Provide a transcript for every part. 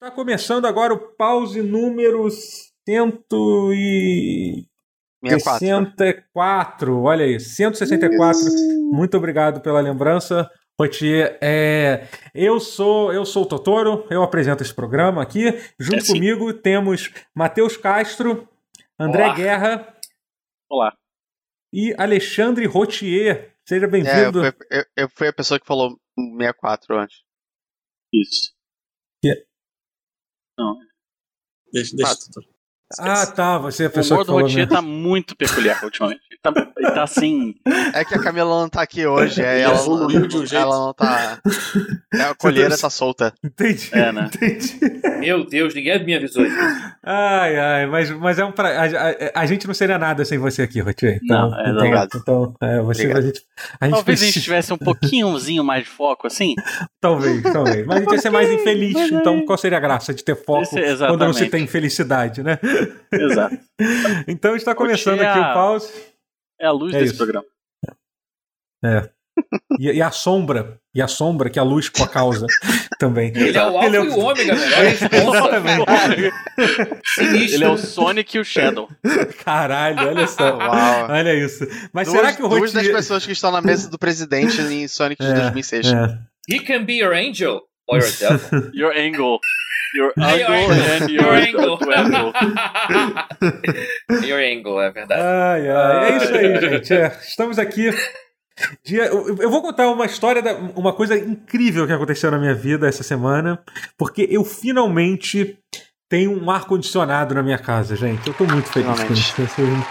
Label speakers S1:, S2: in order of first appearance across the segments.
S1: Tá começando agora o pause número cento e 64. Olha aí, 164. Muito obrigado pela lembrança. Rotier, é, eu sou eu sou o Totoro, eu apresento esse programa aqui. Junto
S2: sim.
S1: comigo temos Matheus Castro, André
S2: Olá.
S1: Guerra
S2: Olá.
S1: e Alexandre Rotier. Seja
S3: É, eu
S1: bem-vindo.
S3: fui, eu- eu fui a pessoa que falou 64 antes.
S2: Isso.
S1: Que- é?
S2: Não. Deixa, deixa
S3: Quatro.
S2: tudo.
S1: ah,
S2: Esquece.
S1: tá, você é a
S2: o
S1: pessoa
S2: humor
S1: que
S2: do
S1: falou
S2: Rotier
S1: mesmo.
S2: tá muito peculiar ultimamente. Ele tá, ele tá assim.
S3: É que a Camila não tá aqui hoje, aí
S2: Ele
S3: ela,
S2: evoluiu de um jeito.
S3: ela não tá. É, a colheira tá solta.
S1: Entendi,
S2: É, né?
S1: entendi.
S4: Meu Deus, ninguém me avisou.
S1: Ai, ai, mas, mas é um pra... a, a- a gente não seria nada sem você aqui, Rotier. Então,
S2: Não, é,
S1: então-
S3: obrigado.
S1: Então, é, você,
S3: Obrigado.
S1: a gente, a gente
S2: Talvez a gente
S1: precisa-
S2: tivesse um pouquinhozinho mais de foco, assim.
S1: Talvez, talvez. Mas a gente ia ser mais infeliz, então qual seria a graça de ter foco
S2: Esse- exatamente.
S1: quando não se tem felicidade, né?
S2: Exato.
S1: Então está começando
S2: tinha-
S1: aqui o pause
S2: É a luz
S1: É
S2: desse
S1: isso.
S2: programa.
S1: e, e a sombra, e a sombra que é a luz co- causa também.
S4: Ele é o alfa
S1: Ele é o-
S4: e o ômega, velho. Olha a
S2: É.
S4: resposta
S1: Exatamente.
S4: sinistra.
S2: Ele é o Sonic e o Shadow.
S1: Caralho, olha só.
S3: Uau.
S1: Olha isso. Mas
S3: duas,
S1: será que o
S3: duas das
S1: Rotier...
S3: pessoas que estão na mesa do presidente em Sonic de
S1: É,
S3: 2006.
S1: É.
S4: He can be your angel or your devil.
S2: Your angle. Your
S4: Your
S2: angle
S4: angle.
S2: and
S4: Your
S2: your
S4: angle.
S2: angle.
S4: your angle, é verdade.
S1: Ai, ai. É isso aí, gente. É, Estamos aqui. Dia... Eu eu vou contar uma história, da... uma coisa incrível que aconteceu na minha vida essa semana, porque eu finalmente tenho um ar-condicionado na minha casa, gente. Eu tô muito feliz com isso. Vocês não-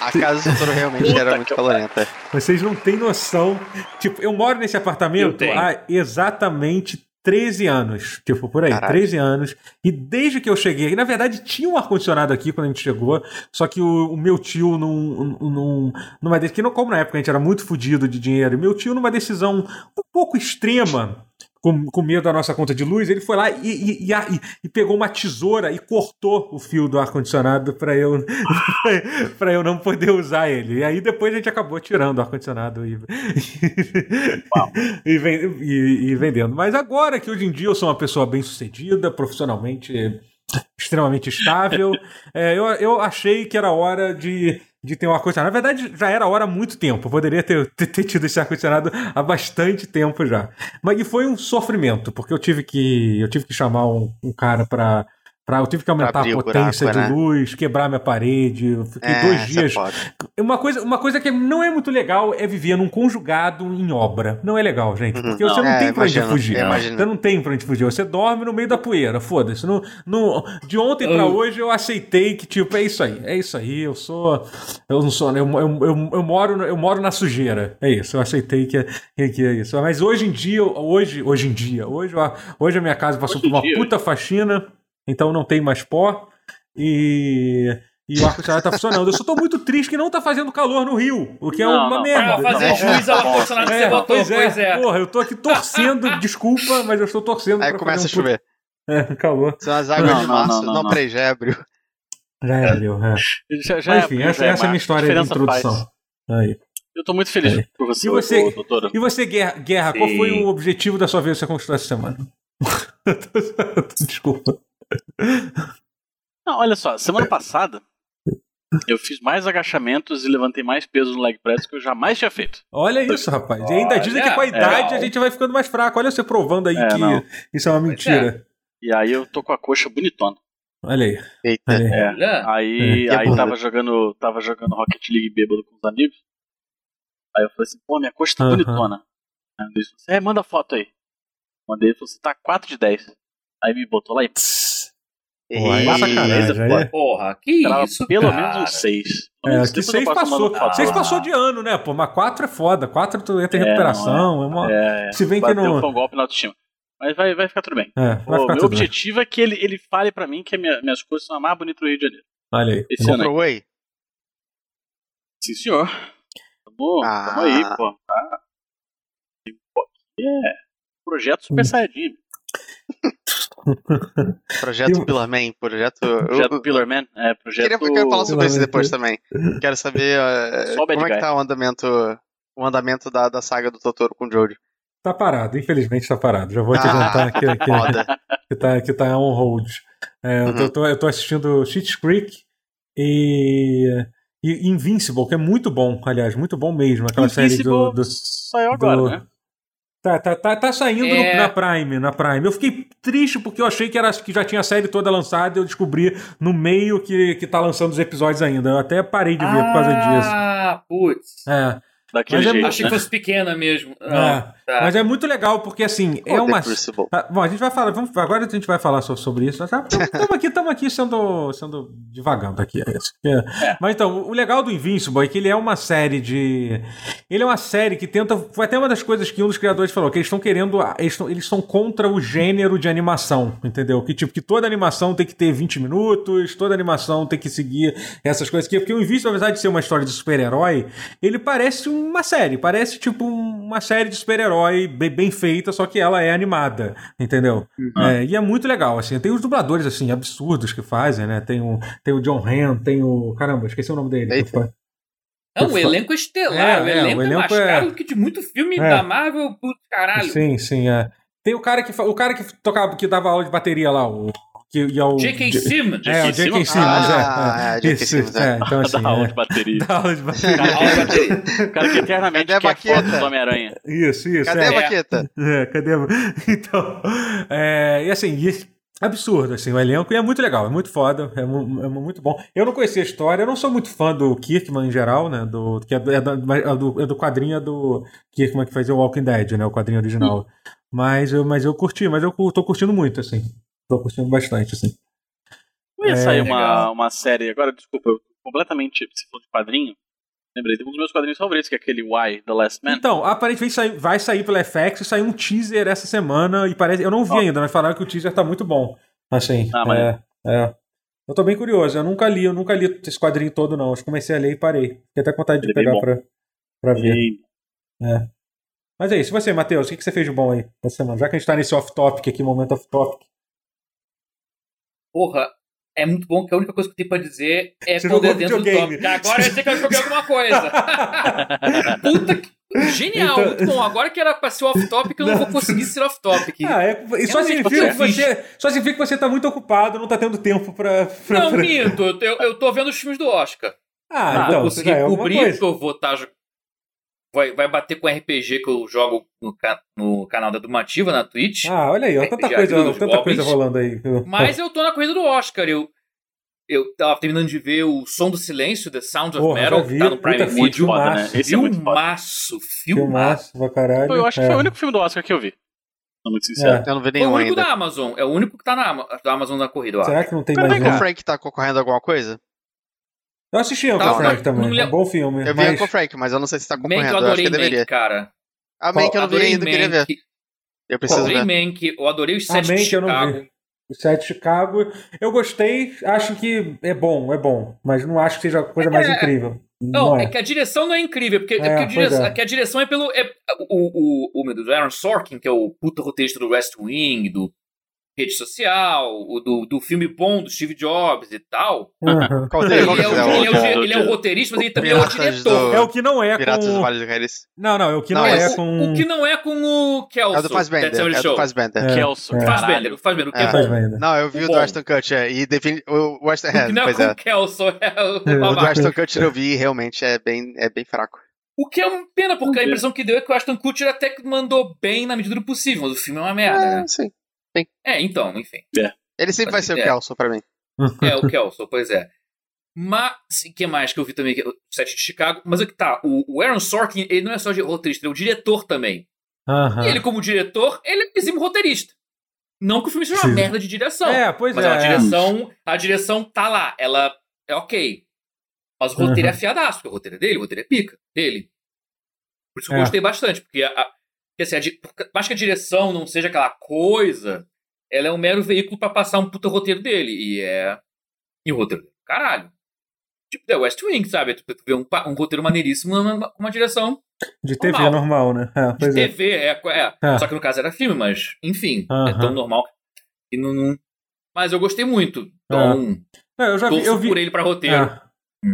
S3: A casa do Totoro realmente
S2: Puta
S3: era
S2: que
S3: muito calorenta.
S1: Vocês não têm noção. Tipo, eu moro nesse
S4: Eu
S1: apartamento
S4: tenho.
S1: há exatamente 13 anos. Tipo, por aí,
S3: Caralho.
S1: 13 anos. E desde que eu cheguei aqui, na verdade, tinha um ar-condicionado aqui quando a gente chegou. Só que o, o meu tio, num, num, numa decisão. Que não, como na época a gente era muito fodido de dinheiro, e meu tio, numa decisão um pouco extrema. Com, com medo da nossa conta de luz, ele foi lá e, e- e a- e- e pegou uma tesoura e cortou o fio do ar-condicionado para eu, pra eu não poder usar ele. E aí depois a gente acabou tirando o ar-condicionado e, e, ven- e- e vendendo. Mas agora que hoje em dia eu sou uma pessoa bem sucedida, profissionalmente extremamente estável, é, eu, eu achei que era hora de, de ter um ar-condicionado. Na verdade, já era hora há muito tempo. Eu poderia ter, ter, ter tido esse ar-condicionado há bastante tempo já. Mas e foi um sofrimento, porque eu tive que, eu tive que chamar um, um cara para. Pra, eu tive que aumentar a
S3: abrir o
S1: potência
S3: buraco,
S1: de
S3: né?
S1: luz, quebrar minha parede. Eu fiquei
S3: É,
S1: dois
S3: essa
S1: dias
S3: foto.
S1: uma coisa, uma coisa que não é muito legal é viver num conjugado em obra. Não é legal, gente. Porque
S2: Não,
S1: você não
S3: é,
S1: tem pra onde
S3: imagino,
S1: fugir.
S3: eu imagino.
S1: Você não tem pra onde fugir. Você dorme no meio da poeira. Foda-se. Não- não- de ontem pra
S4: Eu-
S1: hoje eu aceitei que, tipo, é isso aí. É isso aí. Eu sou. Eu não sou. Eu, eu, eu, eu moro, no- eu moro na sujeira. É isso. Eu aceitei que é, que é- que é isso. Mas hoje em dia, hoje, hoje em dia, hoje, a- hoje a minha casa passou
S2: Hoje em
S1: por uma
S2: dia,
S1: puta faxina, então não tem mais pó. E. E o ar-condicionado tá funcionando. Eu só tô muito triste que não tá fazendo calor no Rio, o que é
S2: Não,
S1: uma
S2: não.
S1: merda.
S4: Pra Ah, fazer juiz ao ar-condicionado que tá você botou,
S1: pois é,
S4: pois é.
S1: Porra, eu tô aqui torcendo, desculpa, mas eu estou torcendo.
S3: Aí
S1: pra
S3: começa a
S1: fazer um
S3: chover.
S1: puto- É, calor.
S3: São as águas
S2: Não,
S3: de
S2: não,
S3: março.
S2: não, não, não.
S3: peraí, já é abril.
S1: Já é, abril, é.
S2: Já, já
S1: Mas, enfim,
S2: é,
S1: essa, essa é
S2: já
S1: a minha
S2: março.
S1: história de
S2: Diferença
S1: introdução.
S2: faz.
S1: Aí.
S2: Eu tô muito feliz
S1: É.
S2: por você,
S1: E você-
S2: ô, doutora.
S1: E você, Guerra, Guerra, qual
S4: Sim.
S1: foi o objetivo da sua vez que você conquistou essa semana? desculpa.
S2: Não, olha só, semana passada eu fiz mais agachamentos e levantei mais peso no leg press que eu jamais tinha feito.
S1: Olha isso, rapaz. E ainda dizem que com a
S4: Olha,
S1: idade
S4: é.
S1: a gente vai ficando mais fraco. Olha você provando aí
S2: É,
S1: que
S2: não.
S1: isso é uma mentira.
S2: E aí eu tô com a coxa bonitona.
S1: Olha aí,
S3: Eita.
S1: olha aí.
S2: É.
S4: Olha,
S2: Aí,
S3: É. E a
S2: aí
S1: né?
S3: bunda?
S2: tava jogando, tava jogando Rocket League bêbado com os amigos. Aí eu falei assim, pô, minha coxa tá
S1: Aham.
S2: bonitona. Aí ele disse, é, manda foto aí. Mandei, ele falou assim, tá 4 de 10. Aí me botou lá e
S1: Pô, aí é
S3: Eita.
S1: sacanagem, aí é-
S4: Porra, que
S2: tirava
S4: isso,
S2: pelo
S4: cara.
S2: menos um 6.
S1: É, que seis passou. Seis
S4: Ah.
S1: passou de ano, né? Pô, mas quatro é foda. Quatro tu entra em
S2: É,
S1: recuperação. É, uma...
S2: É,
S1: Se bem que
S2: bateu
S1: não.
S2: foi um golpe na autoestima. Mas vai, vai ficar tudo bem.
S1: É, vai
S2: o
S1: ficar
S2: meu
S1: tudo bem.
S2: objetivo é que ele, ele fale pra mim que a minha- minhas coisas são a mais bonita do Rio de Janeiro.
S1: Olha aí.
S2: Esse ano aí.
S3: Comprou whey?
S2: um Sim, senhor. Tamo,
S3: Ah.
S2: tamo aí, pô. Tá. E, pô, aqui é projeto
S1: Hum.
S2: Super Saiyajin.
S3: Projeto
S1: Eu-
S3: Pillar Man, projeto.
S2: Projeto
S3: eu-
S2: Pillar Man. É, projeto...
S3: Queria, eu quero falar sobre isso depois também. Quero saber eh,
S2: Só o bad
S3: como é que
S2: guy.
S3: tá o andamento, o andamento da, da saga do Totoro com o Jojo.
S1: Tá parado, infelizmente tá parado. Já vou te
S3: Ah,
S1: adiantar que, que,
S3: Foda.
S1: que, tá, que tá on hold. É, eu, tô,
S3: Uhum.
S1: eu tô- eu tô assistindo Cheats Creek e, e Invincible, que é muito bom, aliás, muito bom mesmo. Aquela série do, do,
S2: saiu
S1: do-
S2: agora, né?
S1: Tá, tá, tá, tá saindo no-
S4: É.
S1: na Prime, na Prime. Eu fiquei triste porque eu achei que, era, que já tinha a série toda lançada e eu descobri no meio que, que tá lançando os episódios ainda. Eu até parei de ver por causa disso.
S4: Ah, putz.
S1: É,
S2: Daquele
S1: Mas é-
S2: jeito,
S4: Achei que
S2: né?
S4: fosse pequena mesmo.
S1: é.
S4: Ah, tá.
S1: Mas é muito legal porque, assim, é
S3: Ô,
S1: uma...
S3: The Crucible.
S1: Tá, bom, a gente vai falar, vamos, agora a gente vai falar so- sobre isso. Estamos aqui, estamos aqui sendo, sendo devagando aqui. é isso. É. Mas então, o legal do Invincible é que ele é uma série de. Ele é uma série que tenta. Foi até uma das coisas que um dos criadores falou, que eles estão querendo. a- Eles, estão- eles são contra o gênero de animação, entendeu? Que tipo, que toda animação tem que ter 20 minutos, toda animação tem que seguir essas coisas aqui. Porque o Invincible, apesar de ser uma história de super-herói, ele parece uma série, parece tipo uma série de super-herói bem, bem feita, só que ela é animada, entendeu? É, e é muito legal, assim, tem os dubladores, assim, absurdos que fazem, né? Tem o, tem o John Han, tem o... Caramba, esqueci o nome dele.
S3: Eita.
S1: Foi-
S4: Não, o elenco é estelar.
S1: É,
S4: o,
S1: é,
S4: elenco
S1: o
S4: é
S1: elenco
S4: mais
S1: é-
S4: caro que de muito filme
S1: É.
S4: da Marvel, puto caralho.
S1: Sim, sim, é. Tem o cara que, fa- o cara que tocava, que dava aula de bateria lá, o... Que, e é o
S4: J.K.
S1: J-
S4: Simmons.
S1: É, o J.K. Simmons,
S3: Ah,
S1: é. é.
S3: J.K.
S1: Isso,
S3: Simmons,
S1: é, então assim,
S2: Da aula de
S1: é.
S2: bateria.
S1: Dá aula de bateria.
S2: Cara, é
S4: Olha, bateria.
S2: O cara que eternamente
S3: Cadê a
S2: quer foto
S3: É baqueta?
S2: do Homem-Aranha.
S1: Isso, isso.
S3: Cadê
S1: é.
S3: a baqueta?
S1: É, cadê? a- Então, é, e assim, e- absurdo assim, o elenco, e é muito legal, é muito foda, é, mu- é mu- muito bom. Eu não conhecia a história, eu não sou muito fã do Kirkman em geral, né? Do, que é, do- é da- mas é do, é do quadrinho do Kirkman que fez o Walking Dead, né? O quadrinho original. Mas, eu, mas eu curti, mas eu cu- tô curtindo muito, assim. Tô curtindo bastante, assim.
S2: Não ia
S1: É.
S2: sair uma,
S4: Legal.
S2: uma série. Agora, desculpa, eu completamente. Se for de quadrinho, lembrei de um dos meus quadrinhos favoritos, que é aquele Why, The Last Man.
S1: Então, aparentemente sai- vai sair pela FX, saiu um teaser essa semana e parece. Eu não vi
S2: Ó.
S1: ainda, mas falaram que o teaser tá muito bom. Assim.
S2: Ah, mas-
S1: é, é. Eu tô bem curioso, eu nunca li, eu nunca li esse quadrinho todo, não. Eu comecei a ler e parei. Fiquei até com vontade de
S2: Ele é bem
S1: pegar
S2: bom.
S1: pra, pra ver.
S2: E-
S1: Mas é isso. E você, Matheus, o que que você fez de bom aí essa semana? Já que a gente tá nesse off-topic aqui, momento off-topic.
S4: Porra, é muito bom que a única coisa que eu tenho pra dizer é
S1: Você
S4: quando é
S1: jogou
S4: dentro do
S1: videogame.
S4: tópico. Agora eu sei que eu joguei alguma coisa.
S1: Ah,
S4: Puta que... Genial,
S1: Então-
S4: muito bom. Agora que era pra ser off-topic, eu não, vou conseguir ser off-topic.
S1: Ah, é, e só, significa
S4: Realmente,
S1: que
S4: eu fiz.
S2: é
S1: você, só significa que você tá muito ocupado, não tá tendo tempo pra. pra-
S4: não,
S1: pra-
S4: minto, eu, eu, eu tô vendo os filmes do Oscar.
S1: Ah,
S2: Ah,
S1: então,
S4: vou
S1: você já
S4: conseguir
S1: é alguma
S4: cobrir,
S1: coisa.
S4: porque eu vou estar... Vai, vai bater com o RPG que eu jogo no, ca- no canal da Dumativa, na Twitch.
S1: Ah, olha aí, ó, tanta
S4: Já
S1: coisa,
S4: viu os
S1: tanta coisa
S4: goblins?
S1: rolando aí.
S4: Mas eu tô na corrida do Oscar. Eu, eu tava terminando de ver o Som do Silêncio, The Sound of
S1: Porra,
S4: Metal,
S1: já
S4: que
S1: vi,
S4: tá no
S1: puta
S4: Prime
S1: filme,
S4: Video.
S2: foda, né?
S1: filmaço,
S2: Esse é muito foda.
S4: Filmaço, filmaço.
S1: Filmaço pra caralho.
S2: Pô, eu acho que foi
S1: é.
S2: o único filme do Oscar que eu vi. Tô muito sincero.
S3: Eu não vi
S4: É o
S3: nenhum
S4: único
S3: ainda.
S4: da Amazon. É o único que tá na Ama- da Amazon na corrida, eu acho.
S1: Será que não tem
S3: Não
S1: mais
S3: tem que o
S1: nenhum?
S3: Frank tá concorrendo a alguma coisa?
S1: Eu assisti Uncle
S3: Tá,
S1: Frank
S4: não,
S1: também.
S4: não
S1: É
S4: lembro.
S1: um bom filme.
S3: Eu vi
S1: mas...
S3: Uncle Frank, mas eu não sei se tá
S4: Mank,
S3: concorrendo.
S4: eu
S3: Eu acho que
S4: adorei
S3: deveria.
S4: Mank, cara.
S3: Amém, que eu não vi
S4: adorei
S3: ainda, eu queria ver.
S4: Mank.
S3: Eu preciso
S4: Adorei
S3: ver.
S4: Mank. Eu adorei os sete
S1: Mank
S4: de
S1: eu não
S4: Chicago.
S1: vi. O Sete de Chicago. Eu gostei, acho que é bom, é bom. Mas não acho que seja a coisa mais
S4: É.
S1: incrível.
S4: Não,
S1: é.
S4: é que a direção não é incrível, porque, é
S1: É,
S4: porque a,
S1: pois
S4: direção,
S1: é.
S4: é que a direção é pelo. É, o, o, o, meu Deus, o Aaron Sorkin, que é o puta roteirista do West Wing, do Rede Social, o do, do filme bom do Steve Jobs e tal.
S1: Uhum.
S3: Qual
S4: Ele é,
S3: dele? Qual
S4: o,
S3: que é
S4: ele,
S3: o
S4: é o,
S2: outro?
S4: ge- ele é o roteirista, mas ele também é o
S3: Piratas
S4: diretor.
S3: do-
S1: É o que não é
S3: Piratas do
S1: com.
S3: Vale do Carice.
S1: Não, não, é o que não,
S3: Não,
S1: é
S3: esse-
S1: com.
S4: O que não é com o Kelso.
S3: É o do Fassbender.
S4: That's
S3: É
S4: Our
S3: o
S4: Show.
S3: do Fassbender.
S1: É,
S2: Kelso,
S1: é.
S2: caralho.
S4: Fassbender, o Fassbender, o que é,
S3: É.
S4: bom.
S1: Fassbender.
S3: Não, eu vi o
S4: Bom.
S3: do Ashton Kutcher. E defini... o, o Ashton...
S4: O que não
S3: É,
S4: é
S3: pois
S4: com
S3: é.
S4: o Kelso, é o
S1: É, o
S3: O do
S4: babaca.
S3: Ashton Kutcher eu vi e realmente é bem, é bem fraco.
S4: O que é uma pena, porque a
S2: Ok.
S4: impressão que deu é que o Ashton Kutcher até que mandou bem na medida do possível, mas o filme é uma merda, né?
S3: É, sim.
S4: É, então, enfim.
S3: Ele sempre vai
S4: Mas
S3: ser o
S4: é.
S3: Kelso pra mim.
S4: É, o Kelso, pois é. Mas, o que mais que eu vi também? que- é O Sete de Chicago. Mas é que tá, o, o Aaron Sorkin, ele não é só de roteirista, ele é o diretor também.
S1: Aham.
S4: E ele, como diretor, ele é exímio roteirista. Não que o filme seja uma
S1: Sim.
S4: merda de direção.
S1: É, pois
S4: mas
S1: é.
S4: é uma direção. A direção tá lá, ela é ok. Mas o roteiro é afiadaço, porque o roteiro é dele, o roteiro é pica dele. Por isso que eu
S1: É.
S4: gostei bastante, porque a, a, porque, assim, a di- por mais que a direção não seja aquela coisa, ela é um mero veículo pra passar um puta roteiro dele. E é. E o roteiro dele, é caralho. Tipo, The West Wing, sabe? Tu, tu vê um, pa- um roteiro maneiríssimo com uma, uma direção
S1: De TV
S4: normal.
S1: normal, né? É,
S4: de
S1: pois é.
S4: TV. É. é.
S1: Ah.
S4: Só que no caso era filme, mas, enfim, é
S1: Aham.
S4: tão normal. E não, não- Mas eu gostei muito.
S1: É.
S4: Então,
S1: Não, eu já vi.
S4: torço
S1: Eu vi... Ah,
S4: por ele pra roteiro.
S1: É.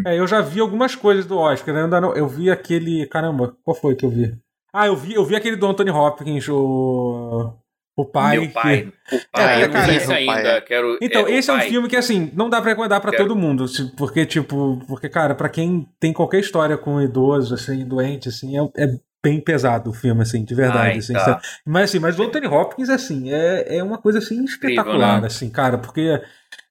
S1: É, eu já vi algumas coisas do Oscar, né? Ainda não- eu vi aquele. Caramba, qual foi que eu vi? Ah, eu vi, eu vi aquele do Anthony Hopkins, o. O pai.
S4: Meu
S1: que-
S4: pai. O pai,
S1: É,
S4: eu não
S1: cara,
S4: vi
S1: é
S4: esse
S3: o
S4: ainda.
S3: pai, é.
S4: Quero,
S1: Então,
S4: o
S1: esse é um
S4: pai. É.
S1: filme que, assim, não dá pra recomendar pra
S4: Quero.
S1: todo mundo. se- Porque, tipo, porque, cara, pra quem tem qualquer história com um idoso, assim, doente, assim, é, é bem pesado o filme, assim, de verdade.
S4: Ai,
S1: assim,
S4: tá.
S1: sabe? Mas, assim, mas o Anthony Hopkins, assim, é, é uma coisa, assim, espetacular,
S4: né?
S1: assim, cara, porque...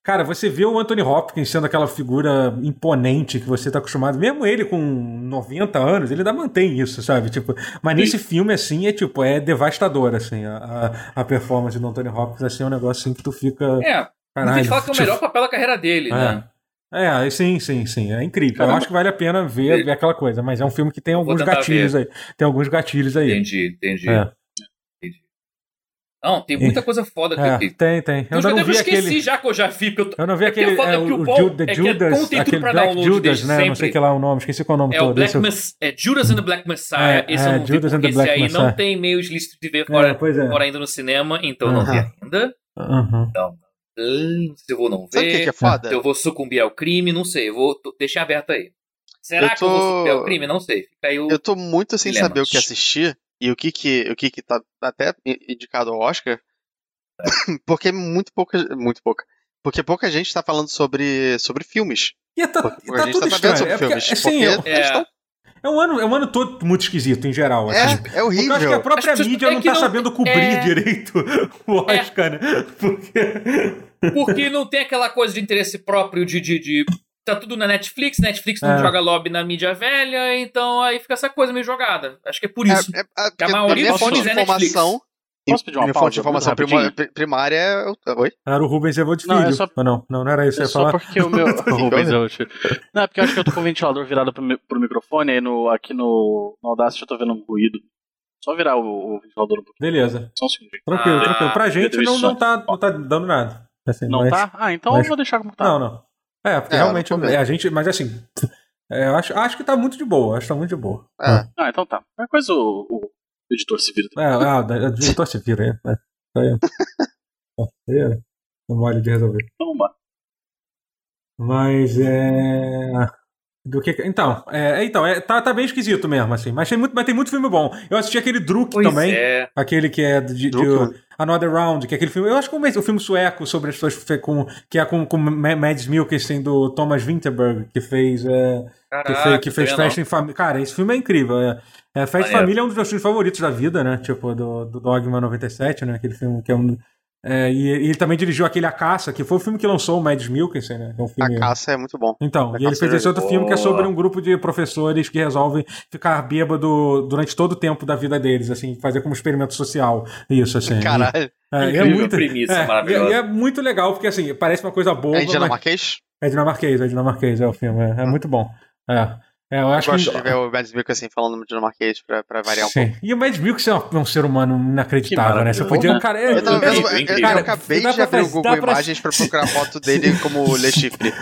S1: Cara, você vê o Anthony Hopkins sendo aquela figura imponente que você tá acostumado, mesmo ele com 90 anos, ele ainda mantém isso, sabe? Tipo, mas
S2: Sim.
S1: nesse filme, assim, é tipo, é devastador, assim, a, a- a performance do Anthony Hopkins, assim, é um negócio assim que tu fica.
S4: É, a gente fala que é o
S1: tipo,
S4: melhor papel da carreira dele, né?
S1: É, aí sim, sim, sim. É incrível. Eu
S2: Caramba.
S1: acho que vale a pena ver, ver aquela coisa, mas é um filme que tem alguns
S4: tentar
S1: gatilhos aí. Tem alguns gatilhos aí.
S4: Entendi, entendi.
S1: É.
S4: Não, tem muita coisa foda
S1: É,
S4: que eu
S1: tem, tem. Eu
S4: Então,
S1: ainda
S4: eu
S1: não vi
S4: esqueci
S1: aquele.
S4: já que eu já vi, porque eu tô-
S1: Eu não vi
S4: É porque
S1: aquele.
S4: eu falo
S1: é,
S4: que
S1: o
S4: o Paul-
S1: Ju- The
S4: é que como
S1: Judas,
S4: tem tudo
S1: aquele
S4: pra
S1: Black
S4: download
S1: Judas,
S4: desde
S1: né? Não sei
S4: sempre.
S1: que lá é o nome, esqueci qual é o nome
S4: É o
S1: todo.
S4: Black
S1: Esse eu-
S4: Mess, é Judas and the Black Messiah.
S1: É,
S4: esse
S1: é,
S4: eu não vi
S1: Judas and
S4: porque
S1: the
S4: esse
S1: Black
S4: aí não
S1: Messiah.
S4: tem meios listos de ver
S1: é,
S4: fora,
S1: pois é.
S4: fora ainda no cinema, então eu não vi
S1: Aham.
S4: ainda.
S1: Aham.
S4: Hum, se eu vou não
S3: Sabe o que, que
S4: ver,
S3: é foda?
S4: se eu vou sucumbir ao crime, não sei, eu vou t- deixar aberto aí. Será
S3: Eu
S4: que eu vou
S3: tô-
S4: sucumbir ao crime? Não sei. Fica aí o...
S3: Eu tô muito sem
S4: Dilemas.
S3: saber o que assistir e o que que, o que, que tá até i- indicado ao Oscar. Porque muito pouca, muito pouca. Porque pouca gente tá falando sobre, sobre filmes.
S1: E tá,
S3: Porque
S1: e
S3: a
S1: tá
S3: gente
S1: tudo
S3: tá sabendo
S1: estranho.
S3: sobre
S1: É, porque,
S3: filmes.
S1: assim, é,
S3: porque
S4: é.
S3: eles
S2: tá.
S3: tão-
S1: é um ano, é um ano todo muito esquisito, em geral.
S3: é,
S1: assim.
S3: é
S1: Porque eu acho que a
S3: horrível.
S1: própria
S4: As pessoas-
S1: mídia
S4: é
S1: não
S4: que
S1: tá
S4: não-
S1: sabendo cobrir
S4: é.
S1: direito o
S4: É.
S1: Oscar, né? Porque.
S4: Porque não tem aquela coisa de interesse próprio de. de, de- Tá tudo na Netflix, Netflix não
S1: É.
S4: joga lobby na mídia velha, então aí fica essa coisa meio jogada. Acho que é por isso.
S3: É, é, é, porque
S4: a
S3: a
S4: maioria
S3: minha
S2: dos
S3: fonte de
S4: filmes é Netflix.
S3: informação.
S2: Posso pedir uma
S3: minha fonte de
S2: pausa? muito
S3: informação prima-
S2: rapidinho?
S3: pri- primária é. o- Oi?
S1: Era o Rubens Evald Filho.
S2: Não, é
S1: Não,
S2: só-
S1: não, não, não era isso que
S2: É
S1: eu ia
S2: só
S1: falar.
S2: porque o meu. Rubens,
S3: vendo?
S2: eu te- Não, é porque eu acho que eu tô com o ventilador virado pro, mi- pro microfone, aí no, aqui no, no Audacity eu tô vendo um ruído. Só virar o, o ventilador um pouquinho.
S1: Beleza.
S2: Só um segundinho.
S1: Tranquilo,
S4: Ah,
S1: tranquilo. Pra gente
S2: Pedro,
S1: não,
S2: isso
S1: não, tá, não tá dando nada. Assim,
S2: Não
S1: mas-
S2: tá? Ah, então
S1: mas-
S2: eu vou deixar como tá.
S1: Não, não. É, porque
S3: É,
S1: realmente
S3: não tô vendo.
S1: é, a gente. Mas assim, é, eu acho, acho que tá muito de boa. Acho que tá muito de boa.
S3: É.
S2: Ah, então tá. Qualquer coisa o, o editor se vira.
S1: É, ah, o diretor se vira aí. né? Tá aí. Tá aí. Não mole de resolver.
S2: Então, bora.
S1: Mas é. Do que. Então, é, então é, tá, tá bem esquisito mesmo, assim. Mas tem muito, mas tem muito filme bom. Eu assisti aquele Druk
S4: Pois
S1: também.
S4: é.
S1: Aquele que é de, de-
S3: Druk?
S1: Another Round, que é aquele filme. Eu acho que é o filme sueco sobre as pessoas que fe- com, que é com, com Ma- Mads Mikkelsen do Thomas Winterberg, que fez. é, que
S4: Caraca,
S1: fez, que fez
S4: tá vendo?
S1: Festa em Família. Cara, esse filme é incrível. É, é, Festa em
S4: Maneiro.
S1: Família é um dos meus filmes favoritos da vida, né? Tipo, do, do Dogma 97, né? Aquele filme que é um. é, e, e ele também dirigiu aquele A Caça, que foi o filme que lançou o Mads Mikkelsen, né? que É um filme...
S3: A caça é muito bom.
S1: Então,
S3: A
S1: e ele
S3: Caça
S1: fez esse outro
S4: Boa.
S1: filme que é sobre um grupo de professores que resolvem ficar bêbado durante todo o tempo da vida deles, assim, fazer como experimento social. Isso, assim.
S3: Caralho.
S1: E- é, e é
S4: Incrível
S1: muito,
S4: premissa,
S1: é,
S4: maravilhosa.
S1: E é muito legal, porque assim, parece uma coisa boba.
S3: É em
S1: mas-
S3: dinamarquês?
S1: é dinamarquês, é dinamarquês, é o filme. É, é muito bom. É. É, eu acho
S3: Ah. Eu gosto
S1: que.
S3: de ver o Mads Mikkelsen falando dinamarquês pra, pra variar um pouco.
S1: Sim. E o Mad Milk é um- é um ser humano inacreditável, né? Você
S2: maravilhoso.
S1: podia. Cara, é,
S3: Eu, tava- eu-
S4: Incrível,
S3: eu- eu
S4: incrível.
S3: acabei
S1: Dá
S3: de
S1: pra
S3: abrir o
S1: fazer- dá
S3: Google
S1: pra-
S3: Imagens pra procurar foto dele como Le Chiffre.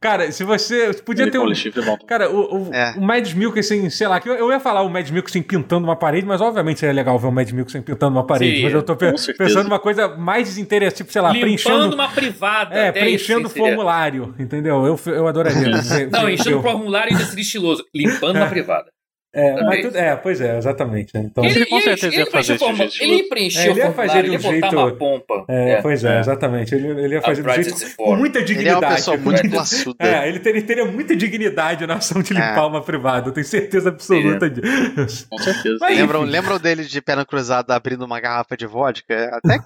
S1: cara, se você. você Podia
S2: Ele
S1: ter
S2: com
S1: um.
S2: o chifre volta.
S1: Cara, o, o,
S3: É.
S1: o Mads Mikkelsen, sei lá, que eu, eu ia falar o Mads Mikkelsen pintando uma parede, mas obviamente seria legal ver o Mads Mikkelsen pintando uma parede.
S4: Sim,
S1: mas eu tô pe-
S2: com certeza.
S1: pensando uma coisa mais desinteressante, tipo, sei lá,
S4: Limpando
S1: preenchendo.
S4: uma privada.
S1: É,
S4: até
S1: preenchendo
S4: isso, seria-
S1: formulário, entendeu? Eu, eu adoraria. ver-
S4: Não,
S1: ver-
S4: enchendo o
S1: ver-
S4: formulário e seria estiloso. Limpando uma privada.
S1: é, mas
S4: É
S1: tudo- é, pois é, exatamente. né? Então,
S2: Ele com
S4: ia-
S2: certeza ia
S4: ele
S2: fazer
S4: vai
S2: isso,
S4: encher o formulário-
S2: gente.
S4: Ele ia preencher
S1: É,
S4: o
S1: ele ia fazer
S4: formulário,
S1: de
S4: ele
S1: um
S4: ia botar
S1: jeito-
S4: uma pompa.
S1: é, pois é, exatamente. Ele, ele ia fazer do
S4: Upright
S1: jeito
S4: as it
S1: com
S4: form.
S1: muita
S3: Ele é
S1: dignidade.
S3: uma pessoa muito classuda.
S1: É, ele teria, teria muita dignidade na ação de limpar
S3: É.
S1: uma privada, eu tenho certeza absoluta disso.
S2: Com certeza.
S1: Mas-
S3: Lembram,
S1: enfim.
S3: lembram dele de perna cruzada abrindo uma garrafa de vodka? Até,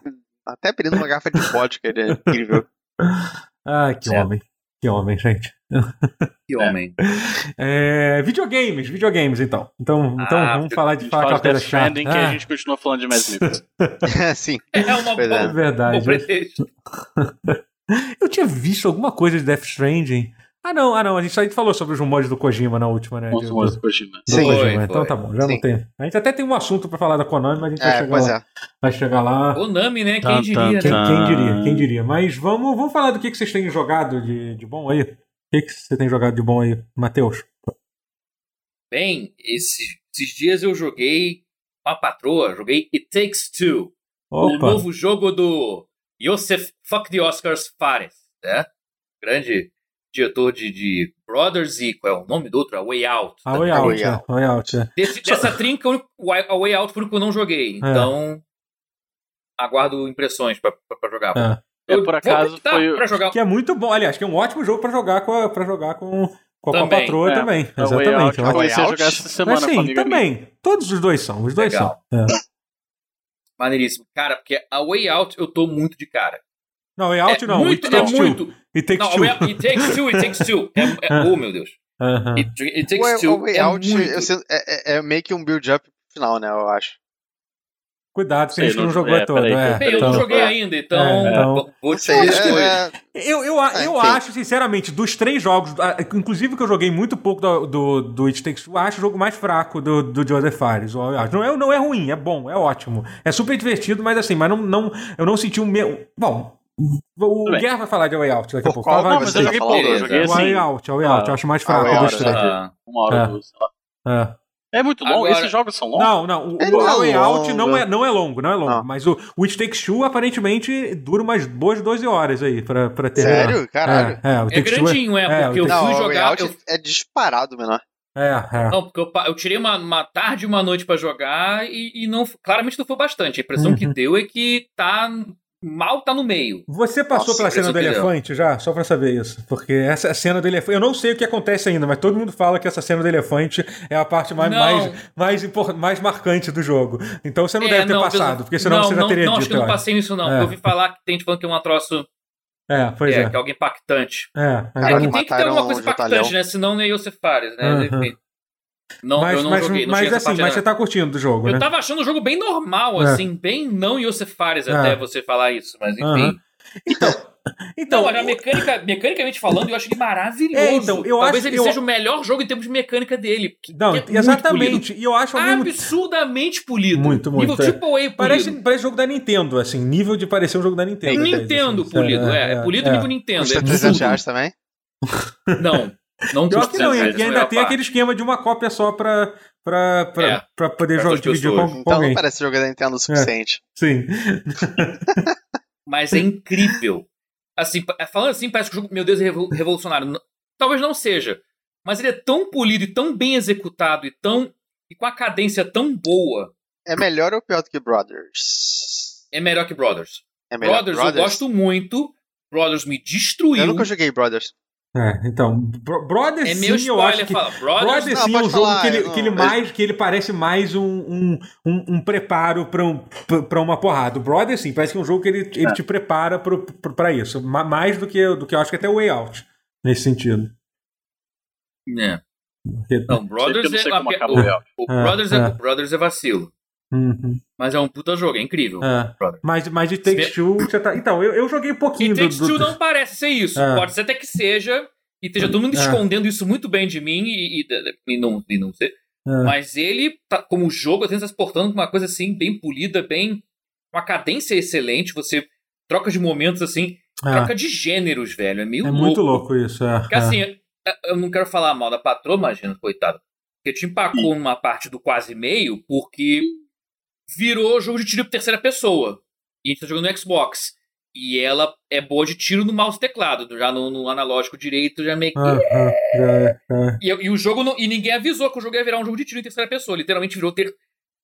S3: até abrindo uma garrafa de vodka, ele é incrível.
S1: Ah, que
S2: Certo.
S1: homem. Que homem, gente.
S4: Que homem.
S1: É, videogames, videogames então. Então,
S4: Ah,
S1: então vamos
S4: porque
S1: falar de
S2: A gente
S1: falar
S2: fala
S1: aquela
S2: de
S1: coisa
S2: Death
S1: chata.
S2: Stranding que
S1: Ah,
S2: a gente continua falando de Mads Mikkelsen.
S3: Sim.
S4: É uma
S3: Pois
S1: É
S3: é.
S4: boa.
S1: verdade.
S4: Bom pretexto.
S1: Eu tinha visto alguma coisa de Death Stranding. Ah não, ah não, a gente só falou sobre os rumores do Kojima na última, né?
S2: Vamos
S1: de-
S2: falar
S1: do-
S2: de Kojima.
S1: do
S3: Sim.
S1: Kojima.
S4: Foi,
S1: Então
S4: foi.
S1: tá bom, já não
S3: Sim.
S1: tem. A gente até tem um assunto pra falar da Konami, mas a gente vai
S3: É,
S1: chegar
S3: pois
S1: tá lá.
S3: é.
S1: Vai chegar lá.
S4: Konami, né?
S2: Tan,
S4: Quem diria,
S2: tan,
S1: Quem,
S4: né?
S2: tan.
S1: quem diria,
S2: Ah.
S1: quem diria. Mas vamos, vamos falar do que, que vocês têm jogado de, de bom aí. O que, que você tem jogado de bom aí, Matheus?
S4: Bem, esse- esses dias eu joguei uma patroa, joguei It Takes Two, o
S1: Opa,
S4: novo jogo do Joseph Fuck the Oscars Fares, né? Grande diretor de, de Brothers e qual é o nome do outro? A Way Out.
S1: A Way
S3: A
S1: Out,
S3: Way
S1: é. A Way Out, é.
S4: Desse-
S1: Só-
S4: dessa trinca, o único- o Way- a Way Out foi o único que eu não joguei. Então, aguardo impressões pra, pra, pra jogar.
S1: É.
S2: É,
S4: Eu
S2: por
S4: vou
S2: acaso,
S4: optar
S2: foi o-
S4: pra jogar.
S1: Que é muito bom. Aliás, que é um ótimo jogo pra jogar com a, pra jogar com, com, a- com a
S4: Também,
S1: patroa
S2: é.
S1: também.
S2: A Way Out,
S1: Exatamente. é
S2: eu
S1: um-
S3: ótimo.
S2: comecei a jogar
S3: Way Out?
S2: essa semana
S1: Mas
S2: com uma
S1: sim,
S2: amiga minha.
S1: também. Todos os dois são. Os dois
S4: Legal.
S1: são. É.
S4: Maneiríssimo. Cara, porque a Way Out eu tô muito de cara.
S1: Não, Way Out
S4: é
S1: não.
S4: muito,
S1: it
S4: é
S1: takes
S4: muito.
S1: two. It takes
S4: Não, a
S1: two.
S4: Way Out, It Takes Two, It Takes Two. É, é, oh, meu Deus.
S1: Aham.
S4: It, it
S3: O,
S4: Takes
S3: o
S4: Two
S3: Way
S4: é
S3: Out
S4: muito...
S3: eu sinto- é, é- é meio que um build-up final, né? Eu acho.
S1: Cuidado, que a
S2: Sei,
S1: gente não
S2: não-
S1: jogou
S2: é,
S1: todo.
S2: peraí,
S1: é.
S4: Bem, eu
S1: Então-
S4: não joguei ainda, então,
S1: É, então-
S4: vou
S3: Não
S4: te
S3: sei,
S4: dar
S3: é-
S4: escolha.
S3: é-
S1: Eu, eu, a-
S3: Ah,
S1: eu
S3: enfim.
S1: acho, sinceramente, dos três jogos, ah, inclusive que eu joguei muito pouco do, do, do It Takes Two, eu acho o jogo mais fraco do, do Joseph Fares. Eu acho. Não é, não é ruim, é bom, é ótimo. É super divertido, mas assim, mas não, não, eu não senti o meu. Bom, o
S2: Tudo bem.
S1: Guerra vai falar de Way Out daqui a
S3: Por
S1: pouco.
S3: qual
S1: Fala
S3: que
S2: Não,
S1: de
S2: mas
S3: você
S2: eu
S3: tá
S2: joguei pouco, eu
S4: falando?
S2: joguei
S1: O Way
S2: assim,
S1: Out, é o Way Out,
S2: Ah,
S1: eu acho mais
S3: a Way
S1: fraco
S3: Out,
S1: dos três.
S4: Ah,
S2: uma hora,
S1: É.
S2: duas, sei lá.
S1: É.
S2: É muito longo,
S4: Agora-
S2: esses jogos são longos?
S1: Não, não. O,
S3: Ele
S1: o
S3: não é
S1: Way Out
S3: longo.
S1: não é, não é longo, não é longo.
S3: Não.
S1: Mas o, o It Takes Two aparentemente dura umas boas 12 horas aí pra, pra terminar.
S3: Sério? Caralho.
S1: É, é, o It
S4: é
S1: Takes Two
S4: grandinho, é,
S1: é,
S4: porque
S1: o
S4: eu
S1: Takes-
S4: fui
S3: Não, o Way
S4: jogar...
S3: Out
S4: eu-
S3: é disparado menor.
S1: é, é.
S4: Não, porque eu, pa- eu tirei uma, uma tarde e uma noite pra jogar e, e não, claramente não foi bastante. A impressão que
S1: Uhum.
S4: deu é que tá mal tá no meio.
S1: Você passou
S3: Nossa,
S1: pela cena do
S4: impressão que deu.
S1: elefante já? Só pra saber isso. Porque essa cena do elefante. Eu não sei o que acontece ainda, mas todo mundo fala que essa cena do elefante é a parte mais,
S4: Não.
S1: mais, mais, impor- mais marcante do jogo. Então você não
S4: É,
S1: deve ter
S4: não,
S1: passado,
S4: pelo-
S1: porque senão
S4: não,
S1: você já
S4: não,
S1: teria
S4: não, acho
S1: dito.
S4: que eu não
S1: eu acho.
S4: passei nisso, não.
S1: É.
S4: Eu ouvi falar que tem gente falando que é um troço
S1: É, pois
S4: é,
S1: é.
S4: que é alguém impactante.
S1: É,
S4: É,
S1: agora
S3: Cara,
S4: que
S1: não-
S4: tem que ter
S3: mataram
S4: alguma coisa
S3: o Jotalhão.
S4: impactante, né? Senão nem eu se fares, né?
S1: Aham.
S4: Enfim. Não,
S1: mas,
S4: eu não
S1: mas,
S4: joguei, não
S1: mas
S4: cheguei
S1: assim,
S4: nessa parte
S1: mas
S4: ainda,
S1: você tá curtindo do jogo,
S4: Eu
S1: né?
S4: tava achando o jogo bem normal,
S1: É.
S4: assim, bem não Yosef Fares
S1: É.
S4: até você falar isso, mas enfim.
S1: Aham.
S4: Então,
S1: Então,
S4: olha, mecânica, mecanicamente falando, eu acho ele maravilhoso.
S1: É, então, eu
S4: Talvez
S1: acho-
S4: ele
S1: eu-
S4: seja o melhor jogo em termos de mecânica dele. que-
S1: não,
S4: que é muito Ah, polido.
S1: exatamente. E eu acho ao mesmo
S4: Absurdamente polido.
S1: Muito, muito,
S4: Nível
S1: é.
S4: tipo A polido.
S1: Parece, parece jogo da Nintendo, assim, nível de parecer um jogo da Nintendo. às vezes,
S4: Nintendo
S1: assim.
S4: polido, é. É, polido nível Nintendo.
S3: Custa
S4: É
S3: 300
S4: absurdo.
S3: reais também?
S4: Não, não
S1: Eu acho que não,
S4: custa,
S1: e
S4: cara,
S1: e
S4: isso é
S1: ainda
S4: a
S1: tem
S4: parte.
S1: aquele esquema de uma cópia só pra, pra, pra,
S4: É,
S1: pra poder
S4: pra
S1: jogar,
S4: duas
S1: dividir com,
S4: pessoas.
S1: com
S3: Então
S1: alguém.
S3: não parece jogo da Nintendo o suficiente.
S1: Sim.
S4: Mas é incrível. Assim, pa- falando assim, parece que o jogo, meu Deus, é revo- revolucionário. N- Talvez não seja. Mas ele é tão polido e tão bem executado e tão. e com a cadência tão boa.
S3: É melhor ou pior do que Brothers?
S4: É melhor que Brothers.
S3: É melhor
S4: Brothers, eu gosto muito. Brothers me destruiu.
S3: Eu nunca joguei Brothers.
S1: É, então, Bro- Brothers
S4: é meu
S1: sim, eu acho
S4: spoiler,
S1: que...
S4: fala. Brothers.
S1: Brothers
S3: Não,
S1: sim é
S3: pode
S1: um jogo
S3: falar,
S1: que, ele,
S3: não,
S1: que, ele
S3: mas-
S1: mais, que ele parece mais um, um, um, um preparo pra, um, pra uma porrada. O Brothers sim, parece que é um jogo que ele, ele te prepara pro, pro, pra isso. Ma- Mais do que, do que eu acho que até o Way Out, nesse sentido.
S4: né?
S1: Porque-
S4: Não,
S2: Brothers
S4: Brothers
S2: não sei
S4: é.
S2: como
S4: uma-
S2: acabou.
S4: o-
S2: É.
S4: O
S1: É,
S4: Brothers
S1: é.
S4: é, o Brothers é vacilo.
S1: Uhum.
S4: Mas é um puta jogo, é incrível.
S1: É.
S4: Brother.
S1: Mas, mas de Takes Two, você tá. Então, eu, eu joguei um pouquinho
S4: E Takes
S1: do. do...
S4: Two não parece ser isso.
S1: É.
S4: Pode ser até que seja. E esteja todo mundo
S1: É.
S4: escondendo isso muito bem de mim e, e- e não, e não sei.
S1: É.
S4: Mas ele, tá, como jogo, ele tá se portando com uma coisa assim, bem polida, bem. Uma cadência excelente. Você troca de momentos assim,
S1: É.
S4: troca de gêneros, velho. É meio
S1: É
S4: louco.
S1: muito louco isso. É,
S4: Porque assim, eu- eu não quero falar mal da patroa, imagina, coitado. Porque te empacou numa parte do quase meio, porque virou jogo de tiro por terceira pessoa. E a gente tá jogando no Xbox. E ela é boa de tiro no mouse e teclado, já no, no analógico direito, já meio que.
S1: é. É, é, é, é.
S4: E, eu- e o jogo não- E ninguém avisou que o jogo ia virar um jogo de tiro em terceira pessoa. Literalmente virou ter.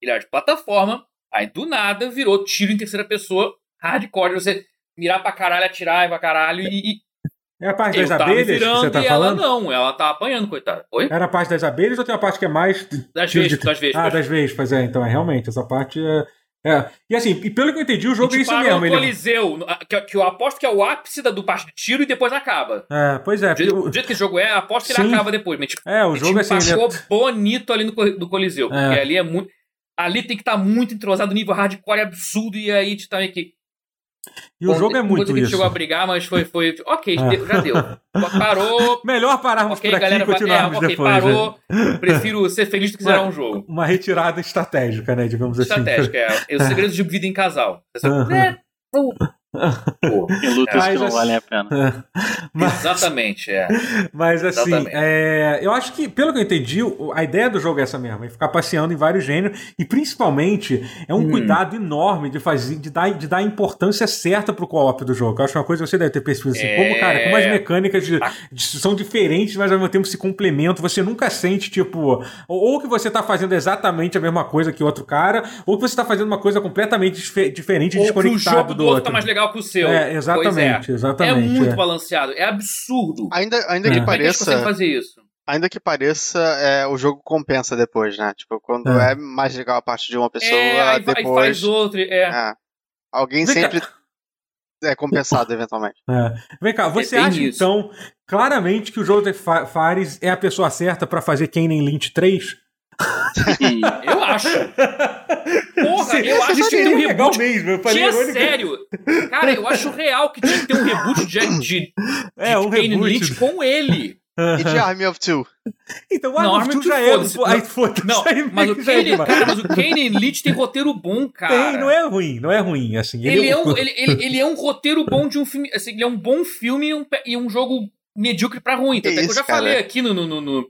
S4: Ele era de plataforma, aí do nada virou tiro em terceira pessoa, hardcore, você mirar pra caralho, atirar pra caralho e, e-
S1: É a parte das
S4: eu tava me
S1: abelhas que
S4: virando
S1: você tá
S4: e ela
S1: falando?
S4: não, ela tá apanhando, coitada. Oi?
S1: Era a parte das abelhas ou tem a parte que é mais.
S4: Das
S1: tiro de-
S4: vezes, das vezes.
S1: Ah, das vespas, é. Então, é realmente, essa parte é. é. E assim, e pelo que eu entendi, o jogo é isso mesmo.
S4: no
S1: Ele...
S4: Coliseu, no- que, que eu aposto que é o ápice da, do parte de tiro e depois acaba.
S1: É, pois é.
S4: Do jeito,
S1: porque
S4: do
S1: o-
S4: jeito que esse jogo é, aposto que ele
S1: Sim.
S4: acaba depois. Mas, tipo,
S1: É, o
S4: a
S1: jogo é
S4: gente
S1: assim. ele é-
S4: passou bonito ali no, cor- do Coliseu. Porque
S1: É.
S4: ali é muito. Ali tem que estar muito entrosado, o nível hardcore é absurdo, e aí a gente tá meio que.
S1: E o
S4: bom,
S1: jogo é
S4: tem coisa
S1: muito
S4: que a gente
S1: isso.
S4: chegou a brigar, mas foi. foi ok,
S1: É.
S4: deu- já deu. Parou.
S1: Melhor pararmos
S4: ok,
S1: por aqui
S4: galera.
S1: e continuarmos
S4: é, ok,
S1: depois. né?
S4: parou. Prefiro ser feliz do que zerar um jogo.
S1: Uma retirada estratégica, né? Digamos assim.
S4: Estratégica, é. é o segredo de vida em casal. Você-
S1: Aham.
S4: É, pô, Pô,
S2: Em lutas
S1: Mas
S2: que
S3: é
S2: não
S1: assim-
S2: valem a pena.
S1: Mas-
S4: Exatamente, é.
S1: Mas assim,
S4: Exatamente.
S1: é, eu acho que, pelo que eu entendi, o- a ideia do jogo é essa mesmo, é ficar passeando em vários gêneros e principalmente é um
S4: Hum.
S1: cuidado enorme de fazer, de dar, de dar a importância certa pro co-op do jogo. Eu acho que uma coisa que você deve ter percebido assim, como,
S4: É. Ah.
S1: cara, como as mecânicas de- de- são diferentes, mas ao mesmo tempo se complementam. Você nunca sente, tipo, ou, ou que você tá fazendo exatamente a mesma coisa que outro cara, ou que você tá fazendo uma coisa completamente dife- diferente e
S4: Ou que o jogo
S1: desconectado
S4: do
S1: do
S4: outro
S1: outro.
S4: tá mais legal que o seu.
S1: É, exatamente,
S4: Pois é. é
S1: exatamente.
S4: muito
S1: é.
S4: balanceado. É absurdo.
S3: Ainda, ainda
S1: É.
S3: que
S4: Como é que eles conseguem
S3: pareça,
S4: fazer isso?
S3: ainda que pareça, é, o jogo compensa depois, né? Tipo, quando é,
S1: É.
S3: mais legal a parte de uma pessoa,
S4: É, aí, vai- aí
S3: depois
S4: faz outro. É.
S3: é, alguém
S1: Vem cá.
S3: sempre é compensado eventualmente.
S1: É. Vem cá, você
S4: tem
S1: acha
S4: isso.
S1: então claramente que o Joseph Fa- Fares é a pessoa certa pra fazer Kenan Lynch 3?
S2: Hum,
S3: é
S4: Eu acho. Porra, eu acho que tem um reboot.
S1: mesmo. Eu
S4: Tinha
S1: irônico.
S4: sério. Cara, eu acho real que tinha que ter um reboot de, de,
S1: É, um
S4: de Kane
S1: reboot.
S4: Lynch com ele.
S3: E de Army of Two?
S1: Então o
S4: Não,
S1: Arnold
S4: Arnold
S1: já é.
S4: foda-se.
S1: Aí foda-se.
S4: Não,
S1: aí
S4: mas o
S1: já é
S4: Kane,
S1: demais.
S4: cara, mas o Kane Lynch tem roteiro bom, cara.
S1: Tem, não é ruim, não é ruim. Assim,
S4: Ele, é um, ele, ele- ele é um roteiro bom de um filme. Assim, ele é um bom filme e um, pe- e um jogo medíocre pra ruim. Tanto
S3: Que
S4: é que eu
S3: isso,
S4: já
S3: cara.
S4: falei aqui no, no- no- no-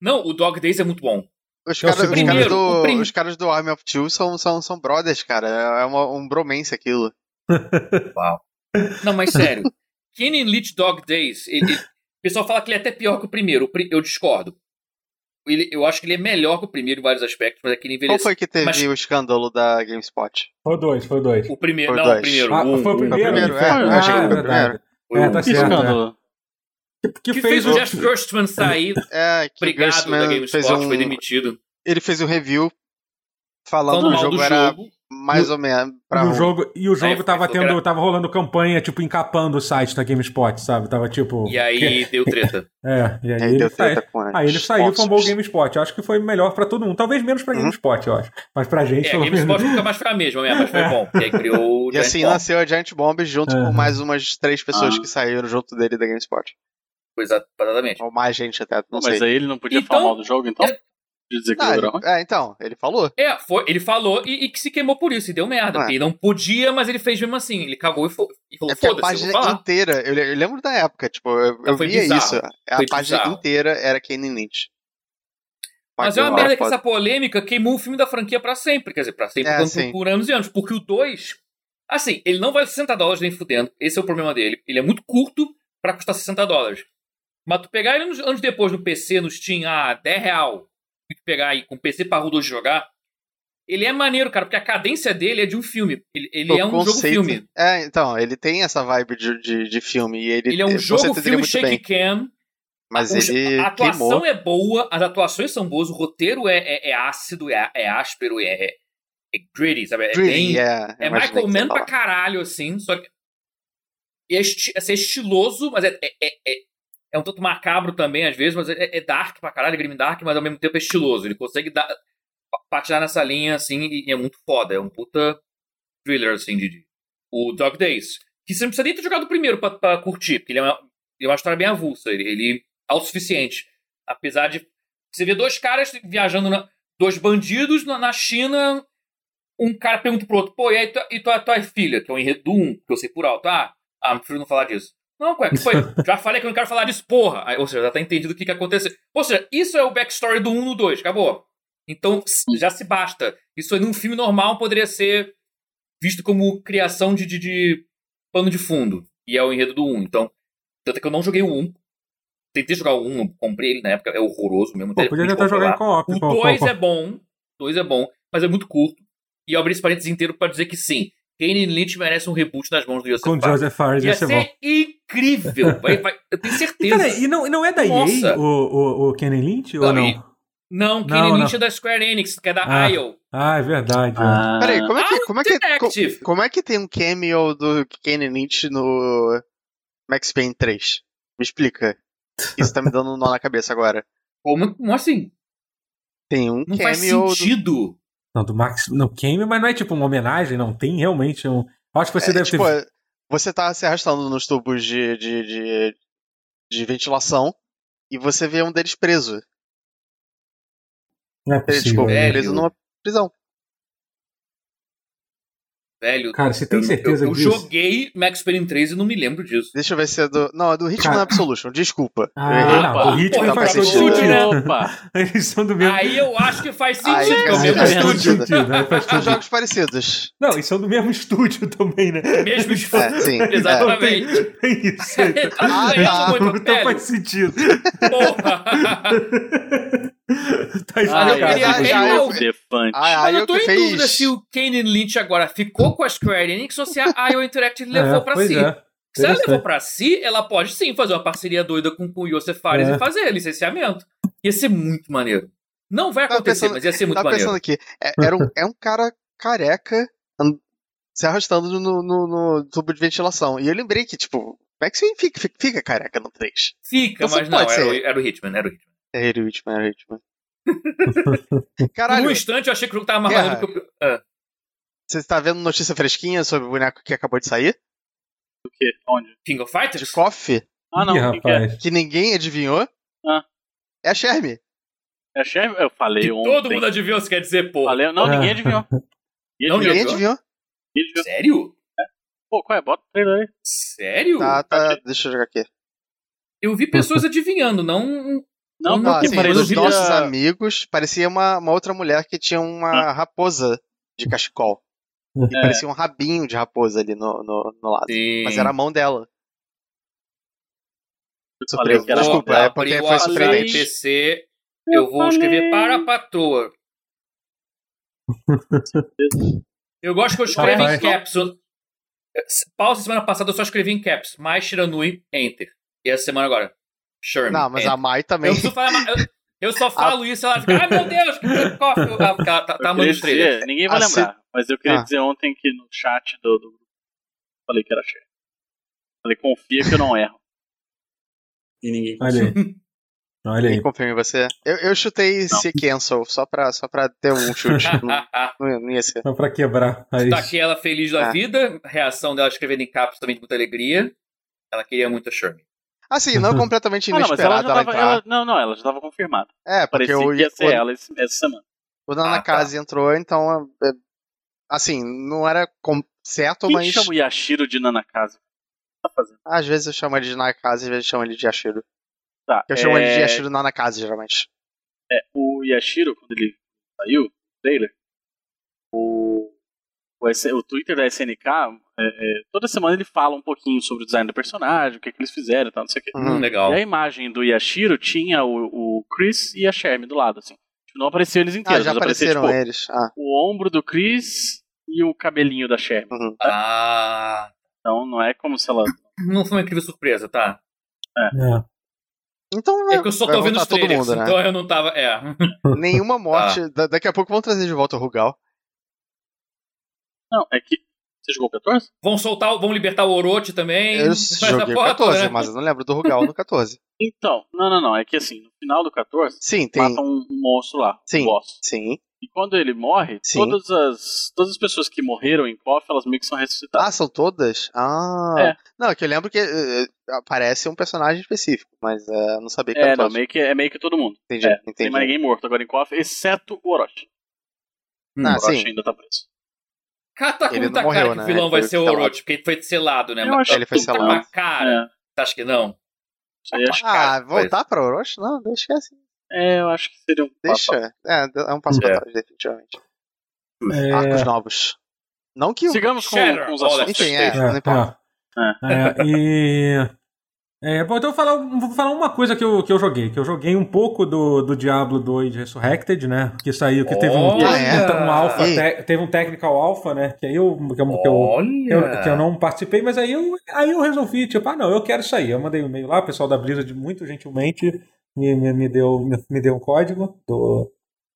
S4: Não, o Dog Days é muito bom.
S3: Os,
S1: É o
S3: cara- os
S1: segundo.
S3: caras
S4: Primeiro, o prim-
S3: do, os caras do Army of Two são, são, são brothers, cara. É uma- um bromance aquilo.
S4: Não, mas sério. Kenny Leach Dog Days. ele- ele- o pessoal fala que ele é até pior que o primeiro. o pri- Eu discordo. Ele- eu acho que ele é melhor que o primeiro em vários aspectos, mas é que ele
S3: Qual
S4: envelheceu.
S3: foi que teve
S4: Mas-
S3: o escândalo da GameSpot?
S1: Foi o dois, foi o dois.
S4: O primeiro.
S3: Foi
S4: Não,
S3: dois.
S4: o primeiro.
S1: Ah,
S4: o um,
S1: foi o
S4: um.
S1: primeiro?
S3: primeiro,
S1: que
S3: é,
S1: foi-
S2: eu
S1: ah,
S2: achei que foi o
S1: verdade.
S4: Foi
S1: É,
S4: um.
S1: tá
S2: que
S1: certo,
S2: escândalo.
S1: Que,
S4: Que fez o Jeff
S1: o...
S4: Gerstmann sair,
S3: É, que
S4: obrigado da
S3: Gerstmann
S4: GameSpot,
S3: fez um,
S4: foi demitido.
S3: ele fez um review falando
S4: Falando
S3: que o
S4: mal
S3: jogo
S4: do
S3: era
S4: jogo.
S3: mais ou menos pra um
S1: E o
S3: ruim.
S1: jogo, e o
S4: Aí
S1: jogo tava
S4: foi-
S1: tendo, tava rolando campanha, tipo, encapando o site da GameSpot, sabe? Tava tipo.
S4: E aí deu treta.
S1: É, e aí,
S3: E aí
S1: ele
S3: deu
S1: sai-
S3: treta com eles.
S1: Aí ele saiu e bombou o GameSpot. Eu acho que foi melhor pra todo mundo. Talvez menos pra
S3: Uhum.
S1: GameSpot, eu acho. Mas pra gente,
S4: É, a
S1: pelo menos.
S4: GameSpot nunca mais foi a mesma mesmo, mas foi bom. Porque aí criou
S3: É.
S4: o
S3: E
S4: Giant
S3: assim
S4: Bomb.
S3: nasceu a Giant Bomb junto
S1: Uhum.
S3: com mais umas três pessoas
S2: Ah.
S3: que saíram junto dele da GameSpot.
S4: Coisa- Exatamente.
S3: Ou mais gente até, não
S2: Mas
S3: sei.
S2: aí ele não podia
S4: Então-
S2: falar mal do jogo, então? De dizer que
S3: Ah,
S2: ele era
S3: ele-
S2: ruim?
S3: é, então, ele falou.
S4: É, foi, ele falou e, e que se queimou por isso, e deu merda.
S3: Ah.
S4: porque Ele não podia, mas ele fez mesmo assim. Ele cagou e, fo- e falou,
S3: É porque a
S4: foda-se, eu vou
S3: página
S4: falar.
S3: inteira, eu, le- eu lembro da época, tipo, eu,
S4: Não,
S3: eu
S4: foi
S3: via
S4: bizarro.
S3: isso. A
S4: Foi
S3: página
S4: bizarro.
S3: inteira era Kane Lynch.
S4: Mas é uma
S3: Aquilo
S4: merda
S3: era
S4: que
S3: foda.
S4: essa polêmica queimou o filme da franquia pra sempre. Quer dizer, pra sempre
S3: É,
S4: quando-
S3: sim.
S4: por anos e anos. Porque o 2, assim, ele não vale 60 dólares nem fudendo. Esse é o problema dele. Ele é muito curto pra custar 60 dólares. Mas tu pegar ele nos anos depois no PC, no Steam, ah, 10 real, e tu pegar aí com o PC parrudo de jogar, ele é maneiro, cara, porque a cadência dele é de um filme. Ele, ele
S3: O
S4: é um
S3: conceito-
S4: jogo-filme.
S3: É, então, ele tem essa vibe de, de, de filme. E ele,
S4: Ele é um
S3: você teria
S4: jogo-filme
S3: muito
S4: shake
S3: bem.
S4: cam.
S3: Mas
S4: O-
S3: ele
S4: a atuação
S3: queimou.
S4: é boa, as atuações são boas, o roteiro é, é- é ácido, é, é áspero, é, é, é gritty, sabe? É,
S3: Dream,
S4: bem-
S3: yeah,
S4: é
S3: imaginei
S4: Michael
S3: que você ia
S4: Mann
S3: falar.
S4: pra caralho, assim, só que. E é, esti- assim, é estiloso, mas é, é, é, é- é um tanto macabro também, às vezes, mas é, é dark pra caralho, é grim dark, mas ao mesmo tempo é estiloso. Ele consegue dar, pa- patinar nessa linha, assim, e, e é muito foda. É um puta thriller, assim, de. de- O Dog Days. Que você não precisa nem ter jogado o primeiro pra, pra curtir, porque ele é, uma, ele é uma história bem avulsa. Ele, ele é autossuficiente. Apesar de. Você vê dois caras viajando, na, dois bandidos na, na China. Um cara pergunta pro outro, pô, e aí tua, e tua, tua filha, que é um enredo do um, que eu sei por alto, ah, ah, eu prefiro não falar disso. Não, ué, que foi? Já falei que eu não quero falar disso, porra! Aí, ou seja, já tá entendido o que, que aconteceu. Ou seja, isso é o backstory do 1 no 2, acabou. Então, s- já se basta. Isso aí num filme normal poderia ser visto como criação de, de, de pano de fundo. E é o enredo do 1. Então, tanto é que eu não joguei o 1. Tentei jogar o 1, não comprei ele na época, é horroroso mesmo.
S1: Pô,
S4: até
S1: podia
S4: me
S1: tentar jogar em
S4: controlar.
S1: co-op.
S4: O
S1: co- co-
S4: 2
S1: co-
S4: é bom, 2 é bom, mas é muito curto. E eu abri esse parênteses inteiro pra dizer que sim, Kane Lynch merece um reboot nas mãos do Joseph
S1: Com
S4: Fares.
S1: Joseph Fares
S4: Ia
S1: ia ser bom.
S4: ser incrível. Vai, vai, eu tenho
S1: E,
S4: certeza.
S1: peraí, e não, e não é da
S4: Nossa.
S1: EA o, o, o Kenan Lynch ou
S4: Não, e-
S1: não?
S4: Não,
S1: Não,
S4: Kenny
S1: não.
S4: Lynch é da Square Enix, que é da
S1: Ah.
S4: IO.
S1: Ah, é verdade. é.
S2: Ah,
S3: Peraí, como é que.
S4: Ah,
S3: Como é que, co-
S4: Detective.
S3: como é que tem um cameo do Kane Lynch no Max Payne 3? Me explica. Isso tá me dando um nó na cabeça agora.
S4: Como, como assim?
S3: Tem um
S4: Não faz
S3: cameo do
S4: sentido.
S1: Não, do Max. Não, Kame, mas não é tipo uma homenagem, não. Tem realmente um. Acho que você
S3: É,
S1: deve
S3: tipo,
S1: ter.
S3: é, Você tá se arrastando nos tubos de, de, de, de ventilação e você vê um deles preso.
S1: Não é
S3: Ele,
S1: possível.
S3: é,
S4: É,
S3: tipo,
S4: Velho.
S3: preso numa prisão.
S4: Velho,
S1: Cara, você tem
S4: eu-
S1: certeza
S4: eu, eu
S1: disso?
S4: joguei Max Payne 3 e não me lembro disso.
S3: Deixa eu ver se é do. Não, é do Hitman
S1: Cara.
S3: Absolution, desculpa.
S1: Ah,
S3: Eu errei.
S1: não,
S2: Opa,
S1: o ritmo
S4: porra,
S1: faz
S3: tá
S1: todo
S3: bom.
S1: sentido.
S2: Opa!
S1: Eles são do mesmo.
S4: Aí eu acho que faz
S3: Aí
S4: sentido. que Ah, é o
S3: faz
S4: mesmo
S1: faz todo
S4: estúdio.
S3: sentido.
S1: sentido. aí né?
S4: Ah,
S1: faz
S3: São
S4: tá.
S1: todo-
S3: jogos parecidos.
S1: Não, eles são do mesmo estúdio também, né?
S4: Mesmo
S3: É, sim. é.
S4: Exatamente.
S1: É isso. aí.
S4: Ah,
S3: tá.
S4: muito,
S1: Então
S4: velho.
S1: faz sentido.
S4: Porra.
S1: Tá
S2: Ah,
S3: eu queria-
S2: eu
S3: ah, eu-
S2: o Defante.
S3: Ah,
S4: Mas
S3: aí
S4: eu
S3: o
S4: tô
S3: que
S4: em dúvida
S3: fez.
S4: se o Kane Lynch agora ficou com a Square Enix ou se a IO Interactive levou
S1: É,
S4: pra
S1: pois
S4: si.
S1: é.
S4: Se ela
S1: Interessante.
S4: levou pra si, ela pode sim fazer uma parceria doida com, com o Yosef Fares
S1: É.
S4: e fazer licenciamento. Ia ser muito maneiro. Não vai
S3: Tava
S4: acontecer,
S3: pensando-
S4: mas ia ser muito
S3: Tava
S4: maneiro.
S3: pensando aqui. É, era um, é um cara careca and- se arrastando no, no- no tubo de ventilação. E eu lembrei que, tipo, como é que você fica, fica- fica careca no 3?
S4: Fica,
S3: Então Você
S4: mas não,
S3: pode
S4: era, o-
S3: ser.
S4: era o Hitman, era o Hitman.
S3: É era o Hitman, era o Hitman.
S4: Por
S3: Caralho,
S4: um instante eu achei que o jogo tava mais maneiro
S3: Guerra.
S4: do que eu... Ah,
S3: você tá vendo notícia fresquinha sobre o boneco que acabou de sair?
S2: O quê? Onde?
S4: King of
S3: De
S4: Fighters?
S3: Coffee,
S2: Ah, não.
S1: Ih,
S2: o que que é?
S1: rapaz.
S3: que ninguém adivinhou?
S2: Ah.
S3: É a Shermie.
S2: É chefe? Eu falei
S4: Que
S2: ontem.
S4: todo mundo adivinhou, você quer dizer, pô.
S2: Falei... Não,
S1: É.
S2: ninguém adivinhou. Ninguém
S4: Não,
S2: adivinhou.
S3: Ninguém
S4: adivinhou?
S3: adivinhou?
S2: Ninguém adivinhou.
S4: Sério?
S2: Pô, qual é? Bota o trailer aí.
S4: Sério?
S3: Tá, tá, deixa eu jogar aqui.
S4: Eu vi pessoas adivinhando, não... um
S2: Não, assim,
S4: Não,
S3: Ah,
S2: porque
S3: sim, os
S4: parece
S2: parecia...
S4: horrível.
S3: nossos amigos, parecia uma, uma outra mulher que tinha
S2: Ah.
S3: uma raposa de cachecol. E
S2: É.
S3: parecia um rabinho de raposa ali no, no, no lado.
S4: Sim.
S3: Mas era a mão dela.
S2: Eu falei que era
S3: Desculpa,
S2: uma-
S3: é porque
S4: Abri o
S3: foi
S4: WhatsApp
S2: surpreendente.
S4: PC, eu vou escrever para a patroa. Eu gosto que eu escrevo em
S1: Rapaz.
S4: caps. Eu- Pausa semana passada eu só escrevi em caps. Mais Shiranui, enter. E essa semana agora? Sherm.
S3: Não, mas
S4: enter.
S3: a Mai
S4: Eu
S3: também.
S4: preciso falar. ma- Eu, eu só falo isso ela fica, ai meu Deus, que cofre. Ela fica- Tá,
S2: Eu
S4: tá, mandando
S2: queria
S4: os trailers.
S2: dizer, ninguém vai
S3: Ah, se-
S2: lembrar, mas eu queria
S3: Ah.
S2: dizer ontem que no chat do, do grupo falei que era chefe. Falei, confia que eu não erro. E ninguém.
S1: Olha aí. Olha
S3: Me
S1: aí.
S3: confirme você. Eu, eu chutei
S2: Não.
S3: se cancel, só pra, só pra ter um chute. não, não ia- não ia ser.
S1: Só pra quebrar. Aí.
S4: Tá aqui ela feliz da
S3: Ah.
S4: vida. Reação dela escrevendo em caps também de muita alegria. Ela queria muito a Sherm.
S3: Assim, não completamente
S2: Ah, não, mas ela
S3: inesperado
S2: já
S3: ela,
S2: tava.
S3: entrar.
S2: ela- não, não, ela já tava confirmada.
S3: É, porque
S2: Parecia
S3: o,
S2: que ia ser
S3: o,
S2: ela esse- essa semana.
S3: o
S4: Ah, tá.
S3: Nanakaze entrou, então. é, assim, não era com- certo,
S2: Quem
S3: mas.
S2: chama o Yashiro de Nanakaze? Tá fazendo.
S3: Às vezes eu chamo ele de Nanakaze, às vezes eu chamo ele de Yashiro.
S2: Tá,
S3: Eu chamo
S2: é,
S3: ele de Yashiro Nanakaze, geralmente.
S2: é, o Yashiro, quando ele saiu, o trailer, o, o, S- o Twitter da SNK, é, é, toda semana ele fala um pouquinho sobre o design do personagem, o que, que eles fizeram e tal, não sei o que.
S3: Uhum.
S4: Hum, legal.
S2: E a imagem do Yashiro tinha o, o Chris e a Sherm do lado, assim. Tipo, Não apareceu eles
S3: Ah,
S2: inteiros,
S3: já
S2: mas apareceu,
S3: apareceram
S2: tipo,
S3: eles. Ah,
S2: o ombro do Chris e o cabelinho da Sherm.
S3: uhum.
S4: Ah,
S2: Então não é como se ela.
S4: não foi uma incrível surpresa, tá?
S3: Ah,
S1: É.
S3: Então,
S4: É que eu só
S3: vai
S4: tô vendo
S3: voltar
S4: os
S3: todo
S4: trailers,
S3: mundo, né?
S4: então eu não tava. É.
S3: Nenhuma morte.
S2: Ah.
S3: da- daqui a pouco vão trazer de volta o Rugal.
S2: Não, é que. Você jogou 14?
S4: Vão soltar, o- vão libertar o Orochi também.
S3: Eu
S4: Mas a
S3: joguei o
S4: porra
S3: 14,
S4: toda, né?
S3: mas eu não lembro do Rugal no 14.
S2: Então, não, não, não. É que assim, no final do 14,
S3: Sim, tem.
S2: mata um, um monstro lá,
S3: Sim.
S2: um boss.
S3: Sim.
S2: E quando ele morre,
S3: Sim.
S2: todas as, todas as pessoas que morreram em KOF, elas meio que são ressuscitadas.
S3: Ah, são todas? Ah.
S2: É.
S3: Não, é que eu lembro que eh, aparece um personagem específico, mas eh, eu não sabia que
S2: é,
S3: era
S2: não,
S3: todos.
S2: meio que, é meio que todo mundo.
S3: Entendi,
S2: é, Não Tem mais
S3: entendi.
S2: ninguém morto agora em KOF, exceto o Orochi.
S3: Ah,
S2: o Orochi
S3: sim.
S2: ainda tá preso.
S4: Cara, tá Hum. com
S3: Ele não
S4: muita
S3: morreu,
S4: cara que
S3: né?
S4: o vilão
S3: Ele
S4: vai
S3: foi
S4: ser o
S3: selado.
S4: Orochi, porque ele foi selado, né?
S2: Eu
S4: Mas
S2: acho
S3: É, Ele foi
S4: tu tá
S3: selado.
S4: com uma cara.
S2: É,
S4: Você acha que não?
S2: isso aí acho,
S3: Ah,
S4: cara,
S3: voltar pra Orochi? Não, deixa que é assim.
S2: é, eu acho que seria um
S3: Deixa.
S2: passo.
S3: É, é um passo
S4: É.
S3: pra trás, definitivamente. tá
S1: É.
S3: Arcos novos. Não que o.
S2: Sigamos com,
S4: Shatter,
S2: com os
S4: olha,
S2: assuntos.
S3: Enfim, é, não
S1: É,
S3: importa.
S1: é. É, e. É, bom, então eu vou falar, vou falar uma coisa que eu, que eu joguei. Que eu joguei um pouco do, do Diablo 2 Resurrected, né? Que saiu, que teve um,
S4: Olha!
S3: Ah, é?
S1: um alpha,
S3: E aí?
S1: te- teve um technical alpha, né? Que aí eu, que eu, que eu
S4: Olha!
S1: Eu- que eu não participei, mas aí eu, aí eu resolvi, tipo, ah, não, eu quero sair. Eu mandei um e-mail lá, o pessoal da Blizzard muito gentilmente me, me, me deu, me, me deu um código do,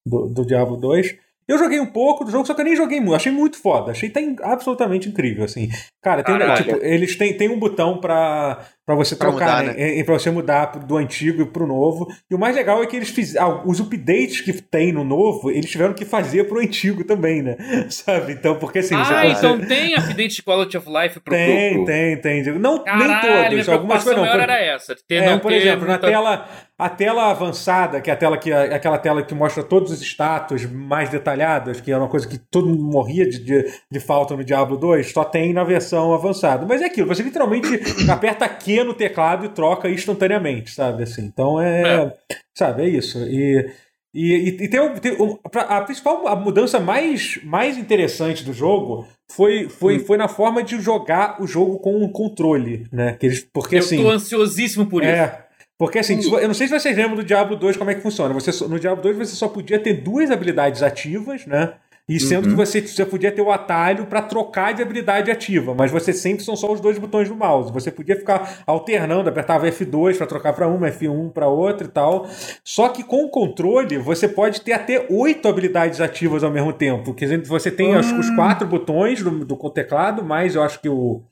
S1: do, do Diablo 2. Eu joguei um pouco do jogo, só que eu nem joguei muito. Achei muito foda. Achei tá in- absolutamente incrível, assim. Cara, tem,
S4: Caralho.
S1: tipo, eles têm, têm um botão pra, pra você
S3: Pra
S1: trocar,
S3: mudar,
S1: né? E- e pra você mudar do antigo pro novo. E o mais legal é que eles fizeram... os updates que tem no novo, eles tiveram que fazer pro antigo também, né? Sabe? Então, porque assim... você
S4: Ah,
S1: consegue-
S4: então tem update de Quality of Life pro
S1: tem,
S4: pro- pro-
S1: tem, tem. Digo, Não,
S4: Caralho,
S1: nem
S4: minha
S1: todos, algumas
S4: preocupação
S1: coisas não.
S4: maior
S1: Por-
S4: era essa. Ter,
S1: é,
S4: não
S1: por
S4: ter
S1: exemplo, na
S4: muita-
S1: tela, a tela avançada, que é a tela que, aquela tela que mostra todos os status mais detalhadas, que era uma coisa que todo mundo morria de, de, de falta no Diablo 2, só tem na versão avançada. Mas é aquilo, você literalmente aperta Q no teclado e troca instantaneamente, sabe? Assim, então é. Sabe, é isso. E. E, e- e tem, um- tem um- pra- a principal a mudança mais, mais interessante do jogo foi, foi,
S4: Hum.
S1: foi na forma de jogar o jogo com um controle, né? Que eles, porque
S4: Eu
S1: assim.
S4: tô ansiosíssimo por isso. Hum.
S1: É. Porque assim, se vo- eu não sei se vocês lembram do Diablo 2 como é que funciona. Você, só- no Diablo 2 você só podia ter duas habilidades ativas, né? E sendo
S4: Uhum.
S1: que você, você podia ter o atalho pra trocar de habilidade ativa, mas você sempre são só os dois botões do mouse. Você podia ficar alternando, apertava F2 pra trocar pra uma, F1 pra outra e tal. Só que com o controle você pode ter até oito habilidades ativas ao mesmo tempo. Quer dizer, você tem acho que os quatro botões do, do teclado, mais eu acho que o,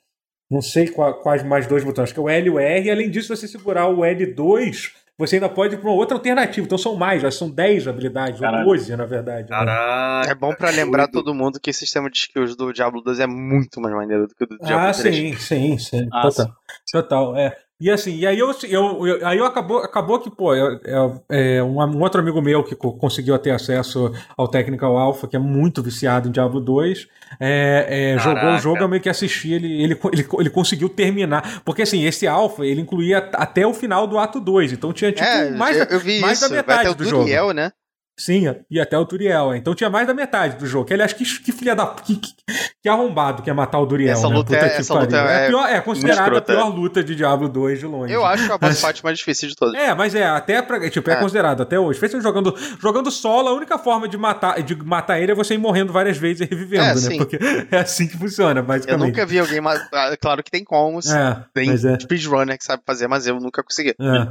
S1: não sei qua- quais mais dois botões, acho que é o L e o R. e Além disso, se você segurar o L2, você ainda pode ir para uma outra alternativa. Então são mais, já são 10 habilidades, ou
S2: Caralho.
S1: 12, na verdade. né?
S4: Caraca.
S3: É bom pra lembrar todo mundo que o sistema de skills do Diablo 2 é muito mais maneiro do que o do Diablo
S1: Ah,
S3: 3.
S1: sim, sim, sim.
S2: Ah,
S1: total. Total, é. E assim, e aí eu, eu, eu- aí eu acabou, acabou que, pô, eu- eu- é, um, um outro amigo meu que co- conseguiu ter acesso ao Technical Alpha, que é muito viciado em Diablo 2, é, é, jogou o
S4: Caraca.
S1: jogo, eu meio que assisti, ele, ele, co- ele, co- ele conseguiu terminar. Porque assim, esse Alpha, ele incluía at- até o final do ato 2, então tinha tipo
S3: é,
S1: mais,
S3: eu, eu vi
S1: mais da
S3: isso. Vai
S1: metade
S3: até o
S1: do jogo.
S3: Duriel, né?
S1: Sim, e até o Duriel. é. Então tinha mais da metade do jogo. Que, aliás, que, que filha da. Que, que, que arrombado que é matar o Duriel.
S3: Essa
S1: né?
S3: luta
S1: Puta
S3: é-
S1: que
S3: essa
S1: pariu.
S3: luta
S1: é,
S3: é
S1: a pior- é considerada a
S3: escrota.
S1: pior luta de Diablo 2 de longe.
S3: Eu acho a boss fight mais difícil de todas.
S1: É, mas é, até pra, tipo, é,
S3: É.
S1: considerado até hoje. Mesmo jogando, jogando solo, a única forma de matar, de matar ele é você ir morrendo várias vezes e revivendo,
S3: É,
S1: né?
S3: sim.
S1: Porque é assim que funciona,
S3: eu
S1: basicamente.
S3: nunca vi alguém. ma- ah, Claro que tem como.
S1: É,
S3: Tem
S1: mas é.
S3: speedrunner que sabe fazer, mas eu nunca consegui.
S1: É.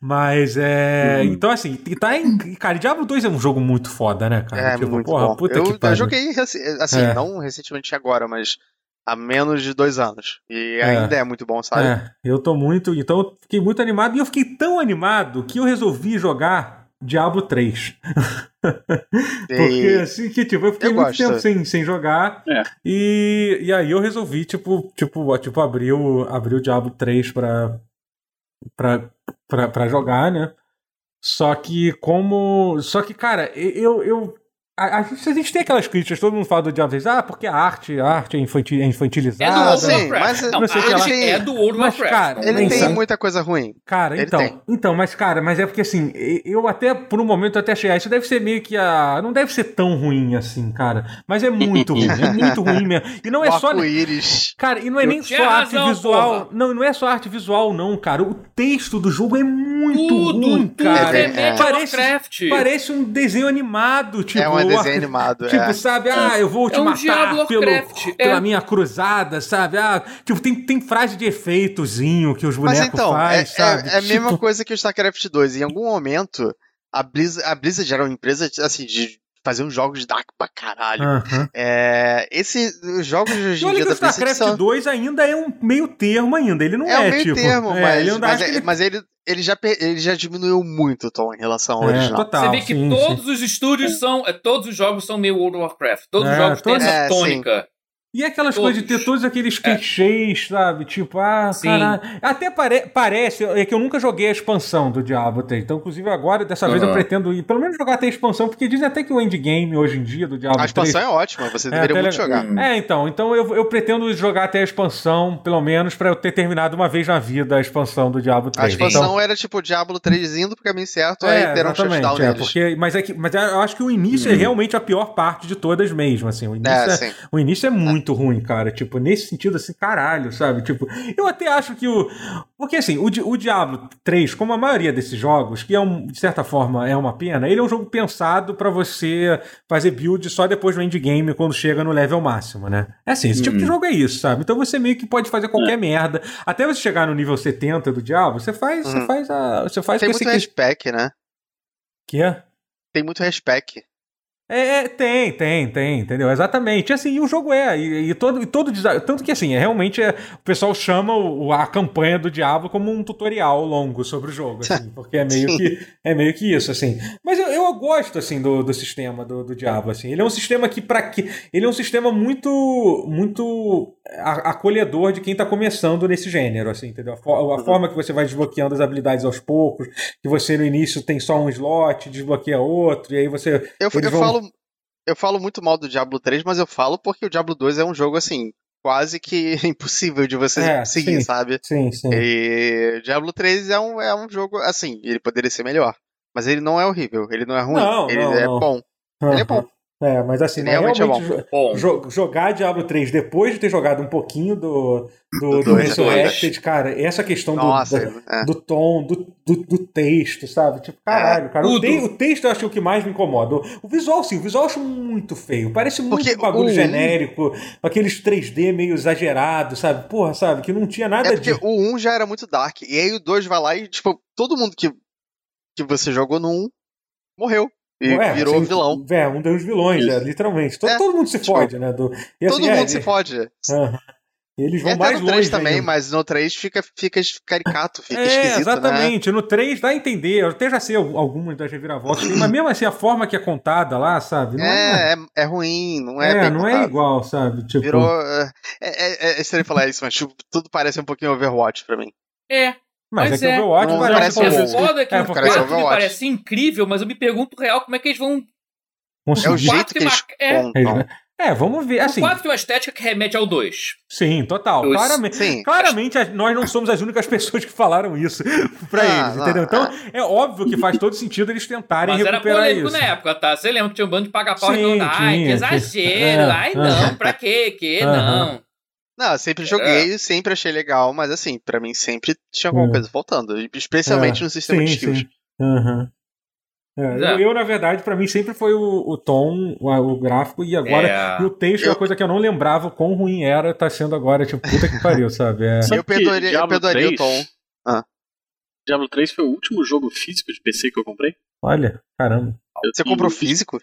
S1: Mas é.
S3: Uhum.
S1: Então, assim, e tá em. Cara, Diablo 2 é um jogo muito foda, né, cara?
S3: É muito
S1: porra,
S3: bom.
S1: puta
S3: eu,
S1: que
S3: eu
S1: pariu.
S3: joguei reci- assim,
S1: É.
S3: não recentemente agora, mas há menos de dois anos. E ainda é muito bom, sabe?
S1: É, eu tô muito. Então, eu fiquei muito animado. E eu fiquei tão animado que eu resolvi jogar Diablo 3. Porque,
S3: E-
S1: assim, que tipo, eu fiquei
S3: Eu
S1: muito
S3: gosto.
S1: tempo sem, sem jogar.
S2: É.
S1: E, e aí eu resolvi, tipo, tipo, ó, tipo abrir, o, abrir o Diablo 3 pra, pra, pra, pra jogar, né? Só que como. Só que, cara, eu. eu a, a gente, a gente tem aquelas críticas, todo mundo fala do Diablo 3, ah, porque a arte, a arte é, infantil, é
S4: É do
S1: infantilizada.
S4: World
S3: sim,
S4: of Warcraft.
S3: mas-
S4: Não,
S1: não sei o que
S4: a
S1: lá.
S4: arte é do
S1: Mas,
S4: World
S1: é
S4: of Warcraft.
S1: cara,
S4: não
S3: Ele
S4: tem
S3: tem
S1: sabe.
S3: muita coisa ruim.
S1: Cara,
S3: Ele
S1: então,
S3: tem.
S1: então, mas cara, mas é porque assim, e- eu até por um momento eu até achei, ah, isso deve ser meio que a, não deve ser tão ruim assim, cara, mas é muito ruim, é muito ruim mesmo. E não é
S3: o
S1: só
S3: arco-íris.
S1: Cara, e não é
S4: Eu
S1: nem
S4: tinha
S1: só arte
S4: razão,
S1: visual.
S4: porra.
S1: Não, e não é só arte visual, não, cara. O texto do jogo é muito
S4: Tudo,
S1: ruim,
S4: tudo
S1: cara.
S3: é
S4: remete a
S1: parece,
S4: Warcraft.
S1: parece um desenho animado, tipo.
S3: é um desenho animado.
S1: Tipo,
S3: é.
S1: sabe, ah, eu vou te
S4: É um Diablo
S1: matar pelo,
S4: Warcraft, é.
S1: pela minha cruzada, sabe? Ah, tipo, tem, tem frase de efeitozinho que os bonecos
S3: Mas então,
S1: fazem,
S3: é,
S1: sabe?
S3: é- é a mesma
S1: Tipo,
S3: coisa que o StarCraft 2. Em algum momento, a Blizzard, a Blizzard era uma empresa assim, de fazer uns jogos dark pra caralho.
S1: aham.
S3: É, esse, os jogos de
S1: E
S3: hoje em
S1: olha
S3: dia
S1: que Ah. o
S3: da Blizzard
S1: StarCraft
S3: são,
S1: 2 ainda é um meio termo ainda. Ele não é,
S3: é o meio
S1: tipo.
S3: termo,
S1: é,
S3: mas,
S1: ele ainda
S3: mas,
S1: acho
S3: é-
S1: que ele-
S3: mas ele, ele, já, per- ele já diminuiu muito o tom em relação ao
S1: É,
S3: original.
S1: total,
S4: Você vê que
S1: sim, sim.
S4: todos os estúdios são. é, Todos os jogos são meio World of Warcraft. Todos
S1: É,
S4: os jogos têm
S1: todos-
S4: essa
S3: É, sim.
S4: tônica.
S1: E aquelas
S4: Todos.
S1: coisas de ter todos aqueles
S4: É.
S1: clichês, sabe? Tipo, ah,
S4: Sim.
S1: caralho. Até pare- parece, é que eu nunca joguei a expansão do Diablo 3. Então, inclusive, agora, dessa vez, eu
S4: Aham.
S1: pretendo ir, pelo menos jogar até a expansão, porque dizem até que o endgame hoje em dia do Diablo
S3: A
S1: 3.
S3: expansão é ótima, você
S1: É,
S3: deveria
S1: até
S3: muito
S1: legal.
S3: jogar.
S4: Hum.
S1: É, então. Então eu, eu pretendo jogar até a expansão, pelo menos, pra eu ter terminado uma vez na vida a expansão do Diablo 3.
S3: A expansão
S1: então,
S3: era tipo Diablo 3 indo pro caminho certo, aí terão um shutdown
S1: é,
S3: neles. Uhum.
S1: porque, mas, é que, mas eu acho que o início é realmente a pior parte de todas mesmo, assim. O início
S3: É,
S1: é,
S3: sim.
S1: o início é muito ruim, cara. Tipo, nesse sentido, assim, caralho, sabe? Tipo, eu até acho que o. Porque, assim, o, Di- o Diablo 3, como a maioria desses jogos, que é um- de certa forma é uma pena, ele é um jogo pensado pra você fazer build só depois do endgame, quando chega no level máximo, né? É assim, esse tipo
S3: Uhum.
S1: de jogo é isso, sabe? Então você meio que pode
S3: É.
S1: fazer qualquer merda. Até você chegar no nível 70 do Diablo, você faz. Você
S3: Uhum.
S1: faz a. Você faz
S3: Tem
S1: com esse
S3: muito respec, né?
S1: que é?
S3: Tem muito respec.
S1: É, é, tem, tem, tem, entendeu? Exatamente. E Assim, e o jogo é, e, e todo, e todo desa- Tanto que, assim, é, realmente é- o pessoal chama o- a campanha do Diablo como um tutorial longo sobre o jogo, assim, porque é meio,
S3: Sim.
S1: que, é meio que isso, assim. Mas eu, eu gosto, assim, do, do sistema do, do Diablo, assim. Ele é um sistema que, para que. Ele é um sistema muito. muito a- acolhedor de quem tá começando nesse gênero, assim, entendeu? A, fo- a forma que você vai desbloqueando as habilidades aos poucos, que você no início tem só um slot, desbloqueia outro, e aí você.
S3: Eu,
S1: Eles
S3: eu
S1: vão-
S3: falo, eu falo muito mal do Diablo 3, mas eu falo porque o Diablo 2 é um jogo assim, quase que impossível de você
S1: É,
S3: seguir,
S1: sim.
S3: sabe?
S1: Sim, sim.
S3: E Diablo 3 é um, é um jogo assim, ele poderia ser melhor. Mas ele não é horrível, ele não é ruim,
S1: Não,
S3: ele
S1: não,
S3: é
S1: não.
S3: bom. ele é bom.
S1: É, mas assim,
S3: Ele
S1: mas
S3: realmente
S1: realmente,
S3: é
S1: jo-
S4: Bom,
S1: jo- jogar Diablo 3 depois de ter jogado um pouquinho do, do,
S3: Do
S1: do
S3: dois,
S1: Resurrected, cara, essa questão um do-
S3: Nossa,
S1: da-
S3: é.
S1: do tom, do, do, do texto, sabe? Tipo,
S3: É,
S1: caralho, cara. O,
S4: tudo.
S1: te- o texto eu acho o que mais me incomoda. O, o visual, sim, o visual eu acho muito feio. Parece muito
S3: Porque
S1: bagulho
S3: o um-
S1: genérico, aqueles 3D meio exagerado, sabe? Porra, sabe? Que não tinha nada
S3: É porque
S1: de.
S3: o 1 já era muito dark. E aí o 2 vai lá e, tipo, todo mundo que, que você jogou no 1 morreu. E
S1: É,
S3: virou
S1: assim,
S3: vilão.
S1: É, um dos vilões,
S2: Isso.
S1: é, literalmente. Todo,
S3: É,
S1: todo mundo se
S3: tipo,
S1: fode, né? Do, e
S3: Todo
S1: assim, é,
S3: mundo se
S1: ele-
S3: fode.
S1: Aham. Eles
S3: E
S1: vão
S3: até
S1: mais
S3: É, no 3
S1: longe
S3: também,
S1: ainda.
S3: mas no 3 fica, fica caricato, fica
S1: é,
S3: esquisito, né?
S1: exatamente. No 3 dá a entender. Eu até já sei al- algumas das reviravoltas, mas mesmo assim, a forma que é contada lá, sabe? Não
S3: É, é, é ruim, não é,
S1: é,
S3: bem
S1: não é
S3: contado.
S1: igual, sabe? Tipo,
S3: Virou. É, é, é, é estranho falar isso, mas tipo, tudo parece um pouquinho Overwatch pra mim.
S4: é.
S1: mas é
S4: Pois
S1: que o
S4: é.
S1: Overwatch
S3: Não,
S1: parece
S3: parece
S1: como-
S3: um-
S4: é foda que
S1: É,
S4: o
S1: porque-
S4: quarto me
S3: Overwatch.
S4: parece incrível, mas eu me pergunto real como é que eles vão.
S3: É o então.
S1: conseguir.
S3: jeito
S4: quarto
S3: que
S4: e
S3: eles
S4: marca- é.
S3: contam.
S1: É, vamos ver. Assim,
S4: O 4 tem uma estética que remete ao 2.
S1: sim, total.
S4: Os-
S1: Claramente.
S3: Sim.
S1: Claramente, a- nós não somos as únicas pessoas que falaram isso pra
S3: Ah,
S1: eles,
S3: não,
S1: entendeu? Então, é óbvio que faz todo sentido eles tentarem
S4: Mas era
S1: recuperar
S4: polêmico
S1: isso.
S4: na época, tá? Você lembra que tinha um bando de paga-pau
S1: Sim,
S4: e ai,
S1: tinha,
S4: que
S1: tinha.
S4: exagero,
S1: É,
S4: ai
S1: é.
S4: não, pra quê, que
S1: Aham.
S4: não.
S3: Não, eu sempre joguei,
S4: É.
S3: sempre achei legal, mas assim, pra mim sempre tinha alguma
S1: É.
S3: coisa faltando. Especialmente
S1: É,
S3: no sistema de
S1: sim,
S3: skills.
S1: sim. Aham. É,
S4: É.
S1: eu, eu, na verdade, pra mim sempre foi o, o tom, o, o gráfico, e agora
S4: É.
S1: e o texto é uma
S3: Eu-
S1: coisa que eu não lembrava o quão ruim era, tá sendo agora, tipo, puta que pariu, sabe? É.
S2: Sabe
S3: Eu
S2: que
S3: perdoaria- eu
S2: Diablo
S3: perdoaria o
S2: 3?
S3: Tom. Ah.
S2: Diablo 3 foi o último jogo físico de PC que eu comprei.
S1: Olha, caramba.
S2: Eu
S3: Você
S2: tenho
S3: comprou
S2: um
S3: físico?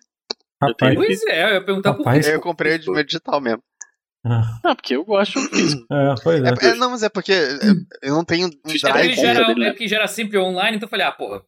S1: Rapaz.
S4: Pois é, eu ia perguntar por
S1: Rapaz.
S4: quê.
S3: Eu comprei o de meu digital mesmo.
S1: Ah,
S2: Não, porque eu gosto de jogo físico.
S1: É, pois é.
S3: É, é, não, mas é porque é, eu não tenho um
S2: Fiz
S4: É porque,
S2: Drive
S3: drive.
S4: ele
S2: com
S4: gera,
S2: ele, né?
S4: é porque gera sempre online, então eu falei, ah, porra.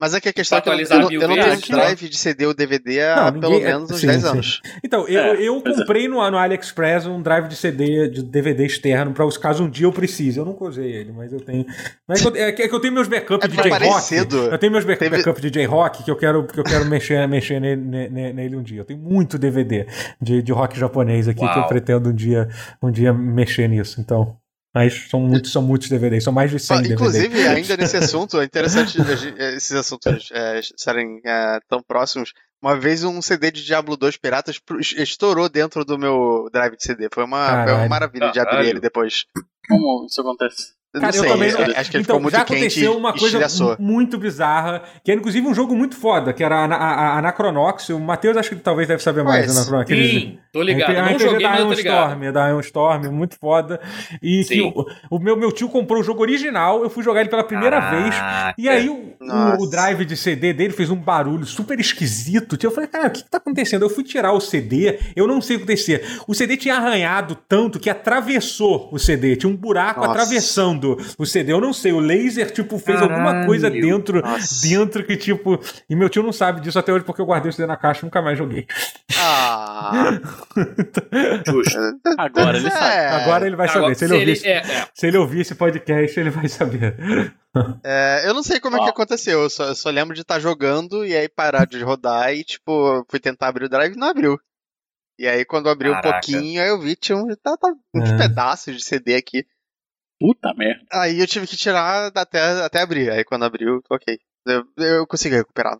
S3: Mas é que a questão é que eu, não-
S4: atualizar
S3: eu não-
S4: mil
S3: eu não tenho um
S1: vezes, né?
S3: drive de CD ou DVD há
S1: Não, ninguém-
S3: pelo menos uns
S1: sim,
S3: 10
S1: sim.
S3: anos.
S1: Então, eu,
S2: É,
S1: eu
S2: pois é.
S1: comprei no, no AliExpress um drive de CD, de DVD externo, pra os casos um dia eu precise. Eu nunca usei ele, mas eu tenho. Mas é que eu, é que- é que eu tenho meus backups
S3: É
S1: de
S3: pra
S1: J-Rock.
S3: parecido.
S1: Eu tenho meus back-
S3: Teve-
S1: backups de J-Rock que eu quero, que eu quero mexer, mexer nele, ne- ne- nele um dia. Eu tenho muito DVD de, de rock japonês aqui que eu
S4: Uau.
S1: pretendo um dia, um dia mexer nisso. Então. Mas são muitos, são muitos DVDs, são mais de 100
S3: Ah,
S1: DVDs.
S3: Inclusive, ainda nesse assunto, é interessante a gente- eh, esses assuntos eh, serem eh, tão próximos. Uma vez um CD de Diablo 2 Piratas pro- estourou dentro do meu drive de CD. Foi uma, foi uma
S1: Caralho.
S3: maravilha de abrir
S4: Caralho.
S3: ele depois.
S2: Como isso acontece?
S3: Eu
S1: Cara,
S3: não
S1: eu
S3: sei,
S1: também não-
S3: eh, acho que ele
S1: então,
S3: ficou muito
S1: já
S3: quente
S1: aconteceu uma
S3: e
S1: coisa
S3: estilhaçou.
S1: mu- muito bizarra, que era inclusive um jogo muito foda, que era a, a, a Anacronox. O Matheus acho que talvez deve saber mais
S3: Mas,
S1: da Anacronox. aqueles-
S4: Sim, tô ligado.
S1: a
S4: Eu não
S1: RPG
S4: joguei,
S1: da
S4: mas eu
S1: Ion
S4: tô ligado.
S1: Storm, é, da Ion Storm, muito foda. E que
S4: Sim.
S1: o, o meu, meu tio comprou o jogo original, eu fui jogar ele pela primeira
S4: Ah.
S1: vez.
S4: Caraca.
S1: E aí o,
S3: É. Nossa.
S1: o drive de CD dele fez um barulho super esquisito. Eu falei, cara, o que, que tá acontecendo? Eu fui tirar o CD, eu não sei o que acontecer. O CD tinha arranhado tanto que atravessou o CD. Tinha um buraco
S3: Nossa.
S1: atravessando o CD. Eu não sei, o laser, tipo, fez alguma
S4: Caralho.
S1: coisa dentro,
S3: Nossa.
S1: dentro que, tipo... E meu tio não sabe disso até hoje porque eu guardei o CD na caixa e nunca mais joguei.
S3: Ah,
S4: Justo.
S2: Agora ele
S3: é.
S2: sabe.
S1: Agora ele vai saber.
S4: Agora,
S1: Se ele, ouvir, esse-
S4: é, é.
S1: se ele ouvir esse podcast, ele vai saber.
S3: É, eu não sei como é que
S2: Ó.
S3: aconteceu. Eu só, eu só lembro de estar jogando e aí parar de rodar e, tipo, fui tentar abrir o drive e não abriu. E aí, quando abriu um
S4: Caraca.
S3: pouquinho, aí eu vi que tinha um, tá- tá- uns
S1: É.
S3: pedaços de CD aqui.
S2: Puta merda.
S3: Aí eu tive que tirar até, até abrir. Aí quando abriu, ok. Eu, eu consegui recuperar.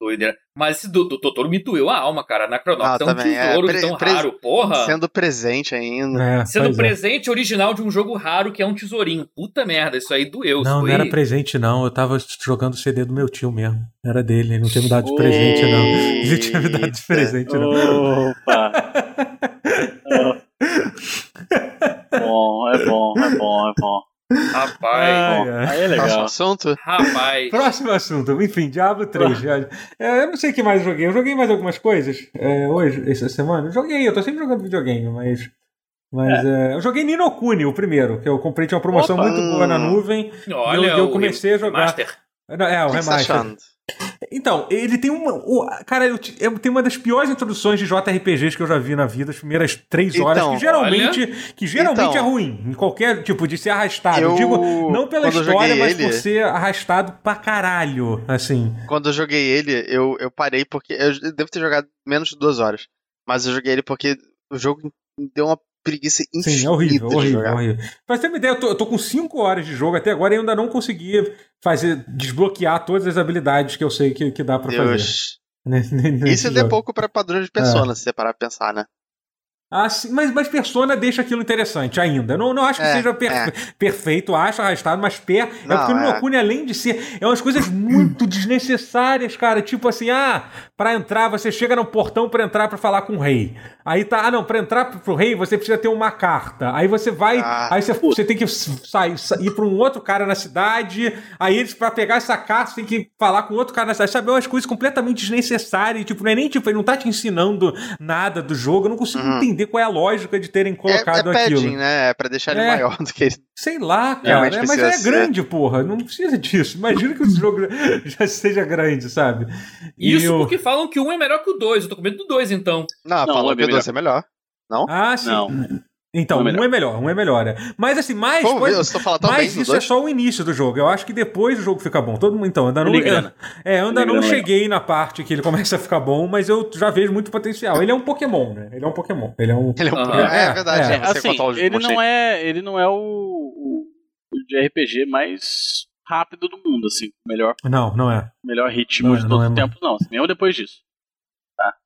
S4: Doideira. Mas esse do, do Totoro me doeu a alma, cara. Na Cronox
S3: Ah,
S4: é um
S3: também, é.
S4: tesouro
S3: Pre-
S4: tão
S3: pre-
S4: raro, porra.
S3: Sendo presente ainda.
S1: É,
S4: Sendo
S1: pois é.
S4: presente original de um jogo raro que é um tesourinho. Puta merda, isso aí doeu. isso
S1: Não, não
S4: foi...
S1: era presente, não. Eu tava jogando o CD do meu tio mesmo. Era dele, ele não tinha me dado de presente, não. Ele tinha me dado de
S3: Eita.
S1: presente, não.
S2: Opa! bom, é bom, é bom, é bom.
S4: Rapaz,
S1: Ai,
S2: Bom,
S1: ai.
S2: Aí é
S3: Próximo
S2: legal.
S3: assunto?
S4: rapaz.
S1: Próximo assunto. Enfim, Diablo 3. já. É, eu não sei o que mais eu joguei. Eu joguei mais algumas coisas é, hoje, essa semana. Eu joguei, eu tô sempre jogando videogame, mas. Mas é, eu joguei Nino Kuni, o primeiro, que eu comprei, tinha uma promoção
S2: Opa.
S1: muito boa na nuvem.
S4: Olha,
S1: eu
S4: o
S1: comecei a jogar.
S4: Master.
S1: Não, É, o
S3: O que que você tá
S1: remaster.
S3: achando?
S1: Então, ele tem uma. o- Cara, eu, te- eu- tem uma das piores introduções de JRPGs que eu já vi na vida, as primeiras três horas,
S3: Então,
S1: que geralmente, que geralmente
S3: Então.
S1: é ruim. Em qualquer tipo de ser arrastado. Eu,
S3: Eu-
S1: digo, não pela
S3: quando eu
S1: história,
S3: joguei
S1: mas
S3: ele-
S1: por ser arrastado pra caralho. Assim.
S3: Quando eu joguei ele, eu, eu parei porque. Eu devo ter jogado menos de duas horas. Mas eu joguei ele porque o jogo me deu uma preguiça infinita
S1: Sim, é horrível,
S3: de
S1: horrível,
S3: jogar.
S1: horrível. Pra você ter uma ideia, eu tô, eu tô com 5 horas de jogo até agora e eu ainda não consegui fazer, desbloquear todas as habilidades que eu sei que, que dá pra fazer.
S3: Deus.
S1: nesse- nesse
S3: Isso ainda é
S1: jogo.
S3: pouco pra padrão de
S1: É.
S3: persona, se você parar pra pensar, né?
S1: Ah, sim, mas, mas Persona deixa aquilo interessante ainda. Não, não acho que
S3: É,
S1: seja per-
S3: é.
S1: perfeito, acho arrastado, mas pé. É
S3: Não,
S1: porque no
S3: é.
S1: Nokune, além de ser. É umas coisas muito desnecessárias, cara. Tipo assim, ah, pra entrar, você chega no portão pra entrar pra falar com o rei. Aí tá, ah, não, pra entrar pro- pro rei você precisa ter uma carta. Aí você vai,
S3: Ah.
S1: aí você, você tem que sair, sa- ir pra um outro cara na cidade. Aí eles, pra pegar essa carta, você tem que falar com outro cara na cidade. Sabe, é umas coisas completamente desnecessárias. e, Tipo, não é nem tipo, ele não tá te ensinando nada do jogo. Eu não consigo
S3: Uhum.
S1: entender qual é a lógica de terem
S3: É, é
S1: colocado aquilo.
S3: padding, né? É pra deixar ele
S1: É.
S3: maior do que ele.
S1: Sei lá, cara.
S3: Realmente
S1: É, mas
S3: precisa
S1: é
S3: ser.
S1: grande, porra. Não precisa disso. Imagina que o jogo já seja grande, sabe? E
S4: Isso
S1: o-
S4: porque falam que um é melhor que o dois. Eu tô com medo do dois, então.
S3: Não,
S2: Não,
S3: falou
S2: é
S3: que o
S2: melhor.
S3: 12 é melhor.
S1: Ah, sim.
S2: Não.
S1: Então,
S2: Um
S1: um
S2: é
S1: é melhor, um é melhor. é. Mas assim, mais.
S3: Pô,
S1: pode-
S3: eu só falar tão bem
S1: Mas
S3: do
S1: isso é
S3: 2.
S1: só o início do jogo. Eu acho que depois o jogo fica bom. Todo mundo, então, ainda não,
S2: Ele engana.
S1: é, eu ainda
S2: Ele
S1: não
S2: engana
S1: cheguei na parte que ele começa a ficar bom, mas eu já vejo muito potencial. Ele é um Pokémon, né? Ele é um Pokémon. Ele é um.
S3: Ele é um
S4: Aham.
S3: pouco- É, é verdade,
S1: É,
S3: é, você
S2: assim,
S3: controla o
S2: ele não
S3: monstro.
S2: é, ele não é o, o, o de RPG mais rápido do mundo, assim, o melhor,
S1: Não, não é.
S2: o melhor ritmo
S1: Não é,
S2: de
S1: não Ah.
S2: todos
S1: é,
S2: os
S1: mano.
S2: tempos, não. assim, Mesmo depois disso.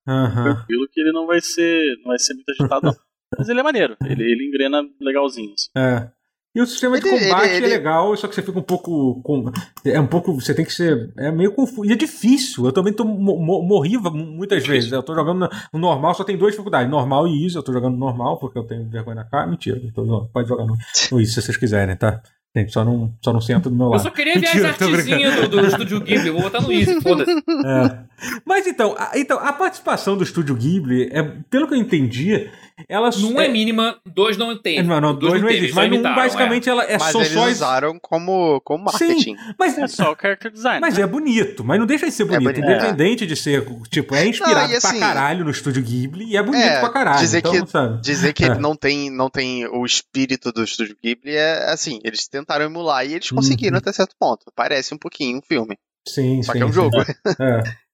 S1: Aham.
S2: Tranquilo que ele não vai ser. não vai ser muito agitado, não. Mas ele é maneiro, ele, ele engrena legalzinho. assim.
S1: É. E o sistema de
S3: Ele-
S1: combate
S3: ele-
S1: é
S3: ele-
S1: legal, só que você fica um pouco. com- É um pouco. Você tem que ser. É meio confuso. E é difícil. Eu também tô, mo- mo- morri va- muitas vezes. Eu tô jogando no normal, só tem duas dificuldades: normal e easy. Eu tô jogando no normal porque eu tenho vergonha na cara. Mentira, eu tô zoando. pode jogar no, no easy se vocês quiserem, tá? Tem, só, não, só não senta do meu
S4: Eu
S1: lado.
S4: só queria ver as
S1: Mentira, tô
S4: artezinhas do, do Estúdio Ghibli. Eu vou botar no Easy, foda-se.
S1: É. Mas então a, então, a participação do estúdio Ghibli, é, pelo que eu entendi, ela
S4: Num é mínima, dois não tem.
S1: é, não, não, dois não
S4: teve,
S1: existe.
S4: só
S1: Mas num,
S4: imitaram,
S1: basicamente ela é
S3: Mas
S1: são
S3: eles
S1: só.
S3: usaram como, como
S1: Sim.
S3: marketing.
S1: Mas
S2: É só o character design.
S1: Mas
S2: né?
S1: é bonito, mas não deixa de ser bonito.
S3: É bonito,
S1: independente de ser, tipo, é inspirado
S3: Não, e assim-
S1: pra caralho no estúdio Ghibli e é bonito
S3: É,
S1: pra caralho.
S3: dizer
S1: então,
S3: que-
S1: sabe?
S3: Dizer que
S1: É.
S3: ele não tem, não tem o espírito do Estúdio Ghibli é assim, eles tentaram emular e eles conseguiram
S1: Uhum.
S3: até certo ponto. Parece um pouquinho um filme,
S1: Sim,
S3: só
S1: sim,
S3: que é um
S1: sim.
S3: jogo.
S1: É.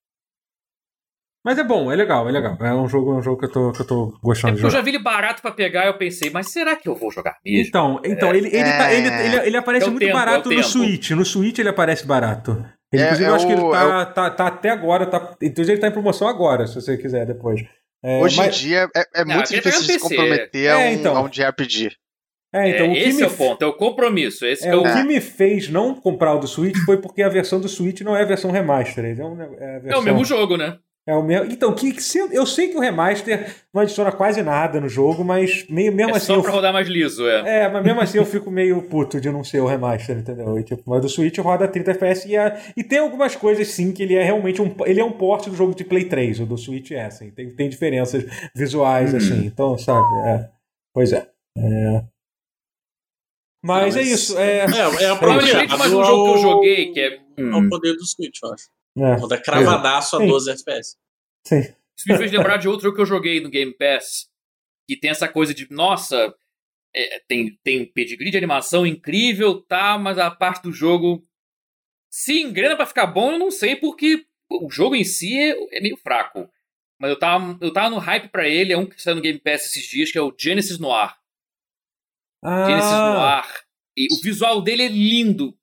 S1: Mas é bom, é legal, é legal. É um jogo, é um jogo que eu tô, que eu tô
S4: É
S1: gostando de
S4: porque
S1: jogar.
S4: eu já vi ele barato pra pegar e eu pensei, mas será que eu vou jogar mesmo?
S1: Então, então ele, ele, tá- ele, ele, ele aparece
S4: É o
S1: muito
S4: tempo, é o
S1: barato no
S4: tempo.
S1: Switch. No Switch ele aparece barato. Ele,
S3: É-
S1: inclusive,
S3: é
S1: eu acho que ele
S3: o-
S1: tá,
S3: é
S1: tá, tá até agora. Tá, inclusive, ele tá em promoção agora, se você quiser depois. É,
S3: Hoje
S1: mas-
S3: em dia é, é
S4: Não, um
S3: muito
S4: eu queria pegar
S3: difícil
S4: no
S3: de se
S4: PC.
S3: comprometer a,
S1: É,
S3: um,
S1: então.
S3: a um JRPG.
S1: é, então, o que
S4: esse
S1: me
S4: é o ponto, é o compromisso. Esse
S1: É,
S4: é o...
S1: o que me fez não comprar o do Switch foi porque a versão do Switch não é a versão remaster. É, um, é, a
S4: é
S1: versão-
S4: o mesmo jogo, né?
S1: É o mesmo. Então, que, que se- eu sei que o remaster não adiciona quase nada no jogo, mas meio, mesmo
S4: é
S1: assim.
S4: só
S1: eu
S4: pra
S1: fi-
S4: rodar mais liso, é.
S1: é, mas mesmo assim eu fico meio puto de não ser o remaster, entendeu? E, tipo, mas do Switch roda 30 FPS e, a- e tem algumas coisas sim que ele é realmente um. Ele é um porte do jogo de Play 3, o do Switch é, assim. Tem, tem diferenças visuais,
S4: Uhum.
S1: assim. Então, sabe? é. Pois é. É. Mas,
S5: Não,
S1: é
S5: mas-
S1: isso. É,
S5: É, é
S4: Provavelmente mais um jogo que eu joguei, que é...
S5: É
S4: Hum,
S5: o poder do Switch, eu acho.
S1: é.
S5: Vou dar cravadaço a
S1: Sim.
S5: 12 FPS.
S4: Isso me fez lembrar de outro jogo que eu joguei no Game Pass, que tem essa coisa de, nossa, é, tem, tem um pedigree de animação incrível, tá, mas a parte do jogo se engrena pra ficar bom, eu não sei, porque o jogo em si é, é meio fraco. Mas eu tava, eu tava no hype pra ele, é um que saiu no Game Pass esses dias, que é o Genesis Noir. Genesis
S1: Ah,
S4: Noir. E o visual dele é lindo.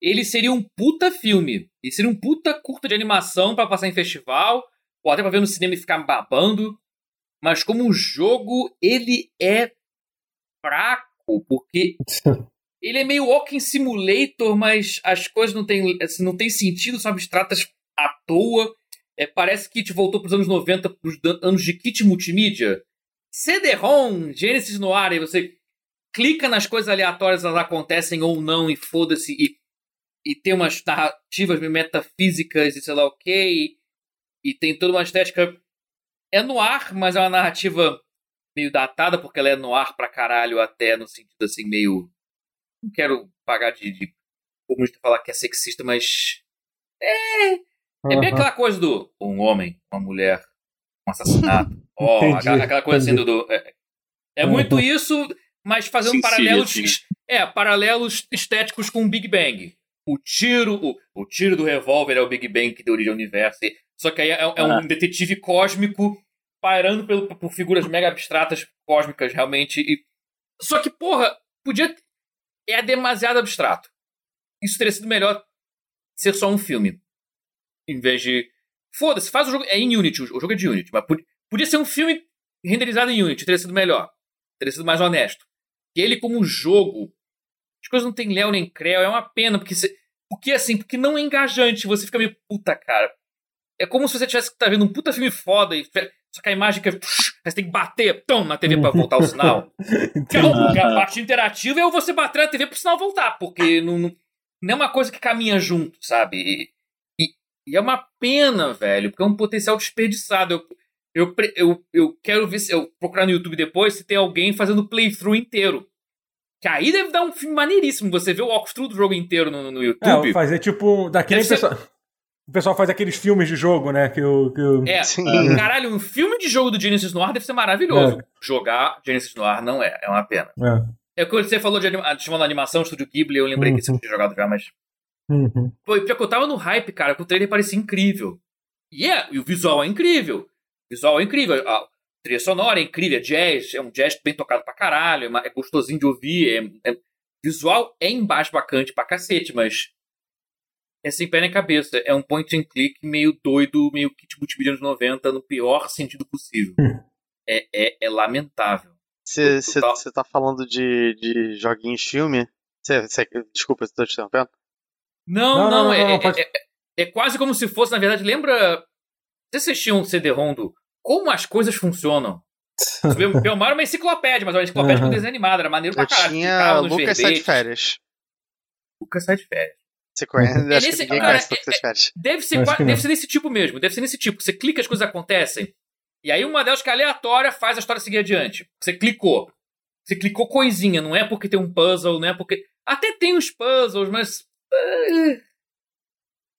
S4: Ele seria um puta filme. Ele seria um puta curta de animação pra passar em festival, ou até pra ver no cinema e ficar babando. Mas como um jogo, ele é fraco, porque
S1: Ah.
S4: ele é meio walking simulator, mas as coisas não têm, assim, não têm sentido, são abstratas à toa. É, parece que te voltou pros anos 90, pros dan- anos de kit multimídia. CD-ROM, Genesis Noir, e você clica nas coisas aleatórias, elas acontecem ou não, e foda-se, e, e tem umas narrativas meio metafísicas e sei lá o que, e tem toda uma estética. É no ar, mas é uma narrativa meio datada, porque ela é no ar pra caralho, até no sentido assim, meio. Não quero pagar de. de comunista falar que é sexista, mas. É. É bem
S1: Aham.
S4: aquela coisa do um homem, uma mulher, um assassinato. Ó,
S1: Entendi,
S4: aquela, aquela coisa assim
S1: entendi.
S4: do. do- é é
S1: Aham.
S4: muito isso, mas fazendo
S2: Sim, sim,
S4: paralelos.
S2: sim.
S4: es- É, paralelos estéticos com o Big Bang. O tiro, o, o tiro do revólver é o Big Bang que deu origem ao universo. e- Só que aí é, é um detetive cósmico parando pelo, por figuras mega abstratas, cósmicas, realmente. e- Só que, porra, podia. ter- É demasiado abstrato. Isso teria sido melhor ser só um filme. Em vez de. Foda-se, faz o jogo. É em Unity, o jogo é de Unity, mas pod- podia ser um filme renderizado em Unity, teria sido melhor. Teria sido mais honesto. E ele, como jogo, as coisas não tem léu nem creu, é uma pena, porque você. Porque assim, porque não é engajante, você fica meio puta, cara. É como se você tivesse que tá vendo um puta filme foda e. Só que a imagem que. Aí Você tem que bater tão na TV pra voltar o sinal. Porque não, porque a parte interativa é você bater na TV pro sinal voltar, porque não, não, não é uma coisa que caminha junto, sabe? E, e- e é uma pena, velho, porque é um potencial desperdiçado. Eu, eu, pre- eu, eu quero ver se eu procurar no YouTube depois se tem alguém fazendo playthrough inteiro. Que aí deve dar um filme maneiríssimo. Você vê o walkthrough do jogo inteiro no, no- no YouTube.
S1: É, fazer tipo. Daquele
S4: Deve ser-
S1: pessoal. O pessoal faz aqueles filmes de jogo, né? Que o. Que o...
S4: É,
S3: Sim.
S4: caralho, um filme de jogo do Genesis Noir deve ser maravilhoso. Jogar Genesis Noir não é, é uma pena.
S1: É.
S4: É quando você falou de anima... ah, chamando animação, Estúdio Ghibli, eu lembrei que você
S1: Uhum.
S4: tinha jogado já, mas.
S1: Uhum.
S4: Pô, e pior que eu tava no hype, cara, que o trailer parecia incrível. E é, e o visual é incrível. O visual é incrível. A trilha sonora é incrível, é jazz, é um jazz bem tocado pra caralho, é ma- é gostosinho de ouvir. É, é- visual é embasbacante pra cacete, mas. É sem pé nem cabeça. É um point and click meio doido, meio kit multimídia anos 90, no pior sentido possível.
S1: Hum.
S4: É, é, é lamentável.
S3: Você
S4: Tá.
S3: tá falando de, de joguinhos filme? Cê, cê, desculpa, tô te interrompendo.
S4: Tá, Não, não,
S1: Não, não, não,
S4: é,
S1: não,
S4: é-
S1: pode-
S4: é- é quase como se fosse, na verdade, lembra. Não sei se vocês tinham um CD-ROM do Como as Coisas Funcionam. Belmar era uma enciclopédia, mas é uma enciclopédia com
S1: Aham.
S4: desenho animado, era maneiro pra
S3: Eu
S4: caralho.
S3: tinha
S4: ficava nos
S3: Lucas Sai de
S4: verbetes.
S3: Férias.
S4: Lucas sai de férias.
S3: Você
S1: Uhum.
S3: conhece?
S4: É
S3: Acho
S4: nesse-
S3: que ninguém
S4: cara,
S3: conhece
S4: é-
S3: Lucas Sai de Férias.
S4: Deve ser,
S1: Acho
S4: qua-
S1: que não.
S4: deve ser desse tipo mesmo, deve ser nesse tipo. Você clica, as coisas acontecem. E aí uma delas que é aleatória faz a história seguir adiante. Você clicou. Você clicou coisinha, não é porque tem um puzzle, não é porque. Até tem uns puzzles, mas. eh,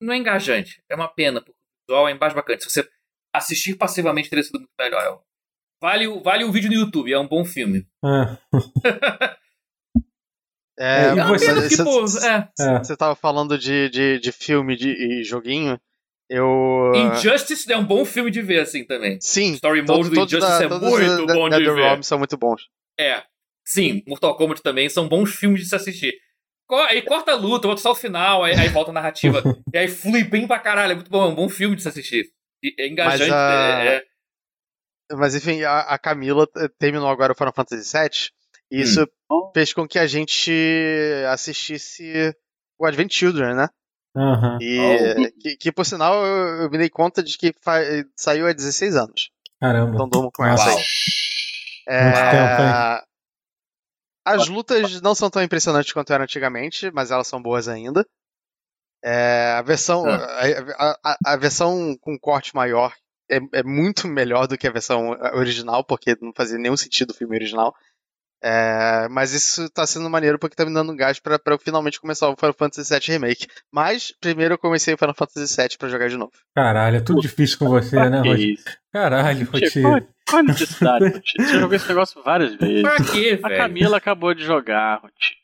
S4: Não é engajante. É uma pena, porque o visual é embasbacante. Se você assistir passivamente, teria sido muito melhor. Vale, o- vale o vídeo no YouTube, é um bom filme.
S1: É.
S3: É,
S1: É
S4: É uma
S1: você-
S4: pena que, pô, é.
S1: É.
S3: Você tava falando de, de, de filme de, e joguinho. Eu.
S4: Injustice é um bom filme de ver, assim, também.
S3: Sim.
S4: Story Mode
S3: Todos,
S4: do
S3: todos
S4: Injustice
S3: da,
S4: é
S3: todos
S4: muito
S3: da,
S4: bom
S3: da,
S4: de
S3: The
S4: ver.
S3: Realm são muito bons.
S4: É. Sim, Mortal Kombat também são bons filmes de se assistir. Co- Aí corta a luta, volta só o final, aí, aí volta a narrativa. e aí flui bem pra caralho. É muito bom, é um bom filme de se assistir. E é engajante.
S3: Mas, ah,
S4: é- é-
S3: Mas enfim, a, a Camila eh, terminou agora o Final Fantasy VII. E isso
S2: Hum.
S3: fez com que a gente assistisse o Advent Children, né?
S1: Aham.
S3: E, eh,
S2: Oh.
S3: que, que, por sinal eu, eu me dei conta de que fa- saiu há 16 anos.
S1: Caramba.
S3: Então durmo com
S1: Nossa.
S3: essa aí.
S4: Uau.
S1: Muito tempo,
S3: É... As lutas não são tão impressionantes quanto eram antigamente, mas elas são boas ainda. É, a versão a, a- a versão com corte maior é, é muito melhor do que a versão original, porque não fazia nenhum sentido o filme original. É, mas isso tá sendo maneiro porque tá me dando gás pra, pra eu finalmente começar o Final Fantasy VII Remake. Mas primeiro eu comecei o Final Fantasy VII pra jogar de novo.
S1: Caralho, é tudo difícil com você, né,
S2: Que
S1: Rotier?
S2: isso?
S3: Tipo,
S1: Caralho,
S2: Tchê,
S1: Rotier.
S2: Qual qual a necessidade, Rotti? Você jogou esse negócio várias vezes.
S4: Pra quê,
S2: A
S4: velho?
S2: Camila acabou de jogar, Rotti.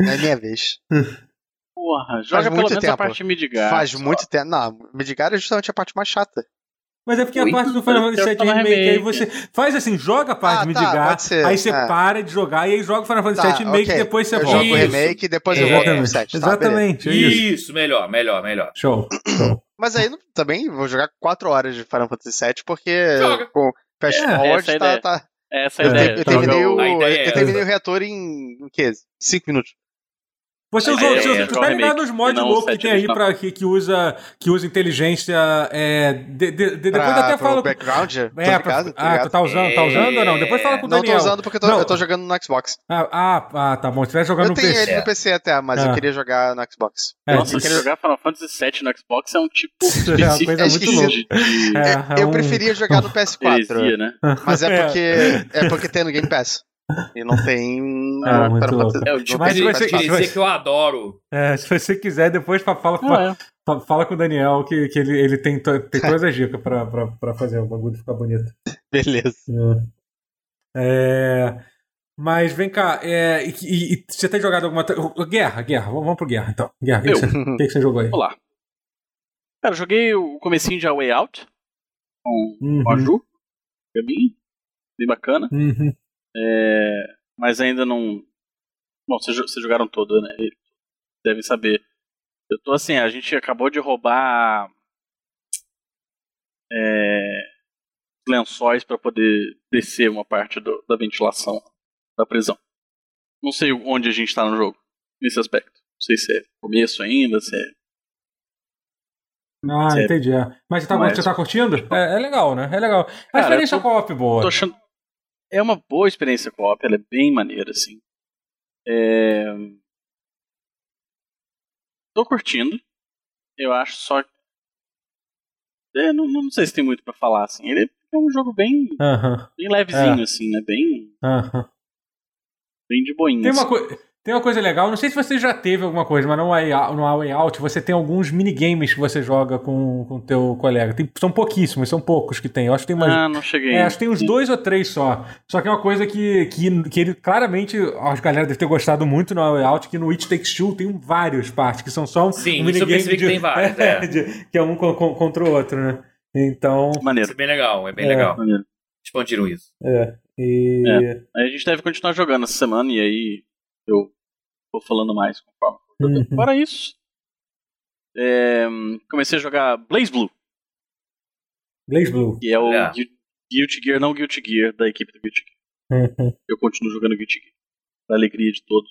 S3: É minha vez.
S2: Porra, joga pelo
S3: muito
S2: menos a
S3: tempo.
S2: parte Midgar.
S3: Faz muito tempo. Não, Midgar é justamente a parte mais chata.
S1: Mas é porque a
S2: Oi?
S1: parte do Final Fantasy
S2: Eu
S1: VII
S2: tava
S1: Remake, aí
S2: remake.
S1: você faz assim, joga a parte
S3: Ah,
S1: de
S3: tá,
S1: Midgar,
S3: pode ser,
S1: aí você
S3: é.
S1: para de jogar, e aí joga o Final Fantasy
S3: Tá,
S1: VII Remake
S3: ok.
S1: e depois você
S3: eu
S1: volta.
S3: jogo o remake e depois eu volto no
S1: Exatamente,
S3: set. Tá, beleza.
S1: exatamente é isso.
S4: Isso, melhor, melhor, melhor.
S1: Show.
S3: Mas aí não- também vou jogar 4 horas de Final Fantasy VII, porque
S4: Joga.
S3: com Fast
S1: É,
S2: essa é
S3: Forward
S2: a
S3: tá,
S2: ideia.
S3: tá-
S2: Essa é a
S3: Eu,
S2: ideia.
S3: te- eu
S1: joga
S3: terminei,
S2: Joga
S3: o,
S4: A ideia é
S3: eu terminei o reator em o quê? 5 minutos.
S1: Você
S2: É,
S1: usou,
S2: é,
S1: você
S2: é,
S1: usou,
S2: joga
S1: tá ligado
S2: remake,
S1: nos mods
S2: não
S1: loucos
S2: set
S1: que tem aí
S2: original.
S1: pra, que, que usa, que usa inteligência. é, de- de- de- depois eu até
S3: pro
S1: falo.
S3: background, é, tô
S1: É, pra-
S3: ligado, tô
S1: ah, tu
S3: ligado.
S1: tá usando, tá usando ou não? Depois fala com o
S3: Não tô
S1: Daniel.
S3: usando porque eu tô,
S1: Não.
S3: eu tô jogando no Xbox.
S1: Ah, ah, ah, tá bom. Se estiver jogando
S3: Eu
S1: no
S3: tenho
S1: PC.
S3: ele no PC até, mas eu
S1: Ah.
S3: queria jogar no Xbox.
S1: É,
S2: Nossa,
S1: isso-
S2: jogar Final Fantasy VII no Xbox é um tipo
S1: é uma
S2: específico
S1: coisa muito
S2: de,
S3: louca.
S2: tipo de
S1: É, é
S3: eu
S1: um-
S3: preferia jogar no PS4,
S2: heresia, né?
S3: mas é
S1: É.
S3: porque, é porque tem no Game Pass. E não tem. no
S1: É, muito
S3: Final
S1: louco.
S3: Fantasy-
S2: É o
S3: no
S2: tipo
S1: Mas
S4: Mas
S1: vai ser-
S4: dizer
S1: vai-
S4: que eu adoro.
S1: é, se você quiser, depois fa- fala,
S2: Ah, é.
S1: Fa- Fala com o Daniel que, que ele, ele tem, to- tem todas as dicas pra, pra, pra fazer o bagulho ficar bonito.
S3: Beleza.
S1: É, Mas vem cá, é, e, e- e você tem jogado alguma. tra- Guerra, guerra, vamos, vamos pro guerra então. Guerra, o que,
S2: Eu.
S1: que, você, o que que você jogou aí?
S2: Vamos lá. Cara, eu joguei o comecinho de A Way Out com
S1: Uhum,
S2: o Aju. Pra mim, bem bacana.
S1: uhum.
S2: É, mas ainda não. Bom, vocês jo- vocês jogaram todo, né? E Devem saber. Eu tô assim, a gente acabou de roubar. É, lençóis pra poder descer uma parte do- da ventilação da prisão. Não sei onde a gente tá no jogo, nesse aspecto. Não sei se é começo ainda, se é.
S1: Ah,
S2: Sério.
S1: entendi. é. Mas você tá,
S2: Mas-
S1: você tá curtindo? É, é legal, né? É legal. A
S2: Cara,
S1: experiência
S2: eu tô-
S1: co-op boa.
S2: Tô achando. É uma boa experiência co-op, ela é bem maneira, assim. É... Tô curtindo. Eu acho só. É, não, não sei se tem muito pra falar, assim. Ele é um jogo bem,
S1: Aham,
S2: bem levezinho,
S1: É.
S2: assim, né? Bem,
S1: aham.
S2: bem de boinha.
S1: Tem uma,
S2: assim.
S1: coi- tem uma coisa legal, não sei se você já teve alguma coisa, mas no Way Out, no A Way Out você tem alguns minigames que você joga com o teu colega. Tem- são pouquíssimos, são poucos que tem. Eu acho que tem mais.
S2: Ah, não cheguei.
S1: É, acho que tem uns dois ou três só. Só que é uma coisa que, que, que ele claramente, as galera deve ter gostado muito no A Way Out, que no It Takes Two tem várias partes, que são só um,
S4: Sim,
S1: um
S4: isso eu percebi que tem várias, é.
S1: de- que é um co- co- contra o outro, né? Então.
S4: Isso
S2: Maneiro.
S4: é bem legal, é bem
S1: É.
S4: legal.
S2: maneiro.
S4: Expandiram isso.
S1: É. E.
S2: Aí a gente deve continuar jogando essa semana e aí eu vou falando mais conforme.
S1: Uhum.
S2: Fora isso. é, comecei a jogar Blaze Blue.
S1: Blaze Blue.
S2: que é o
S4: É.
S2: Gui- Guilty Gear, não Guilty Gear, da equipe do Guilty Gear.
S1: Uhum.
S2: Eu continuo jogando Guilty Gear. Pra alegria de todos.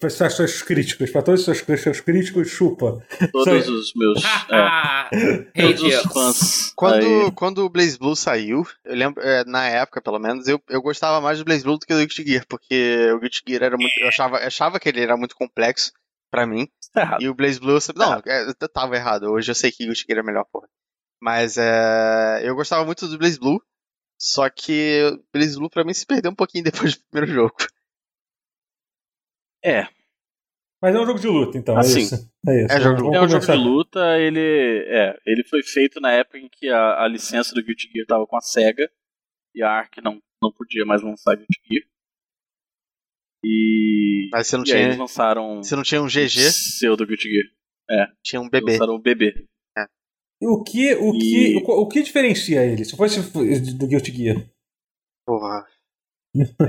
S1: Para os seus críticos, para todos os seus, seus críticos, chupa.
S2: Todos os meus. é,
S4: Ah,
S2: todos
S4: Haters.
S2: os fãs.
S3: Quando,
S2: aí.
S3: quando o Blaze Blue saiu, eu lembro, é, na época pelo menos, eu, eu gostava mais do Blaze Blue do que do Guilty Gear, porque o Guilty Gear era muito. Eu achava, achava que ele era muito complexo pra mim.
S2: Tá errado.
S3: E o Blaze Blue, eu sempre, não, é, eu tava errado. Hoje eu sei que Guilty Gear é melhor, porra. Mas é, eu gostava muito do Blaze Blue, só que o Blaze Blue pra mim se perdeu um pouquinho depois do primeiro jogo.
S2: É,
S1: Mas é um jogo de luta, então.
S2: Assim.
S1: é isso. É, isso.
S3: É jogo de
S1: Vamos
S2: é um jogo de
S1: começar.
S2: luta. Ele, é, ele foi feito na época em que a, a licença do Guilty Gear tava com a SEGA. E a Ark não, não podia mais lançar Guilty Gear. E.
S3: Mas você não,
S2: e aí eles
S3: tinha,
S2: lançaram.
S3: você não tinha um
S2: o
S3: GG,
S2: Seu do Guilty Gear.
S3: tinha um bebê.
S2: Lançaram o bebê.
S1: O que, o, que,
S2: E-
S1: o, co- o que diferencia ele? Se fosse do Guilty Gear.
S3: Porra.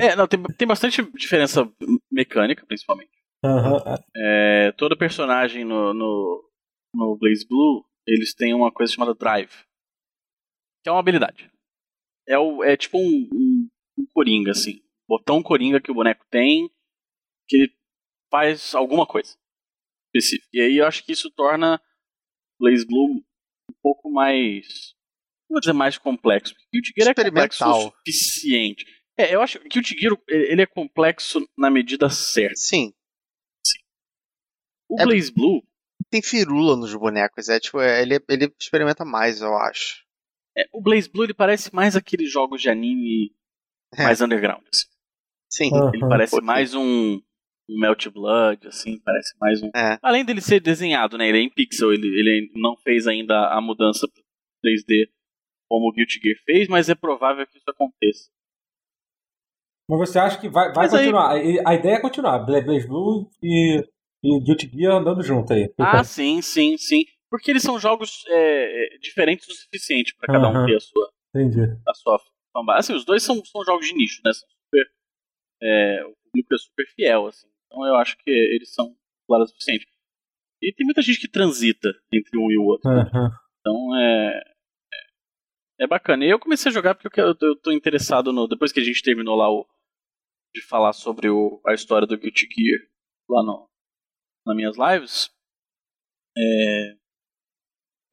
S2: É, não, tem, tem bastante diferença mecânica, principalmente.
S1: Aham.
S2: É, todo personagem no, no, no Blaze Blue, eles têm uma coisa chamada Drive. Que é uma habilidade. É, o, é tipo um, um- um coringa, assim. Botão coringa que o boneco tem, que ele faz alguma coisa específica. E aí eu acho que isso torna Blaze Blue um pouco mais. Não vou dizer mais complexo. porque o Tigre é complexo o
S3: Experimental.
S2: suficiente. É, eu acho que o Tigre ele é complexo na medida certa.
S3: Sim,
S2: O
S3: É-
S2: Blaze Blue,
S3: tem firula nos bonecos. É tipo, é, ele, ele experimenta mais, eu acho.
S2: É, o Blaze Blue ele parece mais aqueles jogos de anime
S3: É. Uhum.
S2: mais underground. assim.
S3: Sim.
S2: Ele
S1: Aham.
S2: parece
S3: Pode ser.
S2: mais um, um Melt Blood, assim, parece mais um.
S3: É.
S2: Além dele ser desenhado, né? Ele é em pixel, ele, ele não fez ainda a mudança pro 3D como o Guilty Gear fez, mas é provável que isso aconteça.
S1: Mas você acha que vai, vai
S2: Mas aí-
S1: continuar? E- A ideia é continuar. Bla- Blaze Blue e, e Guilty Gear andando junto aí. Então,
S2: Ah, sim, sim, sim. Porque eles são jogos é, é, diferentes o suficiente pra cada um
S1: Aham.
S2: ter a sua,
S1: Entendi.
S2: a sua fanbase. Assim, os dois são, são jogos de nicho, né? São super, é, o público é super fiel, assim. Então eu acho que eles são claros o suficiente. E tem muita gente que transita entre um e o outro.
S1: Aham.
S2: Então é. É bacana. E eu comecei a jogar porque eu, quero- eu tô interessado no. Depois que a gente terminou lá o. De falar sobre o, a história do Guilty Gear lá no, nas minhas lives. é,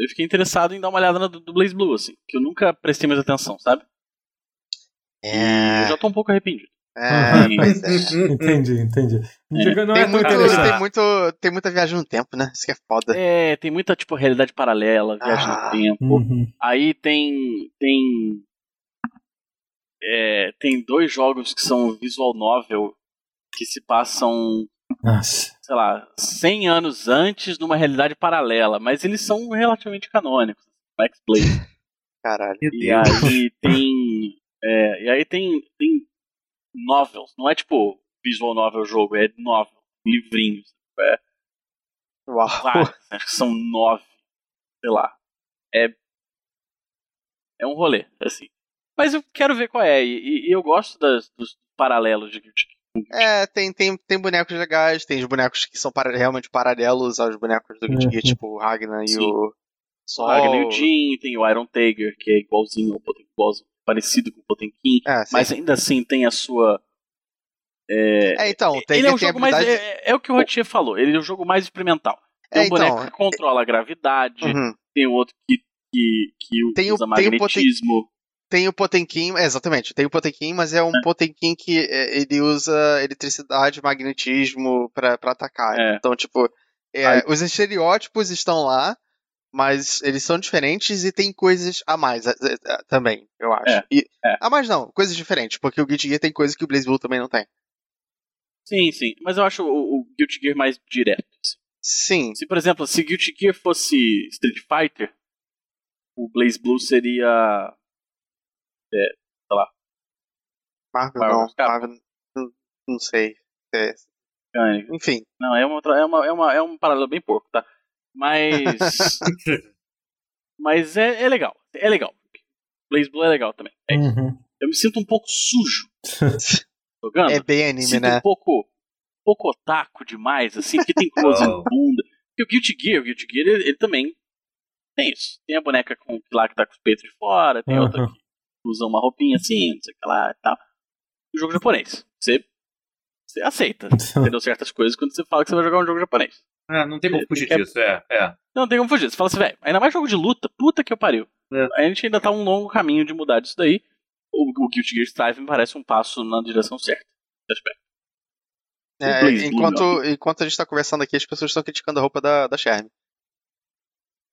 S2: eu fiquei interessado em dar uma olhada na do, do Blaze Blue, assim. Que eu nunca prestei mais atenção, sabe? E eu
S3: É,
S2: já tô um pouco arrependido.
S3: é,
S2: Uhum.
S3: pois é.
S1: Entendi, entendi. Diga, Não é
S3: Tem
S1: tão
S3: muito,
S1: interessante.
S3: tem, muito, tem muita viagem no tempo, né? Isso que é foda.
S2: É, tem muita, tipo, realidade paralela, viagem
S3: Ah.
S2: no tempo.
S1: Uhum.
S2: Aí tem. Tem. é, tem dois jogos que são visual novel que se passam
S1: Nossa.
S2: sei lá, 100 anos antes numa realidade paralela, mas eles são relativamente canônicos. Max Blade.
S3: Caralho.
S2: E aí tem. é, e aí tem, tem novels, não é tipo visual novel jogo, é novel, livrinhos.
S3: Uau.
S2: Vários, acho que né? são nove, sei lá. É, é um rolê, assim. Mas eu quero ver qual é, e, e eu gosto das- dos paralelos de, de
S3: É, tem, tem, tem bonecos legais, tem os bonecos que são para- realmente paralelos aos bonecos do Guilty Gear, tipo o Ragnar e
S2: Uhum. Sim.
S3: o Sol.
S2: Ragnar e o Jin, tem o Iron Tiger, que é igualzinho ao Potemkin, igualzinho, parecido com o Potemkin,
S3: É, sim.
S2: mas ainda assim tem a sua. É,
S3: É, então, tem,
S2: ele é um
S3: tem
S2: jogo mais.
S3: habilidade...
S2: É, é- é o que o Rotier falou, ele é um jogo mais experimental. Tem
S3: É,
S2: um
S3: então,
S2: boneco que controla a gravidade,
S3: Uhum.
S2: tem o outro que, que, que
S3: Tem o-
S2: usa
S3: tem o Potem-
S2: magnetismo.
S3: Tem o Potemkin, é, exatamente, tem o Potemkin, mas é um Potemkin que é, ele usa eletricidade, magnetismo pra, pra atacar.
S2: É.
S3: Então, tipo, é,
S2: Aí-
S3: os estereótipos estão lá, mas eles são diferentes e tem coisas a mais é, é, é, também, eu acho.
S2: É,
S3: E-
S2: é.
S3: A mais não, coisas diferentes, porque o Guilty Gear tem coisas que o Blaze Blue também não tem.
S2: Sim, sim. Mas eu acho o, o Guilty Gear mais direto. assim.
S3: Sim,
S2: Se, por exemplo, se Guilty Gear fosse Street Fighter, o Blaze Blue seria.
S3: Marvel
S2: Marvel
S3: não,
S2: Capcom.
S3: Marvel, não, não sei. É,
S2: Gungan.
S3: enfim,
S2: Não, é, uma, outra- é, uma, é, uma, é um paralelo bem porco, tá? Mas. mas é, é legal. É legal. Blaze Blue é legal também. É isso.
S1: Uhum.
S2: Eu me sinto um pouco sujo jogando.
S3: é bem
S2: me
S3: anime,
S2: sinto
S3: né?
S2: um pouco, um pouco otaku demais, assim, porque tem coisa
S4: Oh.
S2: bunda. Porque o Guilty Gear, o Guilty Gear, ele, ele também tem isso. Tem a boneca com, lá que tá com os peitos de fora, tem outra
S1: Uhum.
S2: que usa uma roupinha assim, não sei o que lá e tal. O jogo japonês. Você, você aceita, entendeu? Certas coisas quando você fala que você vai jogar um jogo japonês.
S4: É, não tem como fugir
S2: É-
S4: disso, é. é.
S2: Não, tem como fugir. Você fala assim, velho, ainda mais jogo de luta, puta que eu pariu.
S4: É.
S2: A gente ainda tá um longo caminho de mudar disso daí. O, o Guilty Gear Strive me parece um passo na direção certa.
S3: É,
S2: Blaze Blue,
S3: enquanto, enquanto a gente tá conversando aqui, as pessoas estão criticando a roupa da, da Sherm.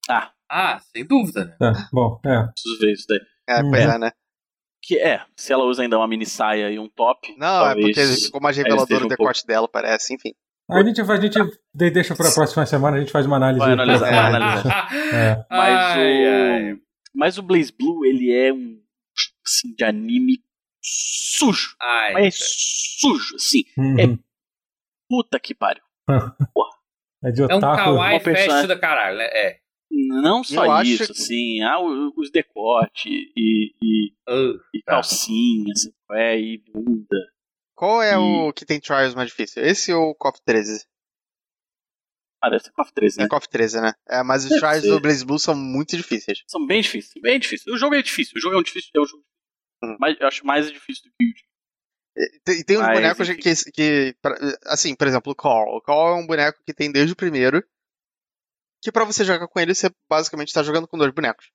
S2: Ah,
S4: Ah, sem dúvida, né?
S1: É, bom, é.
S2: preciso ver isso daí.
S3: É,
S1: Hum.
S3: pois
S1: É.
S3: é, né?
S2: Que é, se ela usa ainda uma mini saia e um top.
S3: Não,
S2: talvez-
S3: é porque ficou mais revelador
S2: esteja
S3: o
S2: um
S3: decote dela, parece, enfim.
S1: A gente, a gente de- deixa pra próxima semana, a gente faz uma análise.
S2: Vai analisar,
S1: É.
S2: vai analisar.
S1: É.
S2: Mas
S4: Ah, Ai, ai.
S2: o. Mas o Blaze Blue, ele é um assim, de anime sujo.
S4: Ai,
S2: Mas é sujo, assim.
S1: Uhum.
S2: Puta que pariu.
S1: É de
S4: é um
S1: otaku.
S4: kawaii
S2: uma personagem-
S4: fest do caralho, né? É.
S2: Não
S3: Eu
S2: só
S3: acho
S2: isso,
S3: que-
S2: assim. Ah, o- os decote e, e,
S4: Uh,
S3: É.
S2: e
S4: Tá.
S2: calcinha, assim, é, e bunda.
S3: Qual é
S2: Hum.
S3: o que tem trials mais difícil? Esse ou o KOF 13?
S2: Parece KOF 13,
S3: É
S2: né?
S3: KOF 13, né? É, mas os
S2: Deve
S3: trials
S2: ser.
S3: do Blaze Blue são muito difíceis.
S2: São bem difíceis, bem difíceis. O jogo é difícil, o jogo é um difícil, é um jogo
S3: Hum.
S2: mas eu acho mais difícil do que o último.
S3: E tem- e tem uns
S2: Mas,
S3: bonecos
S2: enfim.
S3: que, que pra- Assim, por exemplo, o Call. O Call é um boneco que tem desde o primeiro. Que pra você jogar com ele, você basicamente tá jogando com dois bonecos.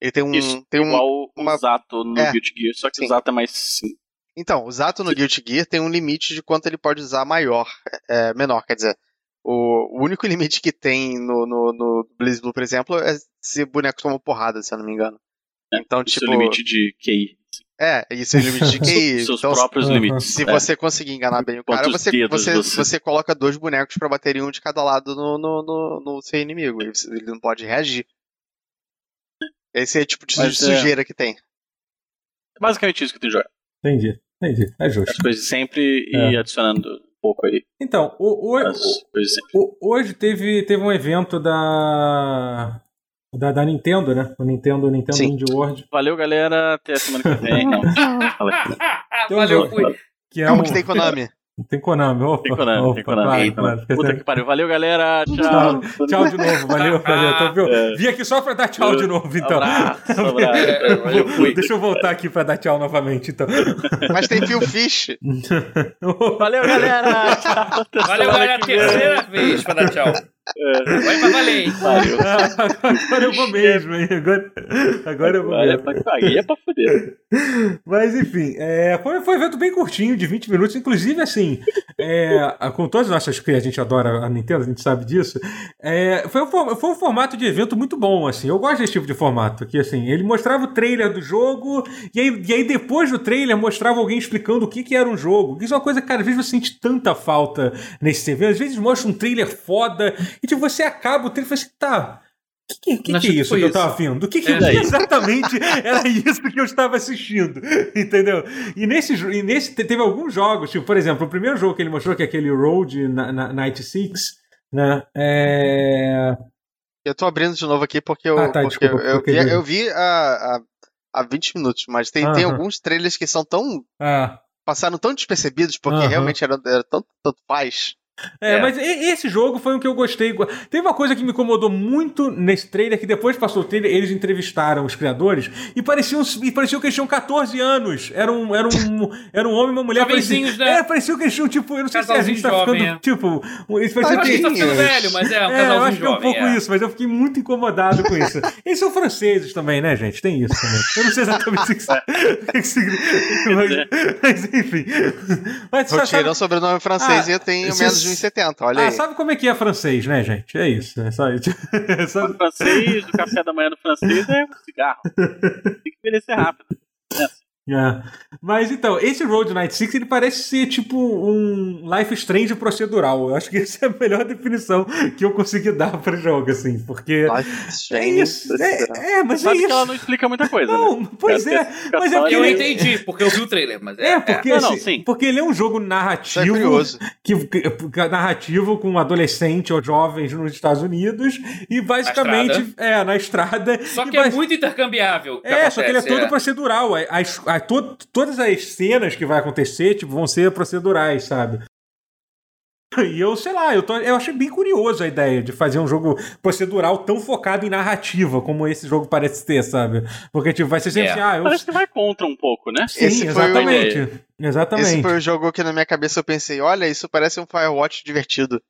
S3: Ele tem um.
S2: Isso,
S3: tem um
S2: Igual o
S3: uma-
S2: Zato no
S3: É.
S2: Guilty Gear, só que o
S3: Sim.
S2: Zato é mais sim.
S3: Então, o Zato no Guilty Gear tem um limite de quanto ele pode usar maior, é, menor, quer dizer. O, o único limite que tem no, no, no BlazBlue, por exemplo, é se o boneco toma porrada, se eu não me engano. Então,
S2: Tipo,
S3: tipo.
S2: seu limite de QI.
S3: É, e seu limite de QI.
S2: seus
S3: então,
S2: próprios
S1: Uhum.
S2: limites.
S3: se
S2: é.
S3: você conseguir enganar bem o cara,
S2: Quantos
S3: você,
S2: dedos
S3: você,
S2: você-
S3: você coloca dois bonecos pra baterem um de cada lado no, no, no, no seu inimigo. e você- Ele não pode reagir. Esse é o tipo de
S2: Mas, é,
S3: sujeira que tem.
S2: É basicamente isso que eu tenho jogado.
S1: Entendi, entendi. É
S2: As
S1: justo.
S2: coisas de sempre e adicionando um pouco aí.
S1: Então, o, o,
S2: As coisas de sempre.
S1: O- Hoje teve, teve um evento da, da, da Nintendo, né? O Nintendo, o Nintendo
S3: Sim.
S1: Indie World.
S2: Valeu, galera. Até a semana que vem. Não, falei.
S1: Tem um
S4: Ah, Valeu,
S1: jogo.
S4: fui.
S1: Que é
S3: Como
S1: um-
S3: que tem Konami?
S1: Tem Konami, opa.
S2: Tem Konami,
S1: opa,
S2: tem Konami.
S1: claro,
S2: tem Konami.
S1: claro.
S2: Puta que pariu. Valeu, galera. Tchau. Um
S1: Tchau, tchau de novo, valeu, valeu. Então, viu?
S2: É.
S1: Vim aqui só pra dar tchau de novo, então.
S2: Abraço, um abraço.
S4: É, valeu, fui.
S1: Deixa eu voltar aqui pra dar tchau novamente, então.
S3: Mas tem Phil Fish.
S2: Valeu, galera. Tchau. Até
S4: Valeu,
S2: semana
S4: galera.
S2: que vem.
S4: Terceira vez pra dar tchau. Vai pra valer, hein?
S2: Pariu.
S1: Ah, agora eu vou mesmo, hein? Agora, agora eu vou
S2: Aí é
S1: mesmo.
S2: pra, aí é pra fuder.
S1: Mas enfim, é, foi, foi um evento bem curtinho, de 20 minutos. Inclusive, assim, é, a- com todas as nossas que a gente adora a Nintendo, a gente sabe disso. é, foi, um, for- foi um formato de evento muito bom, assim. Eu gosto desse tipo de formato. Que assim, ele mostrava o trailer do jogo, e aí, e aí depois do trailer mostrava alguém explicando o que, que era um jogo. Isso é uma coisa que, cara, às vezes você sente tanta falta nesse evento. Às vezes mostra um trailer foda, e tipo, você acaba o trailer e fala assim, tá. O que, que,
S4: Não
S1: que
S4: achei
S1: é
S4: que
S1: isso
S4: foi
S1: que, eu
S4: isso.
S1: tava vendo? O que, que
S4: É.
S1: é exatamente era isso que eu estava assistindo, entendeu? E nesse, jo- e nesse te- teve alguns jogos, tipo, por exemplo, o primeiro jogo que ele mostrou, que é aquele Road na, na, 96, né? É...
S3: Eu tô abrindo de novo aqui porque eu,
S1: Ah, tá,
S3: porque
S1: desculpa,
S3: eu, eu
S1: porque
S3: vi,
S1: deu.
S3: eu vi há, há, há 20 minutos, mas tem, tem
S1: Aham.
S3: alguns trailers que são tão.
S1: Ah,
S3: passaram tão despercebidos porque
S1: Aham.
S3: realmente era, era tanto, tanto paz.
S1: é,
S4: É.
S1: mas e- esse jogo foi um que eu gostei. Teve uma coisa que me incomodou muito nesse trailer, que depois passou o trailer, eles entrevistaram os criadores e pareciam, e pareciam que eles tinham 14 anos. Era um, era um, era um homem e uma mulher. Pareciam,
S4: Jovenzinhos, né?
S1: é, parecia que eles tinham, tipo, eu não sei se a
S4: Casalzinho
S1: gente tá
S4: jovem,
S1: ficando,
S4: é.
S1: tipo, eles pareciam
S4: Eu acho que
S1: que
S4: tá ficando velho, mas é um
S1: É, eu acho
S4: casalzinho
S1: que é um
S4: jovem.
S1: pouco
S4: é.
S1: isso, mas eu fiquei muito incomodado com isso. Eles são franceses também, né, gente? Tem isso também. Eu não sei exatamente o que isso- o que isso significa. Mas, mas, enfim. Mas
S3: Eu
S1: sabe-
S3: tirei o sobrenome francês
S1: Ah,
S3: e eu tenho
S1: se-
S3: menos de 1,70, olha
S1: ah,
S3: aí.
S1: sabe como é que é francês, né, gente? É isso. É só isso. É só-
S2: O francês, o café da manhã do francês é um cigarro. Tem que envelhecer rápido.
S1: É. Mas então, esse Road 96 ele parece ser tipo um Life Strange procedural. Eu acho que essa é a melhor definição que eu consegui dar pra jogo, assim, porque.
S3: Nossa,
S1: É isso. É, é, mas é
S2: Sabe que ela
S1: isso.
S2: não explica muita coisa, né?
S1: Não, pois
S2: Essa
S1: é. Mas é
S2: explicação
S1: porque
S4: Eu
S1: ele-
S4: entendi, porque eu vi o trailer, mas é.
S1: É, porque,
S2: Não, não,
S1: assim,
S2: sim.
S1: porque ele é um jogo
S3: Isso é
S1: narrativo.
S3: curioso.
S1: que, que- narrativo com adolescente ou jovens nos Estados Unidos. E basicamente. é, na estrada.
S4: é. Só
S1: e
S4: que é
S1: bas-
S4: muito intercambiável. o que
S1: é, só que ele é
S4: acontece,
S1: todo procedural. A- as- a- to- todas as cenas que vai acontecer tipo, vão ser procedurais, sabe? E eu, sei lá, eu, tô, eu achei bem curioso a ideia de fazer um jogo procedural tão focado em narrativa como esse jogo parece ter, sabe? Porque, tipo, vai ser sempre
S4: É.
S1: assim, ah, eu.
S2: Parece que vai contra um pouco, né?
S1: Sim,
S3: Esse foi o-
S1: exatamente. Exatamente.
S3: Esse foi o jogo que na minha cabeça eu pensei, olha, isso parece um Firewatch divertido.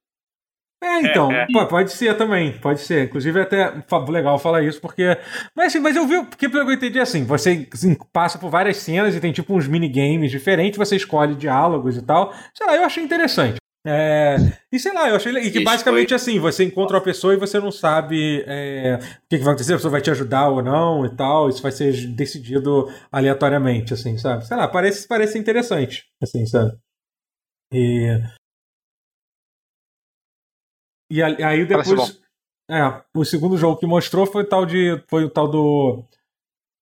S1: É, então,
S4: É, é.
S1: pô, pode ser também, pode ser. Inclusive, é até fa- legal falar isso, porque. Mas assim, mas eu vi, porque pelo que eu entendi assim, você assim, passa por várias cenas e tem tipo uns minigames diferentes, você escolhe diálogos e tal. Sei lá, eu achei interessante. É, e sei lá, eu achei. E que
S4: Isso
S1: basicamente assim, você encontra uma pessoa e você não sabe é, o que, que vai acontecer, a pessoa vai te ajudar ou não e tal. Isso vai ser decidido aleatoriamente, assim, sabe? Sei lá, parece, parece interessante, assim, sabe? E. E a- aí
S3: Parece
S1: depois. É, o segundo jogo que mostrou foi o tal de. Foi o tal do.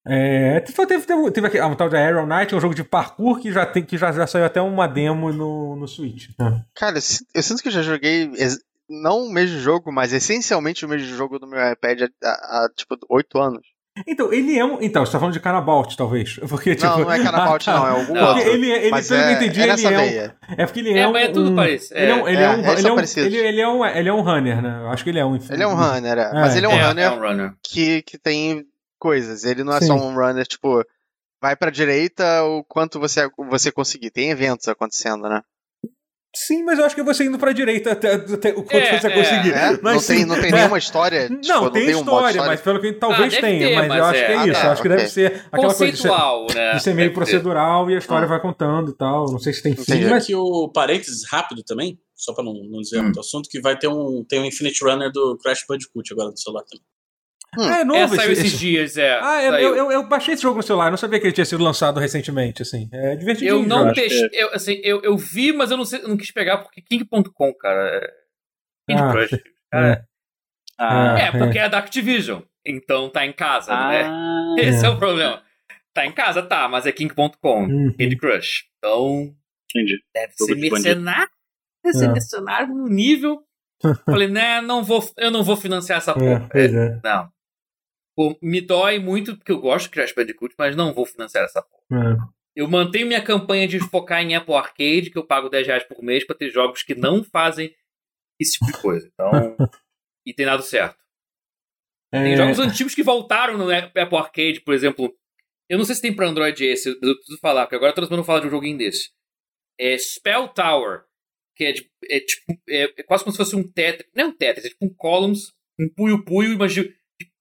S1: É, teve, teve, teve, teve aqui, ah, o tal de Aero Knight, é um jogo de parkour que já, tem, que já, já saiu até uma demo no, no Switch. né?
S3: Cara, eu sin- eu sinto que eu já joguei ex- não o mesmo jogo, mas essencialmente o mesmo jogo do meu iPad há, há, há, tipo, 8 anos.
S1: Então, ele é um. Então, você tá falando de Canabout, talvez. Porque, tipo,
S3: não, não é Canabalt,
S1: Ah, tá.
S3: não, é algum
S4: Não,
S1: Porque
S3: outro.
S1: ele, ele,
S3: mas
S1: pelo que
S3: é,
S1: eu entendi,
S3: é
S1: ele
S3: nessa
S1: é um,
S3: veia.
S1: É porque ele
S4: É,
S1: é, um.
S4: mas é tudo
S1: um-
S4: parecido.
S1: Ele é um. Ele é,
S3: É,
S1: um,
S3: eles
S1: ele, é
S3: são
S1: um
S3: parecidos.
S1: ele, ele é um. Ele é um runner, né? Eu acho que ele é um.
S3: Ele é um runner, é. mas ele é um
S4: É,
S3: runner
S4: é um runner.
S3: Que, que tem coisas. Ele não é só
S1: Sim.
S3: um runner, tipo, vai pra direita o quanto você, você conseguir. Tem eventos acontecendo, né?
S1: Sim, mas eu acho que você indo pra direita até, até o quanto
S4: É,
S1: você
S4: é.
S1: conseguir.
S3: É,
S1: Mas
S3: não,
S1: sim,
S3: tem, não tem
S1: é.
S3: nenhuma história.
S1: Não,
S3: tipo, não
S1: tem,
S3: um modo
S1: história, mas pelo que talvez
S4: deve
S1: tenha,
S4: ter,
S1: mas, eu
S4: mas
S1: acho
S4: é.
S1: que é
S3: Ah,
S1: isso.
S3: tá,
S1: eu acho que
S3: ok.
S1: deve ser aquela coisa de ser,
S4: Conceitual, né?
S1: de ser meio
S4: Deve
S1: procedural e a história
S3: Ah.
S4: Hum.
S1: vai contando e tal. Não sei se tem fim,
S3: Entendi.
S1: mas.
S5: que o parênteses rápido também, só pra não, não desviar
S4: Hum.
S5: muito do assunto, que vai ter um, tem um Infinite Runner do Crash Bandicoot agora no celular também.
S3: Hum.
S1: Ah, é
S4: ter.
S1: novo
S4: É, saiu
S1: esse-
S4: esses dias, é.
S1: Ah, é,
S4: saiu.
S1: eu, eu, eu baixei esse jogo no celular, eu não sabia que ele tinha sido lançado recentemente, assim. É divertidinho.
S4: Eu não
S1: jogar.
S4: testei. Eu, assim, eu, eu vi, mas eu não, sei, eu não quis pegar porque King.com, cara. é- Candy
S1: Ah,
S4: Crush.
S1: É.
S4: Cara.
S1: Ah,
S4: É, porque é da Activision. Então tá em casa, né?
S2: Ah,
S4: Esse é. o problema. Tá em casa, tá, mas é King.com,
S1: Uhum.
S4: Candy Crush. Então
S2: entendi.
S4: deve
S2: Jogo de
S4: ser
S2: bandido.
S4: mercenário. Deve ser
S1: É.
S4: mercenário no nível. Falei, né, não vou, eu não vou financiar essa
S1: É,
S4: porra.
S1: pois é.
S4: Não. Pô, me dói muito porque eu gosto de Crash Bandicoot, mas não vou financiar essa porra.
S1: é.
S4: Eu mantenho minha campanha de focar em Apple Arcade, que eu pago 10 reais por mês pra ter jogos que não fazem esse tipo de coisa. Então. e tem dado certo. Tem
S1: É,
S4: jogos antigos que voltaram no Apple Arcade, por exemplo. Eu não sei se tem pra Android esse, mas eu preciso falar, porque agora todo mundo fala de um joguinho desse. É Spell Tower, que é, de- é tipo, é, é quase como se fosse um Tetris, não é um Tetris, é tipo um Columns, um puio-puio, mas, de-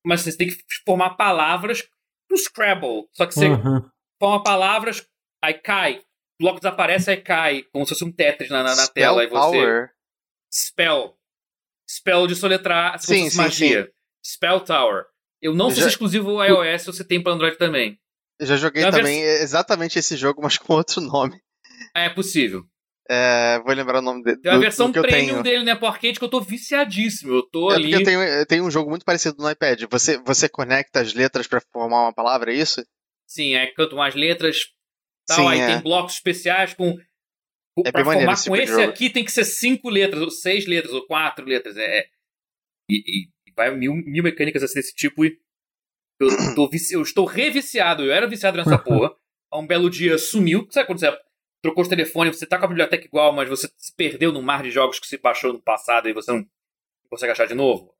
S4: mas assim, você tem que formar palavras um Scrabble, só que você
S1: É, Aham.
S4: forma palavras, aí cai, o bloco desaparece, aí cai, como se fosse um Tetris na, na, na
S3: Spell
S4: tela, aí você...
S3: Power.
S4: Spell. Spell de soletrar, se
S3: Sim,
S4: fosse
S3: sim,
S4: magia. Spell Tower. Eu não sei
S3: Já-
S4: se é exclusivo iOS ou se tem para Android também.
S3: Eu já joguei
S4: É uma
S3: também exatamente esse jogo, mas com outro nome.
S4: Ah, É possível.
S3: É, vou lembrar o nome dele.
S4: Tem uma versão
S3: do que eu
S4: premium
S3: tenho.
S4: dele, né, por arcade, que eu tô viciadíssimo. Eu tô
S3: É
S4: ali.
S3: porque eu tenho, eu tenho um jogo muito parecido no iPad. Você, você conecta as letras pra formar uma palavra, é isso?
S4: Sim, aí canto umas letras tal.
S3: Sim,
S4: aí
S3: é.
S4: tem blocos especiais com. com-
S3: bem
S4: pra
S3: maneiro
S4: formar
S3: esse
S4: com
S3: tipo de
S4: esse
S3: jogo.
S4: aqui tem que ser cinco letras, ou seis letras, ou quatro letras. É. é. E, e vai mil, mil mecânicas assim desse tipo. E eu, tô vici- eu estou reviciado. Eu era viciado nessa porra. Há um belo dia sumiu. Sabe quando você trocou os telefones, você tá com a biblioteca igual, mas você se perdeu no mar de jogos que se baixou no passado e você não consegue achar de novo?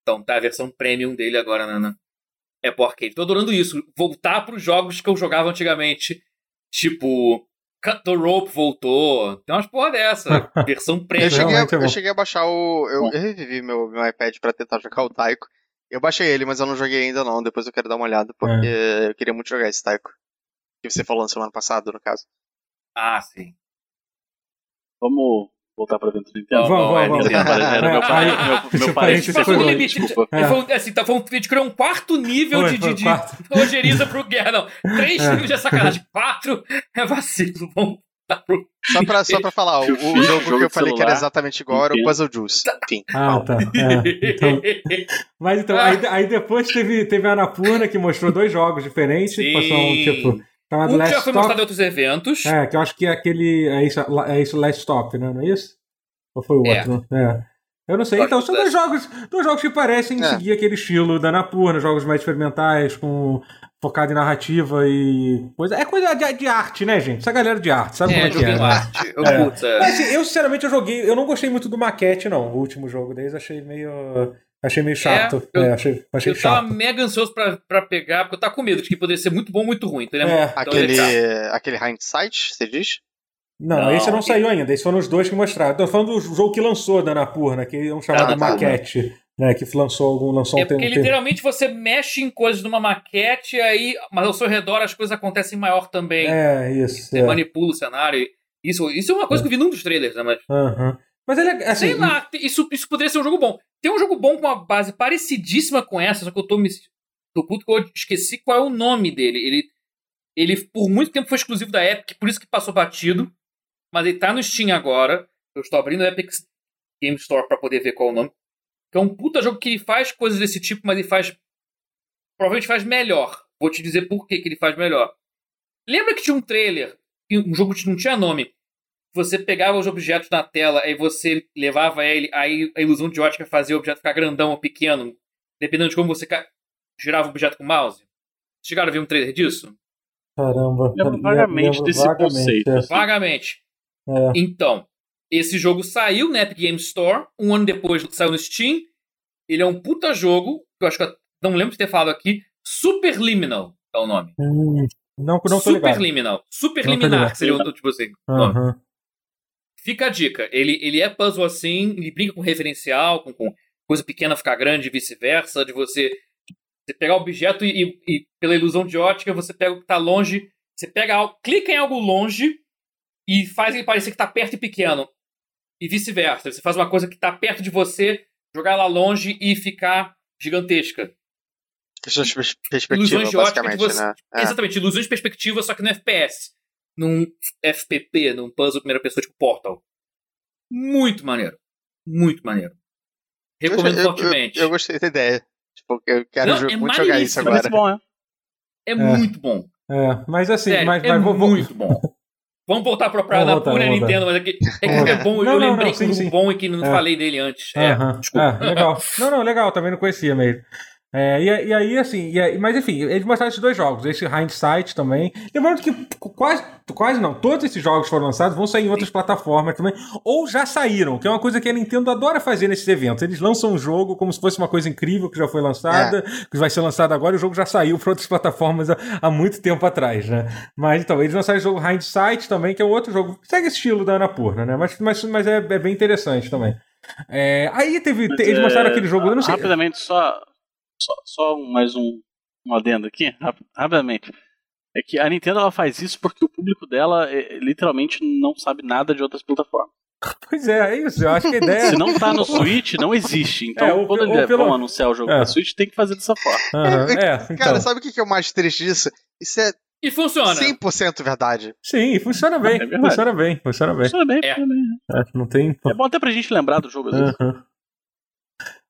S4: Então tá a versão premium dele agora na, na Apple Arcade. Tô adorando isso. Voltar pros jogos que eu jogava antigamente. Tipo, Cut the Rope voltou. Tem umas porra dessa. versão
S3: Eu,
S4: premium.
S3: cheguei a,
S1: realmente é bom.
S3: eu cheguei a baixar o. Eu, eu revivi meu, meu iPad pra tentar jogar o Taiko. Eu baixei ele, mas eu não joguei ainda não. Depois eu quero dar uma
S1: É.
S3: olhada, porque eu queria muito jogar esse Taiko. Que você falou na semana passada, no caso.
S4: Ah, sim.
S2: Vamos voltar pra dentro do Nintendo.
S1: Vamos,
S4: Não, não,
S1: vamos,
S2: é Nintendo,
S1: vamos.
S2: era meu
S1: É,
S2: parente,
S1: aí-
S2: meu, meu
S1: seu
S2: parente
S1: parente
S4: Foi
S1: Foi,
S4: um
S2: secundário,
S4: limite.
S2: desculpa.
S4: Ele foi um- assim, tá, foi um, a gente criou um quarto nível
S1: tipo, é. Foi,
S4: de,
S1: foi
S4: de, de
S1: quarto.
S4: ojeriza pro guerra, não. Três
S1: É.
S4: níveis já é sacanagem. Quatro é vacilo. Vamos dar pro
S3: Só pra, só pra falar, o, o
S2: Jogo
S3: jogo que eu
S2: de
S3: falei que era
S2: celular,
S3: exatamente igual era o
S2: Nintendo.
S3: Puzzle Juice. Enfim.
S1: Ah, tá. É, então- mas então, aí,
S4: Ah.
S1: aí depois teve, teve a Anapurna que mostrou dois jogos diferentes.
S4: Sim.
S1: que São, tipo,
S4: Um
S1: chamado
S4: que já
S1: Last
S4: foi
S1: Stop.
S4: mostrado em outros eventos.
S1: É, que eu acho que é aquele. É isso, é isso Last Stop, né? Não é isso? Ou foi o
S4: É.
S1: outro? É. Eu não sei.
S4: Acho
S1: Então,
S4: que
S1: são
S4: foi
S1: dois jogos, dois jogos que parecem
S3: É.
S1: seguir aquele estilo da Anapurna, jogos mais experimentais, com focado em narrativa e coisa. É coisa de, de arte, né, gente? Essa galera de arte, sabe como é
S4: É,
S1: que é?
S4: joguinho
S1: né?
S4: arte. Eu
S1: É.
S4: curto. é.
S1: Mas assim, eu sinceramente eu joguei, eu não gostei muito do maquete, não. O último jogo deles, achei meio. Achei meio chato.
S4: eu-
S1: É, achei, achei
S4: Eu tava
S1: chato.
S4: mega ansioso pra, pra pegar, porque eu tava com medo de que poderia ser muito bom ou muito ruim. Então, ele é-
S1: É.
S4: Então ele
S3: Aquele, aquele hindsight, você diz?
S1: Não,
S4: Não,
S1: esse não
S4: ele-
S1: saiu ainda. Esses foram os dois que mostraram. Tô falando do jogo que lançou da Anapurna, que é um chamado
S3: Ah, tá.
S1: Maquete, né? Que lançou algum. Lançou
S4: é
S1: um tempo.
S4: porque literalmente você mexe em coisas numa maquete, aí, mas ao seu redor as coisas acontecem maior também.
S1: É, isso.
S4: Você
S1: é.
S4: manipula o cenário. e- Isso, isso é uma coisa que eu vi num dos trailers, né? Mas,
S1: Aham. Mas ele é assim.
S4: sei lá, te- isso, isso poderia ser um jogo bom. Tem um jogo bom com uma base parecidíssima com essa, só que eu tô me. Tô puto que eu esqueci qual é o nome dele. Ele, ele por muito tempo foi exclusivo da Epic, por isso que passou batido. Mas ele tá no Steam agora. Eu estou abrindo a Epic Game Store pra poder ver qual é o nome. Que é um puta jogo que ele faz coisas desse tipo, mas ele faz. Provavelmente faz melhor. Vou te dizer por que que ele faz melhor. Lembra que tinha um trailer, que um jogo que não tinha nome. Você pegava os objetos na tela, aí você levava ele, aí a ilusão de ótica fazia o objeto ficar grandão ou pequeno, dependendo de como você ca- girava o objeto com o mouse. Chegaram a ver um trailer disso?
S1: Caramba.
S2: Lembro vagamente desse conceito.
S1: é.
S4: Vagamente.
S1: É.
S4: Então, esse jogo saiu na Epic Games Store, um ano depois saiu no Steam. Ele é um puta jogo, que eu acho que eu não lembro de ter falado aqui, Superliminal é o nome.
S1: Hum, Não, não tô ligado.
S4: Superliminal.
S1: Não tô
S4: Superliminar,
S1: ligado. Ah.
S4: que seria o tipo assim. o nome.
S1: Aham.
S4: Fica a dica. Ele, ele é puzzle assim, ele brinca com referencial, com, com coisa pequena ficar grande e vice-versa, de você, você pegar o objeto e, e- e pela ilusão de ótica, você pega o que está longe, você pega algo, clica em algo longe e faz ele parecer que está perto e pequeno. E vice-versa. Você faz uma coisa que está perto de você, jogar ela longe e ficar gigantesca.
S3: Questão de pers-
S4: Ilusões
S3: perspectiva,
S4: de ótica que
S3: basicamente,
S4: você-
S3: né? É.
S4: Exatamente, ilusões de perspectiva, só que no FPS. Num FPP, num puzzle primeira pessoa tipo Portal. Muito maneiro. Muito maneiro.
S3: É. Eu-
S4: Recomendo
S3: eu- eu-
S4: fortemente.
S3: Eu, gostei da ideia. Tipo, eu quero
S4: Não,
S3: jo-
S4: é
S3: muito jogar isso
S4: maneiríssimo.
S3: agora.
S2: Parece bom, né?
S4: É muito bom.
S1: É, mas assim,
S4: Sério,
S1: mas,
S4: é
S1: mas vou, vou-
S4: muito bom. Vamos voltar pra praia
S1: Vamos voltar,
S4: da Pura
S1: vamos voltar.
S4: Nintendo, mas é que, é, que
S3: Vamos
S4: é bom,
S1: Não, não,
S4: eu
S1: não,
S4: lembrei
S1: sim,
S4: que um
S1: sim.
S4: bom e que não
S1: É.
S4: falei dele antes. É,
S1: Aham. Ah,
S4: desculpa.
S1: É, legal. Não, não, legal, também não conhecia mesmo. É, e, e aí, assim, e aí- mas enfim, eles mostraram esses dois jogos, esse Hindsight também. Lembrando que qu- quase, quase não, todos esses jogos que foram lançados, vão sair em outras plataformas também, ou já saíram, que é uma coisa que a Nintendo adora fazer nesses eventos. Eles lançam um jogo como se fosse uma coisa incrível que já foi lançada,
S4: É.
S1: que vai ser lançado agora, e o jogo já saiu para outras plataformas há, há muito tempo atrás, né? Mas então, eles lançaram o jogo Hindsight também, que é um outro jogo, segue esse estilo da Anapurna, né? Mas, mas, mas é, é bem interessante também. É, aí teve,
S2: Mas,
S1: te- eles
S2: é,
S1: mostraram aquele jogo, eu não sei.
S2: Rapidamente, só, só, só um- mais um, um adendo aqui, rap- rapidamente. É que a Nintendo ela faz isso porque o público dela é, literalmente não sabe nada de outras plataformas.
S1: Pois é, é isso. Eu acho que a ideia.
S2: Se não tá no Switch, não existe. Então,
S1: É, ou
S2: quando
S1: pe- ou
S2: eles
S1: pelo-
S2: vão anunciar o jogo
S1: É.
S2: pra Switch, tem que fazer dessa forma.
S1: Aham, é, então.
S3: Cara, sabe o que que é o mais triste disso? Isso é
S4: E funciona.
S3: 100% verdade.
S1: Sim, funciona bem.
S2: É verdade.
S1: funciona bem, funciona bem.
S2: Funciona bem,
S4: É.
S2: funciona bem.
S1: É, não tem.
S2: É bom até pra gente lembrar do jogo. às vezes.
S1: Aham.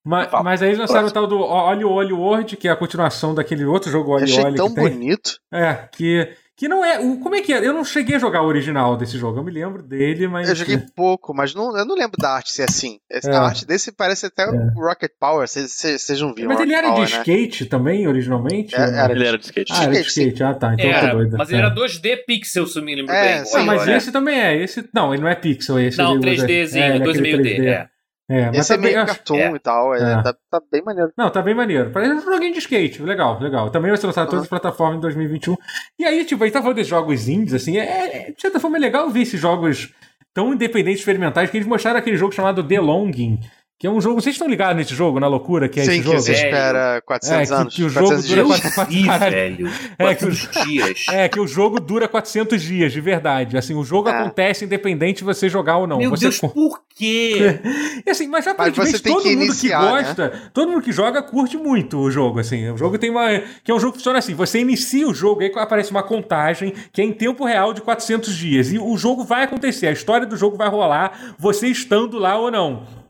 S1: Ma- Mas,
S2: Fala.
S1: aí eles lançaram o
S2: Próximo.
S1: tal do Olho Olho World, que é a continuação daquele outro jogo Olho
S3: Achei
S1: Olho
S3: tão
S1: que tem.
S3: bonito.
S1: É, que, que não é. o- Como é que é? Eu não cheguei a jogar o original desse jogo, eu me lembro dele, mas.
S3: Eu joguei pouco, mas não, eu não lembro da arte ser assim. Esse-
S1: É.
S3: A arte desse parece até o Rocket Power, vocês- vocês vocês não viram.
S1: Mas ele
S3: Rocket
S1: era de
S3: Power, né?
S1: skate também, originalmente?
S3: É, era
S2: Ele era de skate.
S1: Ah, era de
S3: skate, sim.
S1: skate, ah tá, então eu tô
S4: Era,
S1: doido.
S4: mas ele
S1: É.
S4: era 2D pixel, se eu me lembro
S3: É,
S4: bem.
S3: sim,
S1: Não, mas
S4: Olha,
S1: esse também é. Esse, não, ele não é pixel, esse.
S4: Não,
S1: ele usa-
S4: 3Dzinho,
S1: é, ele é aquele
S4: 2,5D.
S1: 3D.
S4: É.
S1: É, mas
S3: Esse é
S1: também,
S3: meio
S1: eu acho-
S3: cartoon
S4: é.
S3: e tal, é,
S1: É.
S3: Tá, tá bem maneiro.
S1: Não, tá bem maneiro. Parece um joguinho de skate. Legal, legal. Também vai ser lançado em todas as plataformas em 2021. E aí, tipo, aí tá falando desses jogos indies, assim. É, é, de certa forma, é legal ver esses jogos tão independentes, experimentais, que eles mostraram aquele jogo chamado The Longing, que é um jogo. Vocês estão ligados nesse jogo, na loucura que é
S3: Sim,
S1: esse
S3: que
S1: jogo?
S3: você
S4: existe.
S3: espera
S1: É,
S3: 400
S1: que,
S3: anos.
S1: que o jogo
S3: 400
S1: dura
S3: dias.
S1: 400
S4: Ih,
S1: caralho.
S4: velho.
S1: É,
S4: Quantos dias?
S1: É, que o jogo dura 400 dias, de verdade. Assim, o jogo
S3: É.
S1: acontece independente de você jogar ou não.
S4: Meu
S1: você
S4: Deus,
S1: co-
S4: por quê?
S1: E assim, mas
S3: Mas
S1: aparentemente
S3: você tem
S1: todo
S3: que
S1: mundo
S3: iniciar,
S1: que
S3: né?
S1: gosta, todo mundo que joga curte muito o jogo, assim. O jogo tem uma... Que é um jogo que funciona assim, você inicia o jogo, aí aparece uma contagem que é em tempo real de 400 dias. E o jogo vai acontecer, a história do jogo vai rolar, você estando lá ou não.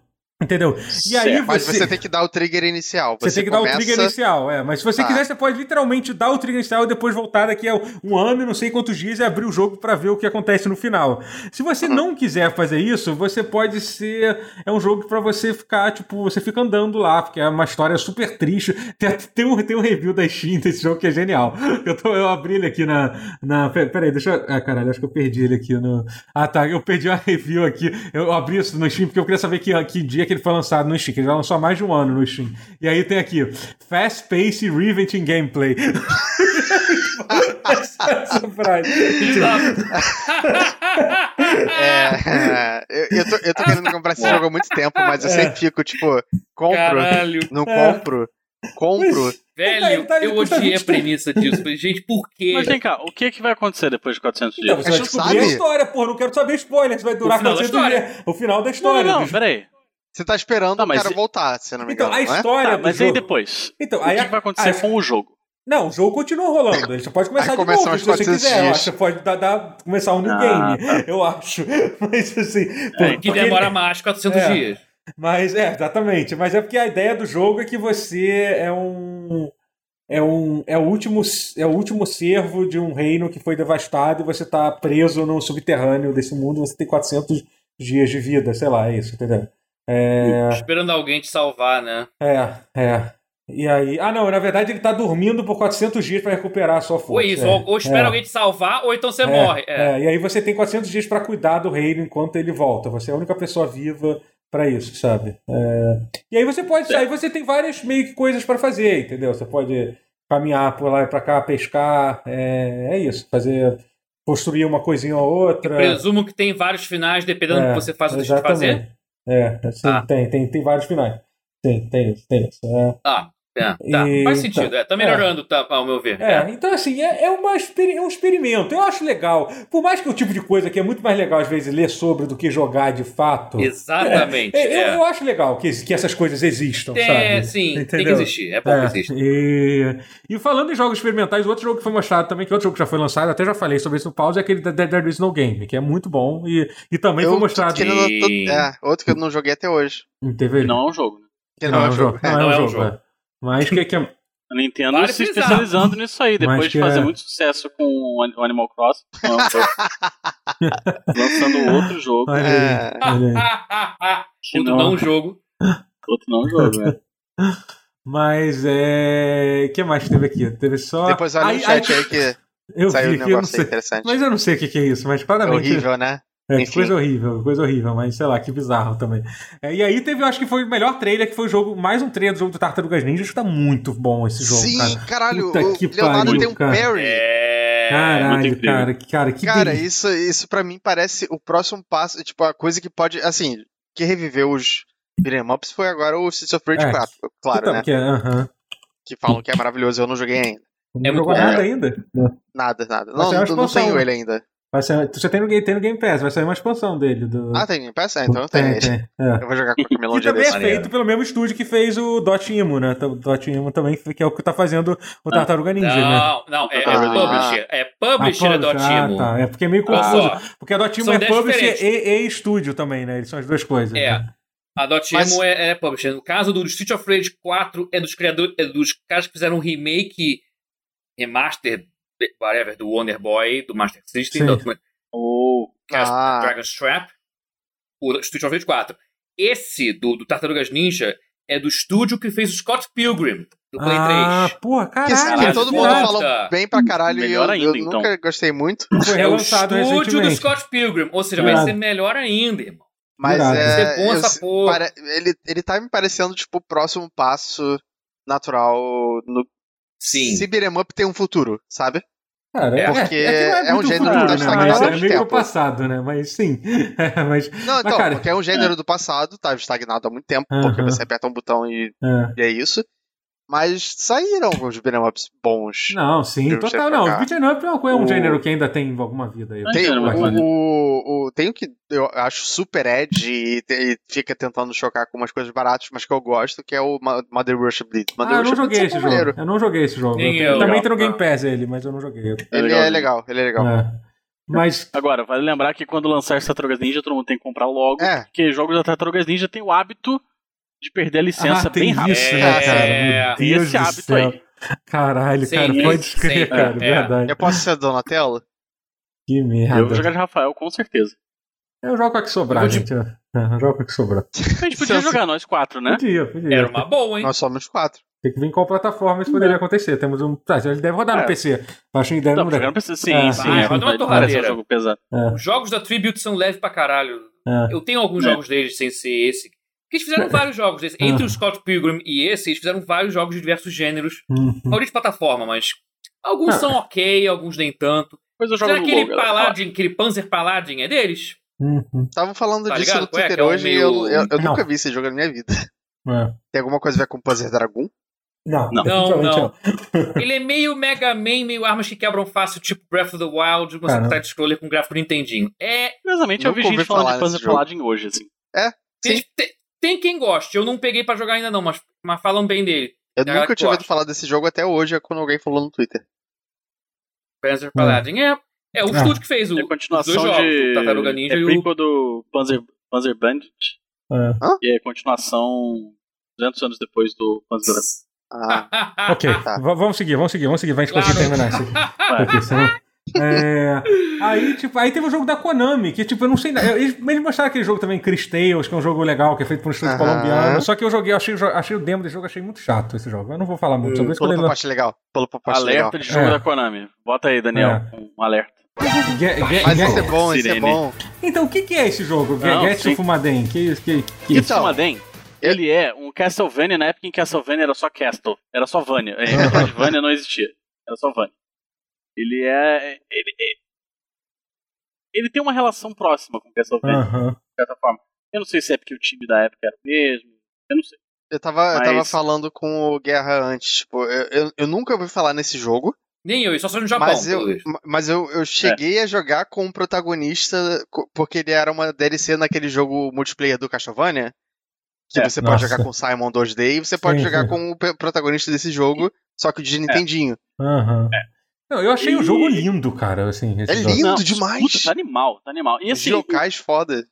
S1: Entendeu? E aí
S2: Certo,
S3: Mas você
S1: você...
S3: tem que dar o trigger inicial. Você,
S1: Você, tem que dar o
S3: começa-
S1: trigger inicial, é. Mas se você
S3: Tá.
S1: quiser, você pode literalmente dar o trigger inicial e depois voltar daqui a um ano, e não sei quantos dias, e abrir o jogo pra ver o que acontece no final. Se você não quiser fazer isso, você pode ser. É um jogo pra você ficar, tipo, você fica andando lá, porque é uma história super triste. Tem, tem, um, tem um review da Steam desse jogo que é genial. Eu, tô, eu abri ele aqui na. na pe- peraí, deixa eu. Ah, caralho, acho que eu perdi ele aqui no. Ah, tá. Eu perdi a review aqui. Eu abri isso no Steam porque eu queria saber que, que dia que ele foi lançado no Steam, que ele já lançou há mais de um ano no Steam. E aí tem aqui: Fast Pace Riveting Gameplay. Essa frase.
S4: Filho da-
S3: É, eu, eu tô, eu tô querendo comprar esse jogo há muito tempo, mas eu
S1: É.
S3: sempre fico, tipo, compro,
S4: Caralho,
S3: não compro, compro.
S4: velho,
S1: tá- tá-
S4: eu
S1: custa
S4: odiei a
S1: 23.
S4: premissa disso. Falei, Gente, por quê?
S2: Mas vem cá, o que, é que vai acontecer depois de 400
S1: Então,
S2: dias?
S1: você
S3: A
S1: vai
S3: gente
S1: descobrir a
S3: sabe.
S1: história, porra. Não quero saber spoiler. Você vai durar
S4: final da
S1: 400
S4: história.
S1: dias. O final da
S2: Não,
S1: história.
S2: não, não,
S1: do-
S2: peraí.
S3: Você tá esperando
S2: Tá,
S3: o
S2: mas
S3: cara
S2: e-
S3: voltar, se não me engano,
S1: Então, a
S3: não é?
S1: história
S2: Tá,
S1: do
S2: mas aí
S1: jogo...
S2: depois?
S1: Então,
S2: O
S1: aí
S2: que,
S1: a-
S2: que vai acontecer
S1: a-
S2: com o jogo?
S1: Não, o jogo continua rolando. Ele só pode começar de
S3: Aí começam
S1: novo,
S3: os
S1: se você
S3: 400
S1: quiser. Eu
S3: dias.
S1: acho que pode dar, dar- começar um new
S2: Ah,
S1: game, eu acho. Mas assim. por-
S2: É,
S4: Que
S1: porque-
S4: demora mais 400
S1: É.
S4: dias.
S1: Mas é, exatamente. Mas é porque a ideia do jogo é que você é um. É, um, é, o último, é o último servo de um reino que foi devastado e você tá preso no subterrâneo desse mundo. Você tem 400 dias de vida, sei lá, é isso, entendeu? É.
S4: Esperando alguém te salvar, né?
S1: É, é. E aí. Ah, não, na verdade ele tá dormindo por 400 dias pra recuperar a sua força.
S4: Ou isso,
S1: é.
S4: ou, ou espera
S1: É.
S4: alguém te salvar, ou então você
S1: É,
S4: morre. É.
S1: é, e aí você tem 400 dias pra cuidar do reino enquanto ele volta. Você é a única pessoa viva pra isso, sabe? É. E aí você pode sair, você tem várias meio que coisas pra fazer, entendeu? Você pode caminhar por lá e pra cá, pescar, é, é isso, fazer construir uma coisinha ou outra. É,
S4: Presumo que tem vários finais, dependendo do que você faz ou deixa de fazer.
S1: Exatamente. É, assim,
S4: Ah.
S1: tem, tem, tem vários finais. Tem, tem isso, tem isso. É.
S4: Ah, é, tá.
S1: E-
S4: Faz sentido. É, tá melhorando, tá, ao meu ver.
S1: É, então assim, é, é uma experi- é um experimento. Eu acho legal. Por mais que o tipo de coisa que é muito mais legal, às vezes, ler sobre do que jogar de fato.
S4: Exatamente.
S1: é, eu,
S4: é.
S1: eu acho legal que, que essas coisas existam,
S4: É,
S1: sabe?
S4: sim, tem que
S1: Entendeu?
S4: existir. É bom que exista.
S1: e, e falando em jogos experimentais, outro jogo que foi mostrado também, que outro jogo que já foi lançado, eu até já falei sobre isso no pause, é aquele da- da- There Is No Game, que é muito bom e, e também
S3: Eu
S1: foi
S3: tô
S1: mostrado.
S3: querendo- eu tô-
S4: Sim.
S3: é, outro que eu não joguei até hoje.
S1: em TV.
S2: Não é um jogo. né?
S3: Que não, é um jogo.
S1: Não, é um jogo. é. Mas que, que é
S2: A Nintendo
S4: Vale
S2: se
S4: frisar.
S2: especializando nisso aí,
S1: Mas
S2: depois
S1: que
S2: de fazer
S1: é-
S2: muito sucesso com o An- o Animal Crossing, não, eu- lançando outro jogo,
S1: Olha então. aí,
S3: É.
S1: olha aí.
S4: Ah, ah, ah, ah.
S2: que é um
S4: Outro
S2: não,
S4: não jogo.
S2: outro não jogo, né?
S1: Mas é. O que mais que teve aqui? Teve só.
S3: Depois olha no
S1: Ah, Ai,
S3: chat
S1: ai,
S3: aí que
S1: eu
S3: saiu
S1: vi
S3: um
S1: aqui, eu não
S3: negócio aí
S1: sei.
S3: interessante.
S1: Mas eu não sei o que, que é isso, mas
S3: É
S1: claramente.
S3: horrível, né?
S1: É,
S3: Enfim.
S1: coisa horrível, coisa horrível, mas sei lá, que bizarro também. É, e aí teve, eu acho que foi o melhor trailer, que foi o jogo, mais um trailer do jogo do Tartarugas Ninja, que tá muito bom esse jogo,
S3: Sim,
S1: cara.
S3: caralho,
S1: Puta
S3: o
S1: que
S3: Leonardo
S1: pariu,
S3: tem um
S1: cara.
S3: parry.
S4: É.
S2: muito
S1: Caralho,
S2: incrível.
S1: cara, que- cara, que
S3: Cara,
S1: delícia.
S3: isso, isso para mim parece o próximo passo, tipo, a coisa que pode, assim, que reviveu os beat'em ups foi agora o Streets of Rage
S1: É,
S3: 4, claro,
S1: Puta,
S3: né?
S1: que é, aham.
S3: Que falam que é maravilhoso, eu não joguei ainda.
S1: Não
S4: muito
S1: jogou
S4: bom.
S1: nada ainda?
S3: Nada, nada.
S1: Mas
S3: Não,
S1: é uma
S3: eu não
S1: expansão,
S3: tenho
S1: né?
S3: ele ainda.
S1: Vai sair, você tem no, Game- tem no Game Pass, vai sair uma expansão dele. Do,
S3: Ah, tem Game Pass? Ah, então eu tenho.
S1: tem, tem, é.
S3: Eu vou jogar com o Camilão
S1: Que
S3: de
S1: também é
S3: vez.
S4: Maneiro.
S1: feito pelo mesmo estúdio que fez o Dot Imo, né? O Dot Imo também, que é o que tá fazendo o Tartaruga Ninja, né?
S4: Não, não, é, é
S3: Ah.
S4: publisher. É
S1: Ah,
S4: publisher da
S1: Publisher, ah,
S4: Dotimo.
S1: tá. É porque é meio
S4: Olha
S1: confuso.
S4: só,
S1: Porque a Dotimo
S4: São
S1: é
S4: dez
S1: publisher
S4: diferentes.
S1: e, e estúdio também, né? Eles são as duas coisas.
S4: É.
S1: né?
S4: a Dotimo
S3: Mas-
S4: é, é publisher. No caso do Street of Rage 4, é dos criadores, é dos caras que fizeram um remake, remaster, whatever, do Wonder Boy, do Master System,
S1: Sim.
S4: do, que
S2: Ou
S4: é
S3: Ah.
S4: o Dragon's Trap, o Street of Rage 4. Esse, do, do Tartarugas Ninja, é do estúdio que fez o Scott Pilgrim, do Play
S1: ah,
S4: 3.
S1: porra, caralho.
S3: Que, que
S2: Caralho,
S3: todo
S1: que
S3: mundo
S1: irado.
S4: fala-
S3: falou bem pra caralho e eu,
S2: Melhor
S3: eu
S2: ainda, então.
S3: nunca gostei muito.
S1: Foi
S4: É o
S1: relançado
S4: estúdio do
S1: recentemente.
S4: Scott Pilgrim, ou seja,
S1: Irado.
S4: vai ser melhor ainda, irmão.
S3: Mas
S1: Irado.
S3: é.
S4: Vai ser bom
S3: eu-
S4: essa porra.
S3: pare- ele, ele tá me parecendo, tipo, o próximo passo natural no.
S4: Sim.
S3: Se beat'em up tem um futuro, sabe?
S1: Cara,
S4: É,
S3: porque
S1: que não
S3: é um
S1: muito
S3: gênero
S1: futuro,
S2: que tá
S1: né?
S2: estagnado
S1: Mas
S2: há
S1: é
S3: muito
S1: meio
S3: tempo.
S1: pro passado, né? Mas sim. mas,
S3: Não, então,
S1: cara-
S3: porque é um gênero do passado, tá estagnado há muito tempo, porque
S1: Aham.
S3: você aperta um botão e,
S1: é.
S3: e é isso. Mas saíram alguns beat'em ups bons.
S1: Não, sim,
S3: Deixa eu
S1: total. Não,
S3: focar.
S1: o beat'em up é uma coisa- é um
S3: O-
S1: gênero que ainda tem alguma vida aí.
S3: Tem, um,
S2: Entendo,
S3: o,
S2: mas
S1: Mas-
S3: o, o- tem o que eu acho super edge e, te- e fica tentando chocar com umas coisas baratas, mas que eu gosto, que é o Ma- Mother Russia Bleed. Mother
S1: Ah, eu não
S3: Russia Bleed
S1: joguei
S3: é
S1: esse jogo.
S3: maneiro.
S1: Eu não joguei esse jogo.
S4: Nem
S1: Eu
S4: eu.
S1: tenho- Também
S2: Legal.
S1: tem no Game Pass ele, mas eu não joguei.
S2: É
S3: Ele é
S2: legalzinho.
S3: legal, ele é legal.
S1: É. Mas,
S2: Agora, vale lembrar que quando lançar essa Tartarugas Ninja, todo mundo tem que comprar logo,
S3: É.
S2: porque jogos da Tartarugas Ninja tem o hábito de perder a licença
S1: ah,
S2: bem
S1: tem
S2: rápido.
S1: isso, né,
S4: É,
S1: cara? Meu
S2: tem
S1: Deus
S2: esse
S1: do
S2: hábito
S1: céu.
S2: aí.
S1: Caralho,
S4: Sim,
S1: cara,
S4: é,
S1: pode crer,
S4: sim,
S1: cara,
S4: é.
S1: verdade.
S3: Eu posso ser Donatello?
S1: Que merda.
S2: Eu vou jogar de Rafael, com certeza.
S1: Eu jogo com a que sobrar,
S4: Eu vou de-
S1: gente. Eu eu jogo com a que sobrar.
S2: A gente podia
S3: Seu-
S2: jogar nós quatro, né?
S1: Podia, podia.
S4: Era uma boa, hein?
S3: Nós somos quatro.
S1: Tem que vir em qual plataforma isso poderia acontecer. Temos um. Tá, ele deve rodar no
S2: É.
S1: PC. Acho que deve
S2: Não, tá
S1: rodar.
S2: jogar não precisa. Sim,
S1: Ah,
S2: sim.
S1: vai,
S2: sim.
S4: roda uma
S2: Parece um
S4: torradeira.
S2: jogo pesado.
S4: Os jogos da Tribute são leves pra caralho.
S1: É.
S4: Eu tenho alguns
S2: É.
S4: jogos deles sem ser esse. Porque eles fizeram vários jogos desses. Entre
S1: Ah.
S4: o Scott Pilgrim e esse, eles fizeram vários jogos de diversos gêneros.
S1: Uhum.
S4: Maioria de plataforma, mas. Alguns
S1: Ah.
S4: são ok, alguns nem tanto.
S2: Depois eu jogo
S4: Será
S2: no
S4: aquele
S2: Google, galera.
S4: Paladin, aquele Panzer Paladin é deles?
S1: Uhum.
S3: Estavam falando
S4: Tá
S3: disso
S4: ligado?
S3: no
S4: Qual é?
S3: Twitter
S4: Que é um
S3: hoje e eu,
S4: meio-
S3: eu, eu
S1: Não.
S3: nunca vi esse jogo na minha vida.
S1: É.
S3: Tem alguma coisa a ver com Panzer Dragon?
S1: Não,
S2: Não.
S4: Não,
S1: definitivamente
S4: não. Ele é meio Mega Man, meio armas que quebram fácil, tipo Breath of the Wild, uma
S1: Caramba.
S4: side-scroller com gráfico Nintendinho. É.
S2: Curiosamente, eu
S3: Nunca
S2: vi
S3: ouvi
S2: gente falando
S3: falar
S2: de
S3: desse
S2: Panzer
S3: jogo.
S2: Paladin hoje, assim.
S4: Tem,
S3: Sim.
S4: tem- tem quem goste, eu não peguei pra jogar ainda não, mas, mas falam bem dele.
S3: Eu
S4: Cara,
S3: nunca
S4: que
S3: tinha ouvido
S4: gosta.
S3: falar desse jogo até hoje, é quando alguém falou no Twitter.
S4: Panzer Paladin é. É o
S1: Ah.
S4: estúdio que fez o,
S2: É a
S4: os dois
S2: continuação
S4: jogos,
S2: de.
S4: o Tartaruga Ninja
S2: é
S4: e o.
S2: prequel do Panzer, Panzer Bandit.
S1: É.
S2: E é continuação 200 anos depois do Panzer
S3: Ah,
S1: Ok,
S3: Tá.
S1: v- vamos seguir, vamos seguir, vamos seguir. Vai a gente
S4: Claro.
S1: conseguir terminar isso aqui. Porque senão- É, aí, tipo, aí teve o jogo da Konami, que tipo, eu não sei. eu- Eles, eles mostraram aquele jogo também, Chris Tales, que é um jogo legal, que é feito por um estúdio
S3: Aham.
S1: colombiano. Só que eu joguei, eu achei, o jo- achei o demo desse jogo, achei muito chato esse jogo. Eu não vou falar muito sobre isso.
S3: pulou
S1: quando
S3: pra
S1: ele-
S3: parte legal. Pulou pra parte ah, legal.
S2: Alerta de jogo
S1: É.
S2: da Konami. Bota aí, Daniel,
S1: É.
S2: um alerta.
S1: Ge- ge-
S3: Mas
S1: ge-
S3: esse é bom, esse é
S2: Sirene.
S3: bom.
S1: Então, o que, que é esse jogo? Ge-
S2: Não,
S1: Get
S2: sim.
S1: Fumaden? Que isso? Que, que isso?
S3: Então,
S2: Sumaden, ele é um Castlevania na época em Castlevania era só Castle. Era só Vania. É, Metroidvania não existia. Era só Vania. Ele é. Ele, é- ele tem uma relação próxima com Castlevania,
S1: Aham.
S2: de certa forma. Eu não sei se é porque o time da época era o mesmo. Eu não sei.
S3: Eu tava, eu
S2: Mas-
S3: tava falando com o Guerra antes, tipo, eu, eu, eu nunca ouvi falar nesse jogo,
S4: Nem eu, só só no
S2: Tá
S4: Japão.
S3: mas eu,
S4: pelo visto.
S3: ma- mas eu, eu cheguei a jogar com o protagonista, co- porque ele era uma DLC naquele jogo multiplayer do Castlevania, que
S2: É,
S3: você pode
S1: nossa.
S3: jogar com o Simon 2D e você pode
S1: Sim,
S3: jogar
S1: sim.
S3: com o pe- protagonista desse jogo, só
S2: É.
S3: que de Nintendinho.
S1: Aham. Não, eu achei o
S2: E-
S1: jogo lindo, cara. Assim, esse
S3: É
S1: jogo.
S3: lindo
S2: Não,
S3: demais!
S2: Puta, tá animal, tá animal. E
S3: Os
S2: assim,
S3: locais foda.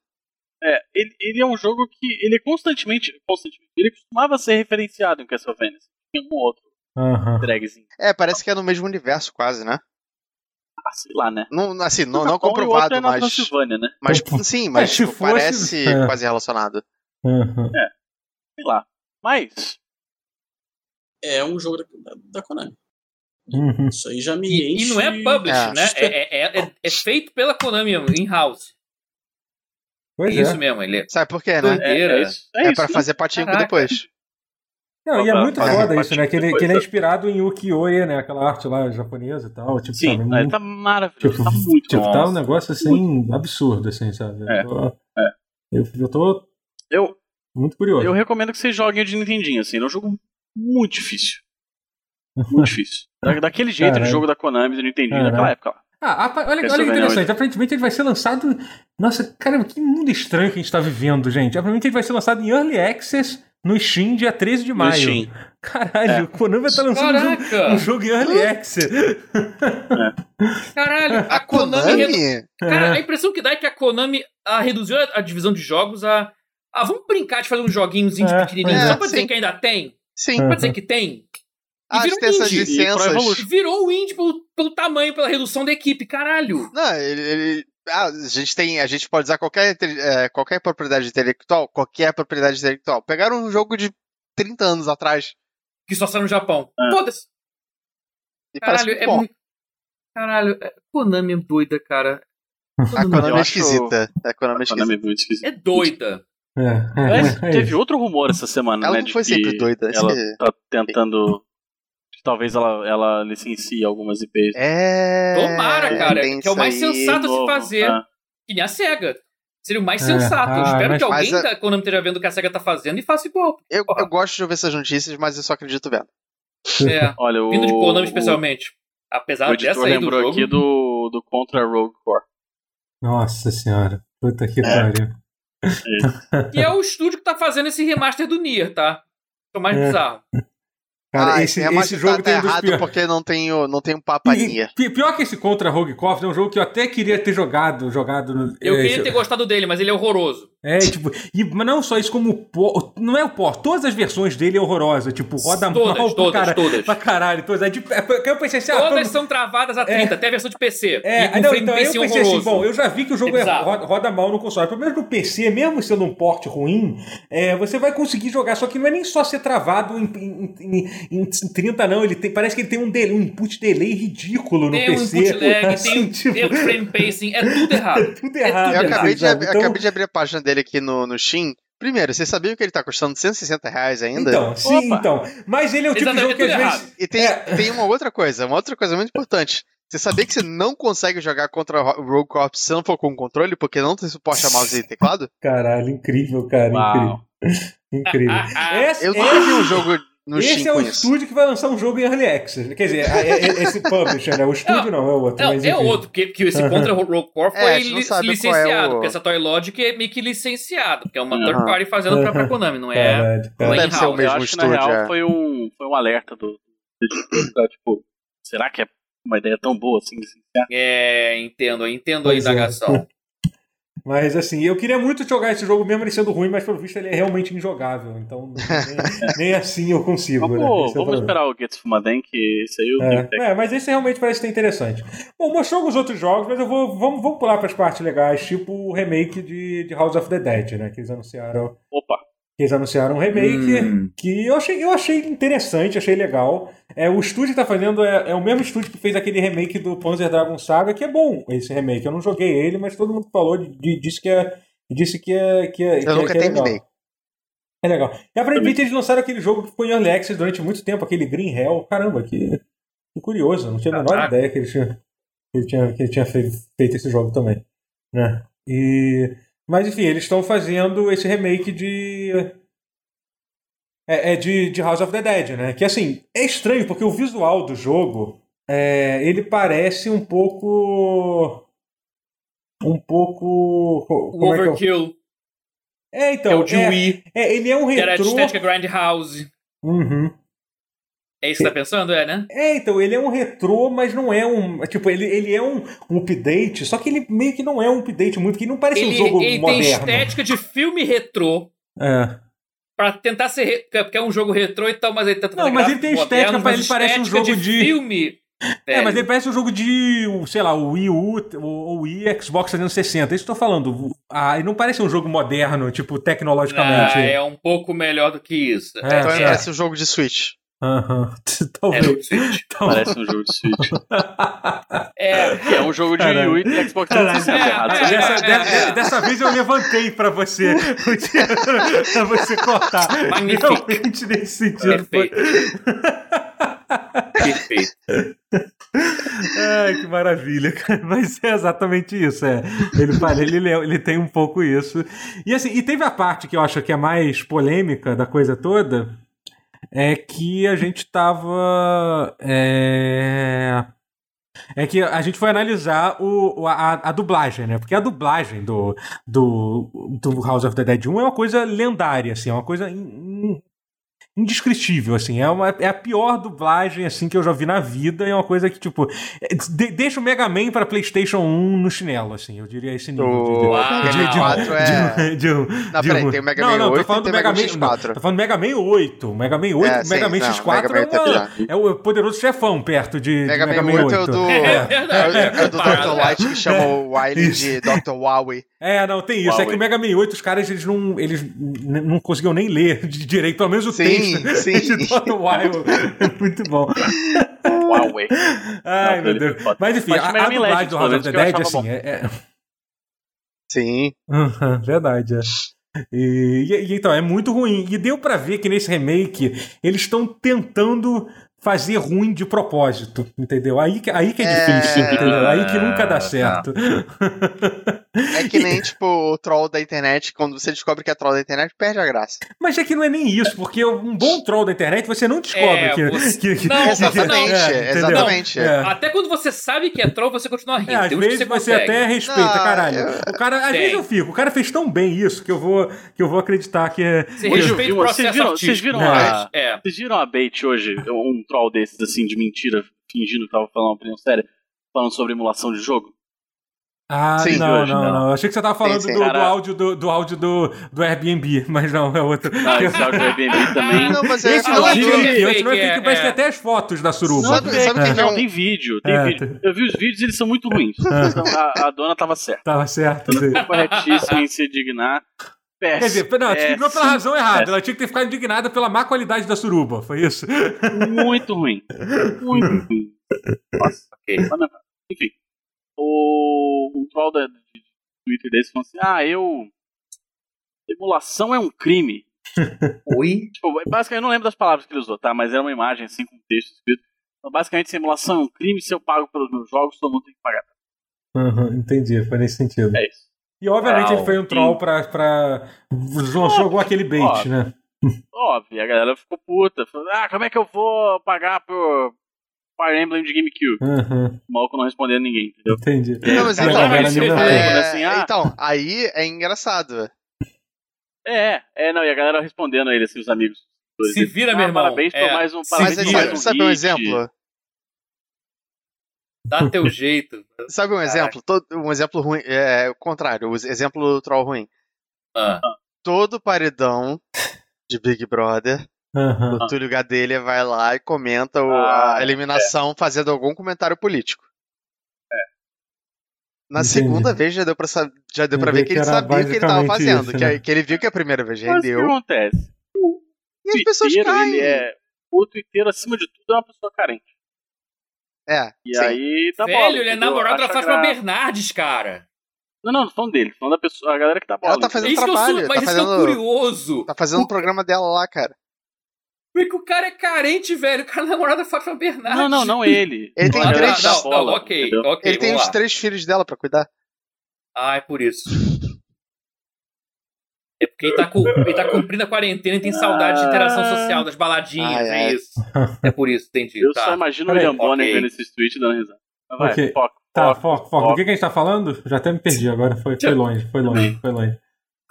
S2: É, ele, ele é um jogo que ele é constantemente, constantemente. Ele costumava ser referenciado em Castlevania. Tem um ou outro
S1: Aham.
S2: dragzinho.
S3: É, parece que é no mesmo universo quase, né?
S2: Ah, sei lá, né?
S3: Não, assim, não, não
S2: No Japão, e o outro
S3: comprovado,
S2: é na
S3: mas,
S2: Transilvânia, né?
S3: mas sim, mas
S1: É, se
S3: tipo,
S1: fosse-
S3: parece
S1: é.
S3: quase relacionado.
S1: aham.
S2: Sei lá. Mas
S5: é um jogo da, da Konami.
S1: Uhum.
S5: Isso aí já me
S4: E,
S5: enche.
S4: e não é published,
S3: É.
S4: né? É, é- é- é feito pela Konami in-house. É
S1: Pois é.
S4: isso mesmo, ele é.
S3: Sabe por quê, né?
S2: É, é isso. É,
S3: É
S2: isso,
S3: pra
S2: né?
S3: fazer patinco
S4: Caraca.
S3: depois.
S1: Não, e é
S2: Pra-
S1: muito
S2: pra-
S1: foda
S2: pra-
S1: isso, né? Que ele,
S2: depois
S1: que ele é
S2: da-
S1: inspirado em ukiyo-e, né? Aquela arte lá japonesa e tal. Tipo,
S2: Sim,
S1: sabe,
S2: tá,
S1: muito-
S2: tá maravilhoso. Tá
S1: tipo,
S2: muito
S1: tipo,
S2: bom.
S1: tá um negócio assim, absurdo, assim, sabe?
S2: É,
S1: Eu, tô, eu, eu tô
S2: Eu,
S1: muito curioso.
S2: Eu recomendo que vocês joguem o de Nintendinho, assim. Ele é um jogo muito difícil. Muito difícil. Da- daquele jeito
S1: Caralho.
S2: de jogo da Konami, do Nintendinho,
S1: Caralho.
S2: daquela época lá.
S1: Ah, apa- olha, olha que
S2: Pennsylvania
S1: interessante. Aparentemente ele vai ser lançado. Nossa, caramba, que mundo estranho que a gente tá vivendo, gente. Aparentemente ele vai ser lançado em Early Access no Steam dia 13 de maio.
S2: Steam.
S1: Caralho,
S2: É.
S1: o Konami vai estar lançando um jogo,
S4: Caraca!
S1: um jogo em Early Access.
S4: Caralho!
S3: A Konami?
S4: Cara, a impressão que dá é que a Konami ah, reduziu a, a divisão de jogos a. Ah, vamos brincar de fazer uns joguinhos indie
S1: É,
S4: pequenininhos,
S3: é, Uhum.
S4: só pra dizer
S3: sim.
S4: que ainda tem?
S3: Sim.
S1: É.
S4: Pra dizer que tem?
S3: Ah,
S4: virou
S3: tem essas
S4: indie.
S2: E Pro
S3: licenças.
S2: Evolution.
S4: Virou o indie pelo, pelo tamanho, pela redução da equipe, caralho!
S3: Não, ele. ele- ah, a gente tem. A gente pode usar qualquer, inte- é, qualquer propriedade intelectual, qualquer propriedade intelectual. Pegaram um jogo de 30 anos atrás
S4: Que só saiu no Japão.
S2: É.
S4: Foda-se!
S3: e assim,
S4: Caralho,
S3: parece
S4: é
S3: muito bom.
S4: muito. Caralho, é- Konami é doida, cara.
S3: A
S2: Eu
S3: Konami é
S2: acho-
S3: esquisita. A Konami é esquisita.
S2: Konami é muito esquisito.
S4: É doida.
S1: É, é,
S2: Mas
S1: é
S2: teve
S1: isso.
S2: outro rumor essa semana,
S3: Ela
S2: né?
S3: não
S2: de
S3: foi
S2: que
S3: sempre doida. esse-
S2: Ela tá tentando. que Talvez ela, ela licencie algumas IPs.
S1: tá
S3: É.
S4: Tomara, cara,
S3: tem
S4: que é o
S3: isso
S4: mais
S3: aí.
S2: de
S4: sensato a se
S2: novo,
S4: fazer.
S2: tá?
S4: Que nem a SEGA. Seria o mais
S1: É,
S4: sensato. Eu
S1: ah,
S4: espero
S1: mas-
S4: que alguém
S3: mas
S4: da Konami esteja vendo o que a SEGA tá fazendo e faça igual.
S3: Eu,
S4: Porra.
S3: eu gosto de ouvir essas notícias, mas eu só acredito vendo.
S4: É.
S2: Olha, o.
S4: Vindo de Konami,
S2: o-
S4: especialmente. Apesar
S2: O
S4: dessa
S2: editor
S4: aí do
S2: lembrou
S4: jogo.
S2: aqui do, do Contra Rogue Core.
S1: Nossa senhora. Puta que pariu.
S4: Que é o estúdio que tá fazendo esse remaster do Nier, tá? Que é o mais
S1: É.
S4: bizarro.
S1: Cara,
S3: Ah,
S1: esse, esse
S3: remaster
S1: jogo
S3: tá,
S1: tem
S3: tá
S1: um dos
S3: errado
S1: piores-
S3: porque não tem, o- não tem um papo
S1: Pi-
S3: ainda.
S1: pi- Pior que esse contra Rogue Coffin é um jogo que eu até queria ter jogado. jogado no-
S4: Eu
S1: é,
S4: queria
S1: isso-
S4: ter gostado dele, mas ele é horroroso.
S1: É, tipo, e mas não só isso, como o pó. Não é o pó, todas as versões dele é horrorosa. Tipo, roda mal
S4: Todas,
S1: pra,
S4: todas,
S1: cara,
S4: todas.
S1: pra caralho. Todas. Aí, tipo, é, porque eu pensei assim, ah,
S4: Todas
S1: pô,
S4: são travadas a 30, até a versão de PC.
S1: é,
S4: e
S1: aí
S4: com
S1: não,
S4: frame
S1: então eu
S4: pacing
S1: pensei assim, bom, eu já vi que o jogo
S4: É
S1: é
S4: bizarro.
S1: roda, roda mal no console. Pelo menos no PC, mesmo sendo um porte ruim, é, você vai conseguir jogar. Só que não é nem só ser travado em, em, em- em 30, não. Ele tem, parece que ele tem um, delay, um input delay ridículo no
S4: Tem um
S1: PC.
S4: input lag,
S1: assim,
S4: tem um
S1: tipo,
S4: tem um frame pacing, é tudo errado.
S1: tudo
S4: é
S1: errado.
S4: tudo
S3: Eu
S4: errado,
S3: acabei, de,
S1: sabe?
S3: abrir-
S1: Então-
S3: acabei de abrir a página dele aqui no, no Steam. Primeiro, vocês sabiam que ele tá custando 160 reais ainda?
S1: Então, sim,
S2: Opa.
S1: então. Mas ele é o tipo de
S4: Exatamente
S1: jogo que às
S4: tudo
S1: vezes.
S3: E tem,
S1: É.
S3: tem uma outra coisa, uma outra coisa muito importante. Você sabia que você não consegue jogar contra o Rogue Corps se não for com controle, porque não tem suporte a mouse e teclado?
S1: Caralho, incrível, cara.
S2: Uau.
S1: Incrível. incrível. Essa-
S3: Eu
S1: essa-
S3: vi um jogo no
S1: esse
S3: Steam
S1: é o
S3: com isso.
S1: estúdio que vai lançar um jogo em Early Access. Quer dizer, a- é- é- esse publisher, né? O estúdio não, é o outro.
S4: Não,
S1: mas
S4: é
S1: enfim.
S4: outro, porque, porque esse contra o Rogue Core
S3: É,
S4: foi
S3: a gente não
S4: li-
S3: sabe qual é
S4: licenciado,
S3: o-
S4: porque essa Toy Logic é meio que licenciada, porque é uma third
S3: Aham.
S4: party fazendo pra própria Konami, não é?
S1: Caralho,
S4: Não
S1: cara.
S4: é
S3: Deve ser o
S4: in-house.
S2: Eu
S3: mesmo
S2: acho que na
S3: estúdio,
S2: real
S3: é.
S2: foi, um, foi um alerta do. do editor, tá? tipo, será que é uma ideia tão boa assim? assim?
S4: É, entendo, eu entendo a
S1: Pois é.
S4: indagação.
S1: Mas assim, eu queria muito jogar esse jogo, mesmo ele sendo ruim, mas pelo visto ele é realmente injogável. Então, nem, nem assim eu consigo. né?
S2: Vamos,
S1: Esse é o
S2: vamos
S1: problema.
S2: esperar o Gets Fumaden, que isso aí eu tenho que ter.
S1: É, é, mas esse realmente parece ser interessante. Bom, mostrou alguns outros jogos, mas eu vou. Vamos, vamos pular para as partes legais, tipo o remake de, de House of the Dead, né? Que eles anunciaram.
S2: Opa!
S1: que Eles anunciaram um remake
S4: Hum.
S1: que eu achei, eu achei interessante, achei legal. É, o estúdio que tá fazendo é, é o mesmo estúdio que fez aquele remake do Panzer Dragon Saga, que é bom esse remake. Eu não joguei ele, mas todo mundo falou, de- de- disse que é. Disse que é. Que é que é-
S3: nunca
S1: que é legal.
S3: terminei.
S1: É legal. E aparentemente eles lançaram aquele jogo que ficou em Early Access durante muito tempo, aquele Green Hell. Caramba, que, que curioso. Não tinha a menor
S4: Caraca.
S1: ideia que ele tinha, que ele tinha, que ele tinha fe- feito esse jogo também. Né? E, mas enfim, eles estão fazendo esse remake de. É, é de, de House of the Dead, né? Que assim, é estranho, porque o visual do jogo é, ele parece um pouco. Um pouco. co-
S4: O
S1: Como é, que eu...
S4: Um Overkill,
S1: é,
S4: que é
S1: então.
S4: o de Wii,
S1: é, ele é um
S4: que era a
S1: retrô.
S4: estética Grindhouse.
S1: Uhum.
S4: É isso que tá pensando, é, né?
S1: É, então, ele é um retrô, mas não é um. Tipo, ele, ele é um, um update, só que ele meio que não é um update muito, que não parece um
S4: Ele,
S1: jogo
S4: ele tem
S1: moderno.
S4: estética de filme retrô.
S1: É.
S4: Pra tentar ser. re- Porque é um jogo retrô e tal, mas ele tenta
S1: Não,
S4: fazer
S1: mas ele
S4: gráfico
S1: tem estética,
S4: moderno,
S1: mas
S4: mas
S1: ele parece um
S4: estética
S1: jogo de-
S4: filme.
S1: É, mas
S4: velho.
S1: ele parece um jogo de, o- sei lá, o Wii U ou o Wii Xbox 360. é Isso que eu tô falando. Ah, ele não parece um jogo moderno, tipo,
S4: Ah,
S1: tecnologicamente.
S4: é um pouco melhor do que isso.
S1: É,
S3: Então
S1: é.
S3: parece um jogo de Switch.
S1: Aham.
S4: É, jogo
S1: Talvez.
S4: de Switch.
S1: Talvez.
S2: Parece um jogo de Switch.
S4: É,
S2: Que é um jogo de
S1: Caralho.
S2: Wii e Xbox 360
S4: Caralho.
S2: errado.
S4: É,
S1: Dessa,
S4: é,
S1: de-
S4: é.
S1: de- dessa vez eu levantei pra você o dinheiro, pra você cortar.
S4: Magnífico.
S1: Realmente nesse sentido. foi-
S4: perfeito. perfeito.
S1: Ai, que maravilha, cara. Mas é exatamente isso. É. Ele, fala, ele, le- ele tem um pouco isso. E assim, e teve a parte que eu acho que é mais polêmica da coisa toda. É que a gente tava. É, é que a gente foi analisar o, o- a, a dublagem, né? Porque a dublagem do, do, do House of the Dead 1 é uma coisa lendária, assim, é uma coisa in- in- indescritível, assim. É, uma, é a pior dublagem, assim, que eu já vi na vida. É uma coisa que, tipo, é- de- deixa o Mega Man pra PlayStation 1 no chinelo, assim. Eu diria esse nível. de-
S3: O
S1: de-
S4: Uau.
S1: de- de-
S3: Mega Man 4 é.
S1: de- de-
S3: Não,
S1: de-
S3: peraí, tem o Mega
S1: não,
S3: Man
S1: não,
S3: 8
S1: tô falando
S3: e tem
S1: do
S3: o
S1: Mega Man
S3: X4.
S1: não, Tô Tá falando Mega Man 8. Mega Man 8,
S3: É,
S1: Mega
S3: sim,
S1: Man
S3: não,
S1: X4
S3: Mega Man
S1: é,
S3: é
S1: uma,
S3: pior.
S1: é o poderoso chefão perto de, de
S3: Mega, Man 8 é o do.
S4: É,
S3: É,
S4: verdade.
S3: é o do Dr. Light que chamou o Wily de Dr. Wowie.
S1: É, não, tem isso.
S2: Huawei.
S1: É que o Mega Man 8, os caras, eles não, eles n- não conseguiam nem ler de direito, pelo menos o
S3: Sim,
S1: texto de
S3: sim.
S1: Dr. Wild. Muito bom.
S2: Huawei.
S1: Ai,
S2: Não,
S1: meu
S2: ele
S1: Deus.
S2: foi foda.
S1: Mas enfim,
S2: Mas
S1: a,
S2: Mega
S1: a
S2: Man
S1: dublagem
S2: Legends,
S1: do House
S2: pelo
S1: of
S2: menos,
S1: the
S2: que eu
S1: Dead,
S2: achava
S1: assim, é, é-
S3: Sim.
S1: Aham, verdade, é. E, e- e então, é muito ruim. E deu pra ver que nesse remake eles estão tentando fazer ruim de propósito, entendeu? Aí que, aí que é,
S3: É.
S1: difícil, entendeu? Aí que nunca dá
S4: Ah,
S1: certo.
S3: É que nem, tipo, o troll da internet. Quando você descobre que é troll da internet, perde a graça.
S1: Mas é que não é nem isso, porque um bom troll da internet você não descobre
S4: É,
S1: que,
S4: você-
S1: que, que-
S4: Não,
S1: que-
S3: exatamente,
S1: é, entendeu?
S3: exatamente.
S1: É.
S4: Até quando você sabe que é troll, você continua rindo.
S1: É, às
S4: Tem uns que
S1: vezes você,
S4: você consegue.
S1: até respeita,
S3: Não,
S1: caralho.
S3: eu-
S1: O cara, às
S4: Tem.
S1: vezes eu fico, o cara fez tão bem isso que eu vou, que eu vou acreditar que é.
S2: Hoje
S4: Você
S2: eu
S4: respeita
S2: vi
S4: o
S2: uma-
S4: processo
S2: vocês viram-
S4: artístico.
S2: vocês viram
S4: mas-
S2: a-
S4: É.
S2: Vocês viram a bait hoje? Um troll desses, assim, de mentira, fingindo que tava falando uma opinião séria? Falando sobre emulação de jogo?
S1: Ah,
S3: Sim,
S1: não,
S2: hoje,
S1: não,
S2: não.
S1: não, Eu Achei que você tava falando
S3: Sim, sim.
S1: do, do
S2: Cara-
S1: áudio, do, do áudio do, do Airbnb, mas não, é outro.
S2: Ah, esse áudio do Airbnb também.
S3: Não, mas eu ia
S1: Esse
S4: não
S1: não
S3: falar
S1: é
S4: de-
S3: do...
S1: fake,
S4: fake,
S1: esse não é
S4: é,
S1: fake, parece
S4: é.
S1: que tem até as fotos da suruba.
S3: Sabe- sabe quem que é
S2: Não,
S3: um-
S2: tem vídeo, tem
S1: É,
S2: vídeo. Eu vi os vídeos eles são muito ruins. Então, a, a dona tava certa.
S1: Ah, Tava certo. sim.
S2: Corretíssima em se dignar.
S1: Quer dizer, não, ela se
S3: É,
S1: indignou pela razão errada. Ela tinha que ter ficado indignada pela má qualidade da suruba, foi isso?
S2: Muito ruim. Muito ruim. Nossa, ok. Mas não, Enfim. O, o troll da, de Twitter desse falou assim: Ah, eu. Emulação é um crime.
S4: Oi?
S2: Tipo, basicamente, eu não lembro das palavras que ele usou, tá? Mas era uma imagem assim com texto escrito. Então, basicamente, se emulação é um crime, se eu pago pelos meus jogos, todo mundo tem que pagar.
S1: Uhum, entendi, foi nesse sentido.
S2: É isso.
S1: E obviamente
S4: Uau.
S1: ele foi um troll pra. pra lançou algum aquele bait,
S2: Óbvio.
S1: né?
S2: Óbvio, a galera ficou puta. Falou, ah, como é que eu vou pagar por Fire Emblem de GameCube?
S1: Uhum,
S2: O maluco não respondendo ninguém, entendeu?
S1: entendi.
S3: Não, mas
S1: E a
S2: Cara,
S3: então,
S1: galera
S2: mas
S1: me
S2: eu
S1: lembra-
S2: falei,
S3: é,
S2: assim, ah.
S3: então, aí é engraçado.
S2: É, é, não, e a galera respondendo a ele, assim, os amigos.
S4: Se vira,
S2: ah,
S4: meu irmão.
S2: Parabéns por
S4: É,
S2: mais um
S4: se
S2: parabéns
S3: Mas
S2: por
S3: aí,
S2: mais
S3: sabe,
S2: um
S3: sabe um
S2: hit.
S3: exemplo?
S4: Dá teu jeito.
S3: Sabe um exemplo? Todo, um exemplo ruim. É o contrário, o exemplo do troll ruim.
S2: Tá
S4: Ah.
S3: Todo paredão de Big Brother,
S1: Aham.
S3: o Túlio Gadelha vai lá e comenta o-
S2: Ah,
S3: a eliminação fazendo algum comentário político. Na
S1: Entendi.
S3: segunda vez já deu pra, sa- já deu pra
S1: Entendi
S3: ver que ele
S1: que era
S3: sabia o que ele tava
S1: basicamente
S3: fazendo.
S1: isso,
S3: que,
S1: né?
S3: que ele viu que a primeira vez
S2: Mas o que
S3: rendeu.
S2: acontece? O
S3: E as pessoas
S2: Twitter,
S3: caem.
S2: ele é. O Twitter, acima de tudo, é uma pessoa carente.
S3: É,
S2: E
S3: sim.
S2: aí dá bola.
S4: Velho, ele é
S2: entendeu?
S4: namorado da
S2: Acha
S4: Fátima
S2: graça.
S4: Bernardes, cara.
S2: Não, não, não falando dele, falando da pessoa, a galera que dá bola.
S3: Ela tá
S2: entendeu?
S3: fazendo
S4: Isso que eu
S3: trabalho,
S4: sou, mas
S3: tá
S4: isso que é
S3: fazendo-
S4: curioso.
S3: Tá fazendo o programa dela lá, cara.
S4: Porque o cara é carente, velho. O cara é namorado da Fátima Bernardes.
S2: Não, não, não ele.
S3: Ele tem
S4: Ah,
S2: A galera
S3: três-
S2: que dá
S4: não, não,
S2: bola,
S4: ok,
S2: entendeu?
S4: ok,
S3: Ele tem
S4: vamos
S3: os
S4: lá.
S3: três filhos dela pra cuidar.
S4: Ah, é por isso. É porque ele tá, cu- ele tá cumprindo a quarentena e tem saudade de interação social, das baladinhas,
S3: Ai, ai.
S4: é isso. É por isso, entendi.
S2: Eu
S4: tá.
S2: só imagino o
S1: Peraí,
S2: William Bonner
S4: ok.
S2: vendo esses tweets dando risada. Mas Vai,
S1: Ok.
S2: foco,
S1: Tá,
S2: foco.
S1: foco, foco. Do que, que a gente tá falando? Já até me perdi agora. Foi, foi longe, foi longe, foi longe.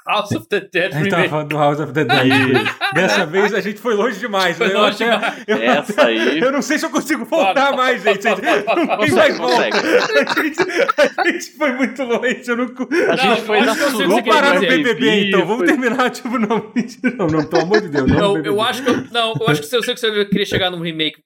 S4: House of the Dead
S1: A gente tava
S4: Remake.
S1: falando Então, do House of the Dead. Dessa vez a gente foi longe demais. né?
S4: Foi
S1: eu,
S4: longe
S1: até-
S4: demais.
S1: eu,
S2: Essa aí.
S1: eu não sei se eu consigo voltar mais, gente. Não tem mais
S2: Consegue,
S1: volta.
S2: consegue.
S1: A gente, a gente foi muito longe. Eu não...
S2: A
S4: Não,
S2: gente foi
S4: eu
S2: na
S4: acho que eu sei o que
S1: Vamos
S4: você
S2: suruba
S4: quer
S1: parar
S2: do
S1: no
S4: dizer.
S1: BBB, então. Vamos
S2: foi-
S1: terminar, tipo, não, mentira. Não, não, pelo amor de Deus. Não,
S4: Não,
S1: BBB.
S4: eu acho que eu, não, eu acho que se eu sei que você queria chegar num remake,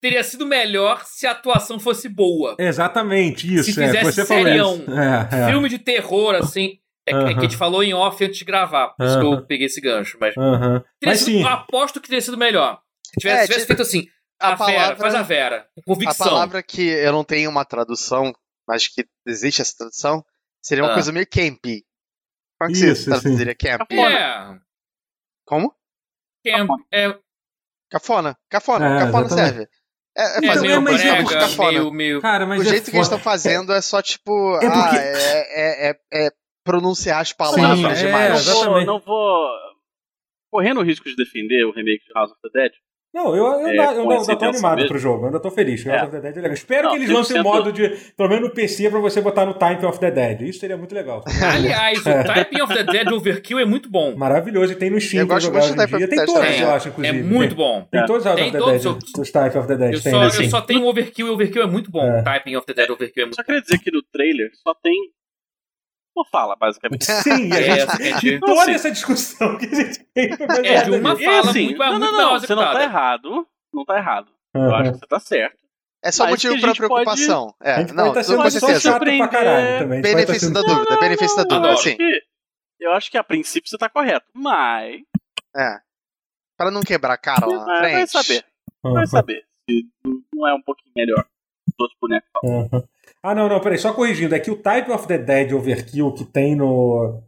S4: teria sido melhor se a atuação fosse boa.
S1: Exatamente, isso.
S4: Se
S1: é,
S4: fizesse
S1: você falou
S4: serião,
S1: isso. É, é.
S4: Filme de terror, assim, é, que- é que a gente falou em off antes de gravar, por isso que eu peguei esse gancho, mas
S1: Aham.
S4: Teria
S1: Mas
S4: sido-
S1: sim.
S4: aposto que teria sido melhor. Se tivesse,
S3: É,
S4: tivesse
S3: tipo,
S4: feito assim, a,
S3: a
S4: Vera,
S3: palavra-
S4: faz a Vera, com
S3: A
S4: convicção.
S3: palavra que eu não tenho uma tradução, mas que existe essa tradução, seria uma
S4: Ah.
S3: coisa meio campy. Como é que
S1: Isso,
S3: você traduziria campy?
S4: É,
S3: Como?
S4: Cam- é,
S3: Cafona. Cafona.
S1: É,
S3: cafona
S1: exatamente. Então,
S3: serve. É, é
S4: é
S3: fazer
S1: meio
S3: uma coisa
S1: brega,
S3: muito
S4: brega,
S3: cafona.
S4: meio, meio...
S1: Cara, mas
S3: O
S1: é
S3: jeito que eles
S1: foda.
S3: estão fazendo é só tipo.
S1: É porque-
S3: Ah, é, é, é- é pronunciar as palavras
S1: Sim, é,
S2: Eu
S3: demais.
S2: não vou-
S1: exatamente.
S2: não vou. Correndo o risco de defender o remake de House of the Dead.
S1: Não, eu, eu,
S2: É,
S1: ainda- eu
S2: com
S1: ainda tô
S2: intenção
S1: animado
S2: mesmo.
S1: pro jogo, eu ainda tô feliz. House
S2: É.
S1: of the Dead é legal. Espero
S2: Não,
S1: que eles lancem um
S2: 100%
S1: modo de, pelo menos no PC, pra você botar no Time of the Dead. Isso seria muito legal.
S4: Aliás, o Typing of the Dead Overkill é muito bom.
S1: Maravilhoso, e tem no Steam
S3: Eu
S1: pra
S3: gosto
S1: jogar
S3: muito
S1: hoje
S3: do
S1: em
S3: Type of
S1: dia. Tem
S3: the Dead
S1: todos,
S4: também.
S1: eu acho, inclusive. né?
S4: É muito
S1: tem,
S4: bom.
S1: Tem todos os House
S4: Tem
S1: of the
S4: todos,
S1: Dead,
S4: eu-
S1: os Type of the Dead.
S4: Eu
S1: tem,
S4: só,
S1: né,
S4: eu
S1: sim.
S4: só tenho Overkill e Overkill é muito bom.
S1: É.
S4: Typing of the Dead Overkill é muito
S2: Só queria dizer que no trailer só tem uma fala, basicamente.
S1: Sim, e a gente
S4: é, é de-
S1: toda
S2: Assim.
S1: essa discussão que a gente tem.
S4: É, de uma
S2: E,
S4: fala
S2: assim,
S4: muito-
S2: não,
S4: muito
S2: não,
S4: mal
S2: não, você não tá
S4: executada.
S2: errado. Não tá errado. Eu acho
S3: Uhum.
S1: Aham.
S2: que você tá certo.
S3: É só
S2: Mas
S3: motivo
S2: que a
S3: pra
S2: gente pode-
S3: preocupação.
S1: A
S3: É,
S1: gente
S3: não,
S1: pode estar
S3: tudo
S1: tá sendo
S3: com
S2: pode
S1: só
S3: certeza.
S1: chato pra caralho também. a gente pode tá
S3: Benefício
S1: sendo-
S3: da dúvida, benefício da
S2: Não,
S3: dúvida,
S2: eu acho
S3: sim.
S2: que- Eu acho que a princípio você tá correto. Mas.
S3: É. Pra não quebrar a cara lá na
S2: É, vai
S3: frente.
S2: saber.
S3: Uhum.
S2: Vai saber. Se não é um pouquinho melhor. Os outros bonecos.
S1: Aham. Ah, não, não, peraí, só corrigindo. É que o Type of the Dead Overkill que tem no.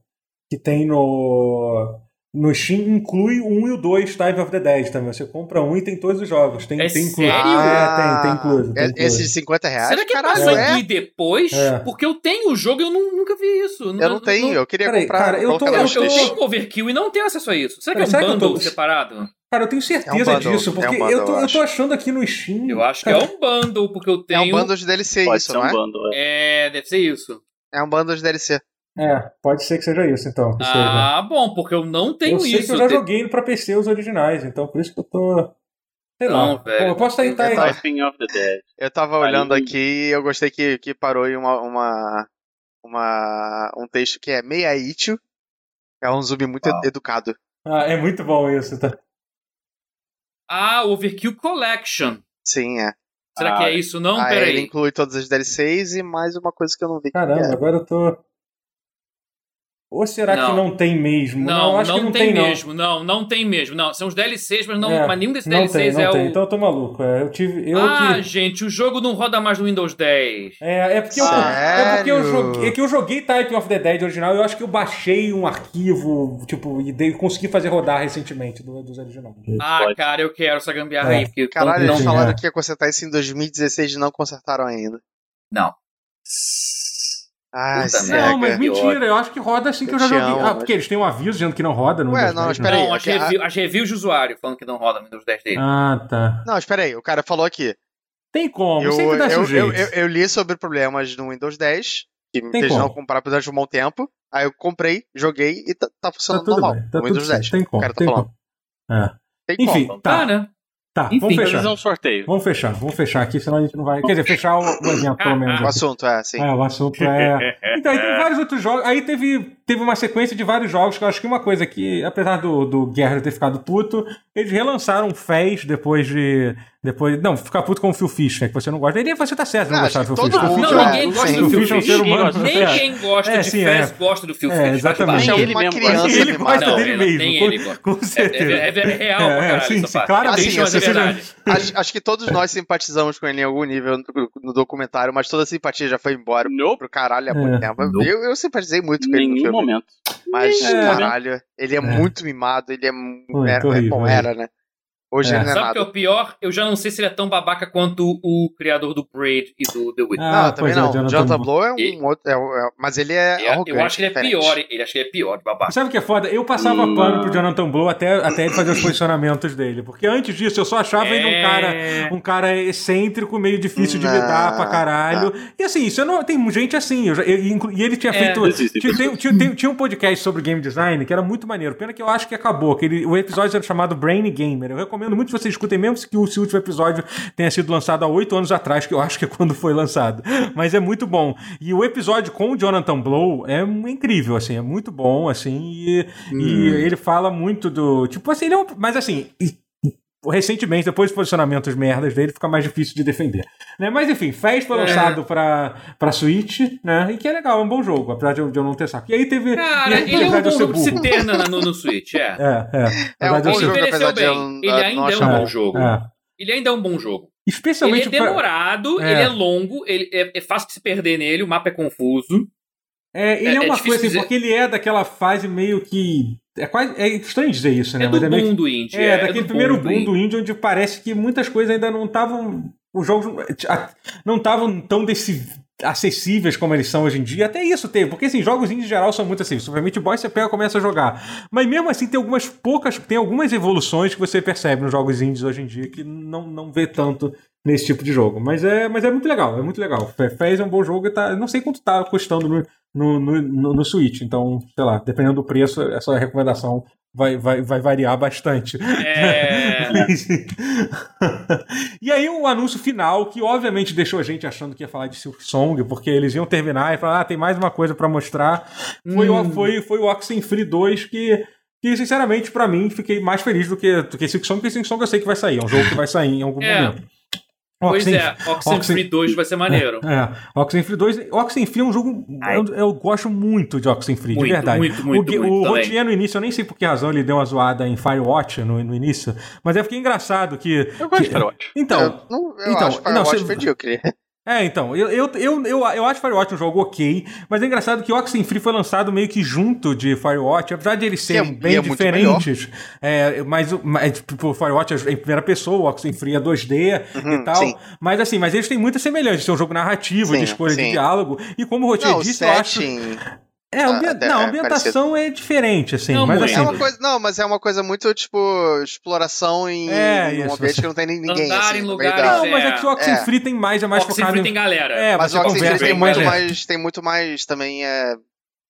S1: que tem no. no Steam inclui o 1 e o 2 Type of the Dead também. Você compra um e tem todos os jogos. Tem,
S4: É
S1: tem incluso.
S4: sério?
S1: É, tem, tem incluso. Tem
S3: Ah, é-
S1: incluso.
S3: Esse de 50 reais?
S4: Será que
S3: Caralho,
S4: passa
S3: é?
S4: aqui depois?
S1: É.
S4: Porque eu tenho o jogo e eu nu- nunca vi isso.
S3: Eu não tenho, eu queria
S1: Peraí,
S3: comprar. um
S1: cara, eu tô-
S3: colocar
S4: Eu,
S3: no
S4: eu
S3: Switch.
S4: tenho Overkill e não tenho acesso a isso. Será que
S1: Cara, será
S4: é
S1: que
S4: um
S1: eu
S4: bundle
S1: tô-
S4: separado?
S1: Cara, eu tenho certeza
S3: bundle,
S1: disso,
S3: é um
S1: porque
S3: bundle,
S1: eu, tô,
S3: eu
S1: eu tô
S3: acho.
S1: achando aqui no Steam.
S4: Eu acho que é um bundle, porque eu
S3: É
S4: tenho.
S3: um bundle de DLC
S2: Pode
S3: isso,
S2: ser um
S3: não é?
S2: bando. É.
S4: É, deve ser isso.
S3: É um bundle de DLC.
S1: É, pode ser que seja isso, então. que seja.
S4: Ah, bom, porque eu não tenho
S1: eu sei
S4: isso.
S1: que eu já
S4: te-
S1: joguei pra PC os originais, então por isso que eu tô. Sei
S4: Não,
S1: lá.
S4: velho.
S1: Bom, eu posso
S4: Tá
S1: tentar.
S3: Eu tava-
S2: Typing É of the Dead.
S3: Eu tava
S2: Aí-
S3: olhando aqui e eu gostei que, que parou em uma, uma, uma- um texto que é Meia Itio. É um zumbi muito
S4: Uau.
S3: educado.
S1: Ah, é muito bom isso, tá?
S4: Ah, Overkill Collection.
S3: Sim, é.
S4: Será
S2: Ah,
S4: que é isso? Não,
S3: Aí ele
S4: peraí. Então,
S3: inclui todas as DLCs e mais uma coisa que eu não vi. que
S1: Caramba,
S3: era.
S1: agora eu tô. Ou será
S4: Não.
S1: que não tem mesmo?
S4: Não, não,
S1: acho que não
S4: tem,
S1: tem,
S4: mesmo. Não. não, tem mesmo. Não, são os DLCs, mas, não,
S1: É,
S4: mas nenhum desses
S1: não. Não tem,
S4: DLCs
S1: não
S4: é
S1: tem.
S4: o.
S1: Então eu tô maluco. é, Eu tive. Eu
S4: ah,
S1: que...
S4: gente, o jogo não roda mais no Windows 10.
S1: É, é porque eu,
S3: Sério?
S1: é porque eu joguei, é que eu joguei Type of the Dead original, eu acho que eu baixei um arquivo, tipo, e dei, consegui fazer rodar recentemente do- dos originais.
S4: Ah,
S2: Pode.
S4: cara, eu quero essa gambiarra
S1: É.
S4: aí. Porque
S3: Caralho,
S4: quando
S3: eles
S4: não,
S1: Sim,
S3: falaram
S1: é.
S3: que ia consertar isso em 2016 e não consertaram ainda.
S4: Não.
S3: Ai,
S4: Puta
S3: cega.
S4: merda.
S1: Não, mas
S4: que
S1: mentira, eu acho que roda assim que eu
S3: é
S1: já
S3: Eu te
S1: joguei.
S3: amo,
S1: Ah, porque eles têm um aviso dizendo que não roda no né?
S3: Ué,
S1: Windows
S3: não,
S1: 10,
S3: espera aí,
S4: não, as,
S3: é que a-
S4: review- as reviews de usuário falando que não roda no Windows 10 dele.
S1: Ah, tá.
S3: Não, espera aí, o cara falou aqui.
S1: Tem como,
S3: eu,
S1: sempre dá
S3: eu-
S1: sujeito.
S3: eu- eu- eu li sobre problemas no um Windows 10, que me
S1: Tem
S3: fez não
S1: como.
S3: comprar durante um bom tempo. Aí eu comprei, joguei e tá, tá
S1: Tá
S3: funcionando
S1: tudo
S3: normal.
S1: bem, tá
S3: no
S1: tudo
S3: Windows 10.
S1: certo. Tem
S3: o
S1: como,
S3: cara tá
S1: tem
S3: falando.
S1: como. É.
S3: Tem
S1: Enfim,
S3: como.
S4: Tá,
S1: tá,
S4: né?
S1: tá,
S4: Enfim,
S1: vamos
S4: mas
S1: fechar.
S2: Fazer um sorteio.
S1: Vamos fechar, vamos fechar aqui, senão a gente não vai. Quer dizer, fechar o, o evento, pelo menos.
S3: O
S1: aqui.
S3: assunto é assim.
S1: É, o assunto é. Então, aí tem vários outros jogos. Aí teve, teve uma sequência de vários jogos que eu acho que uma coisa que, apesar do, do Guerra ter ficado puto, eles relançaram Fez depois de. Depois, não, ficar puto com o Phil Fish, né? Que você não gosta. Ele você tá certo, não
S3: Ah,
S1: gostar do Phil
S3: todo
S1: Fish.
S4: Não,
S3: mundo-
S1: Phil Fish é-
S4: ninguém
S3: sim.
S4: gosta
S1: o
S4: do Phil
S1: Fish é um
S4: Fish.
S1: ser humano.
S4: Nem quem gosta
S1: É,
S4: de
S1: sim,
S4: Fez gosta do Phil
S1: É,
S4: Fish. faz
S1: exatamente.
S4: parte.
S3: Ele
S2: ele
S3: uma
S2: mesmo
S3: criança
S2: gosta.
S1: Ele
S3: animada.
S1: gosta
S4: Não,
S1: dele
S4: ele não-
S1: mesmo.
S4: nem
S1: com,
S4: ele gosta.
S1: com
S4: É, é,
S1: certeza.
S4: é- é real pra
S1: É, é,
S4: caralho
S1: sim,
S4: essa
S1: sim,
S4: parte.
S1: claramente,
S4: Triste, mas é
S3: assim, você
S4: verdade.
S3: Acho, acho que todos nós simpatizamos com ele em algum nível no, no documentário, mas toda a simpatia já foi embora
S2: Nope.
S3: pro caralho há muito
S1: É.
S3: tempo.
S4: Nope.
S3: Eu, eu simpatizei muito com ele no
S2: Nenhum
S3: filme.
S2: momento.
S3: Mas,
S1: É.
S3: caralho, ele é, muito mimado, ele é. mu-
S1: Muito
S3: era,
S1: horrível,
S3: bom,
S1: né?
S3: era, né? Hoje
S1: É.
S3: ele não é
S4: Sabe o que é
S3: nada.
S4: o pior? Eu já não sei se ele é tão babaca quanto o criador do Braid e do The Witness.
S1: Ah,
S3: não, também
S1: pois é,
S3: não.
S1: Jonathan
S3: Jonathan, Blow é um
S4: Ele-
S3: outro. é um- é- mas ele é,
S4: É,
S3: arrogante.
S4: eu acho que ele é
S3: diferente.
S4: pior. Ele acho que ele é pior de babaca.
S1: Sabe o que é foda? Eu passava
S2: Hum.
S1: pano pro Jonathan Blow até, até ele fazer os posicionamentos dele. Porque antes disso eu só achava ele um cara.
S4: É.
S1: Um cara excêntrico, meio difícil de
S3: Não,
S1: lidar pra caralho. E assim, isso eu não, tem gente assim. eu já- eu- inclu- e ele tinha
S4: É.
S1: feito.
S2: Existem
S1: Tinha, tem- tinha- tem- tinha um podcast sobre game design que era muito maneiro. Pena que eu acho que acabou. Que ele- o episódio era chamado Brain Gamer. Eu recomendo muito que vocês escutem, mesmo que o esse último episódio tenha sido lançado há oito anos atrás, que eu acho que é quando foi lançado. Mas é muito bom. E o episódio com o Jonathan Blow é um- incrível, assim, é muito
S4: Hum.
S1: bom, assim, e, e ele fala muito do. Tipo assim, ele é um. Mas assim. e- recentemente, depois dos posicionamentos merdas dele, fica mais difícil de defender. Né? Mas enfim, Fez
S4: É.
S1: foi lançado pra, pra Switch, né? E que é legal, é um bom jogo, apesar de eu, de eu não ter saco. E aí teve. e
S4: Cara,
S1: aí,
S4: ele é
S1: apesar de
S4: um
S1: eu
S4: bom
S1: ser
S4: jogo de se
S1: burro.
S4: ter na- na- no, no Switch, é.
S1: É, é. Apesar
S3: É um
S1: de eu ser-
S3: bom jogo,
S4: Ele
S3: apesar
S4: envelheceu
S3: de eu
S4: bem.
S3: não-
S4: Ele
S3: não
S4: ainda é um
S3: achar-
S4: bom jogo.
S1: É.
S4: Ele ainda é um bom jogo. Ele
S1: Especialmente
S4: é
S1: pra-
S4: demorado,
S1: É.
S4: ele é longo, ele é, é fácil de se perder nele, o mapa é confuso.
S1: É, ele é,
S4: É- é
S1: uma
S4: difícil
S1: coisa assim,
S4: dizer-
S1: porque ele é daquela fase meio que. É, quase, é estranho dizer isso, né?
S4: É do
S1: Mas é, meio que-
S4: boom do indie.
S1: é, daquele
S4: do
S1: primeiro
S4: do
S1: boom do indie, onde parece que muitas coisas ainda não estavam. Os jogos ah, não estavam tão desse- acessíveis como eles são hoje em dia. Até isso teve, porque assim, jogos indies em geral são muito acessíveis. Super Meat Boy você pega e começa a jogar. Mas mesmo assim, tem algumas poucas. Tem algumas evoluções que você percebe nos jogos indies hoje em dia que não, não vê tanto nesse tipo de jogo. Mas é, mas é muito legal, é muito legal. Fe- Fez é um bom jogo e tá. eu Não sei quanto tá custando no, no, no, no- no Switch. Então, sei lá, dependendo do preço, essa recomendação vai, vai, vai variar bastante.
S4: É.
S1: e aí o anúncio final, que obviamente deixou a gente achando que ia falar de Silk Song, porque eles iam terminar e falar, ah, tem mais uma coisa pra mostrar. Foi,
S4: Hum.
S1: o, foi, foi o Oxenfree 2 que, que sinceramente, pra mim, fiquei mais feliz do que, do que Silk Song, porque Silk Song eu sei que vai sair, é um jogo que vai sair em algum
S4: É.
S1: momento.
S4: Pois
S1: Oxen-
S4: é, Oxenfree 2 vai ser maneiro.
S1: é, Oxenfree 2. Oxenfree é um jogo. Eu, eu gosto muito de Oxenfree,
S4: Muito,
S1: de verdade.
S4: muito, muito,
S1: o Gu-
S4: muito
S1: o
S4: também.
S1: Rotier no início, eu nem sei por que razão ele deu uma zoada em Firewatch no, no início, mas eu fiquei engraçado que.
S2: Eu gosto
S1: que-
S2: de Firewatch.
S1: Então.
S3: eu, não, eu
S1: então,
S3: acho
S1: não,
S3: Firewatch
S1: você-
S3: medíocre.
S1: É, então, eu, eu, eu, eu, eu acho Firewatch um jogo ok, mas é engraçado que Oxenfree foi lançado meio que junto de Firewatch, apesar de eles serem
S3: é-
S1: bem
S3: e é muito
S1: diferentes. É, mas, o- mas, tipo, o Firewatch é em primeira pessoa, o Oxenfree é 2D e
S3: Uhum,
S1: tal.
S3: sim.
S1: Mas assim, mas eles têm muita semelhança, é um jogo narrativo,
S3: Sim,
S1: de escolha de
S3: sim.
S1: diálogo, e como o Rotier
S3: Não, o
S1: disse, eu acho...
S3: setting
S1: É, a ambi-
S3: até
S1: não, a
S3: é
S1: ambientação é diferente, assim.
S4: Não
S1: mas
S4: muito.
S3: é
S1: assim.
S3: uma coisa, não, mas é uma coisa muito tipo exploração em
S1: É,
S3: um
S1: isso.
S3: ambiente que não tem nem ninguém
S4: Andar
S3: assim,
S4: em
S3: no meio
S4: lugares,
S3: da-
S1: Não, mas é que o Oxenfree tem mais, é mais focado
S4: Oxenfree
S1: em.
S4: tem galera.
S1: É,
S3: Mas
S1: você
S3: o Oxygen
S1: conversa
S3: tem
S1: com
S3: muito
S1: galera.
S3: mais, tem muito mais também é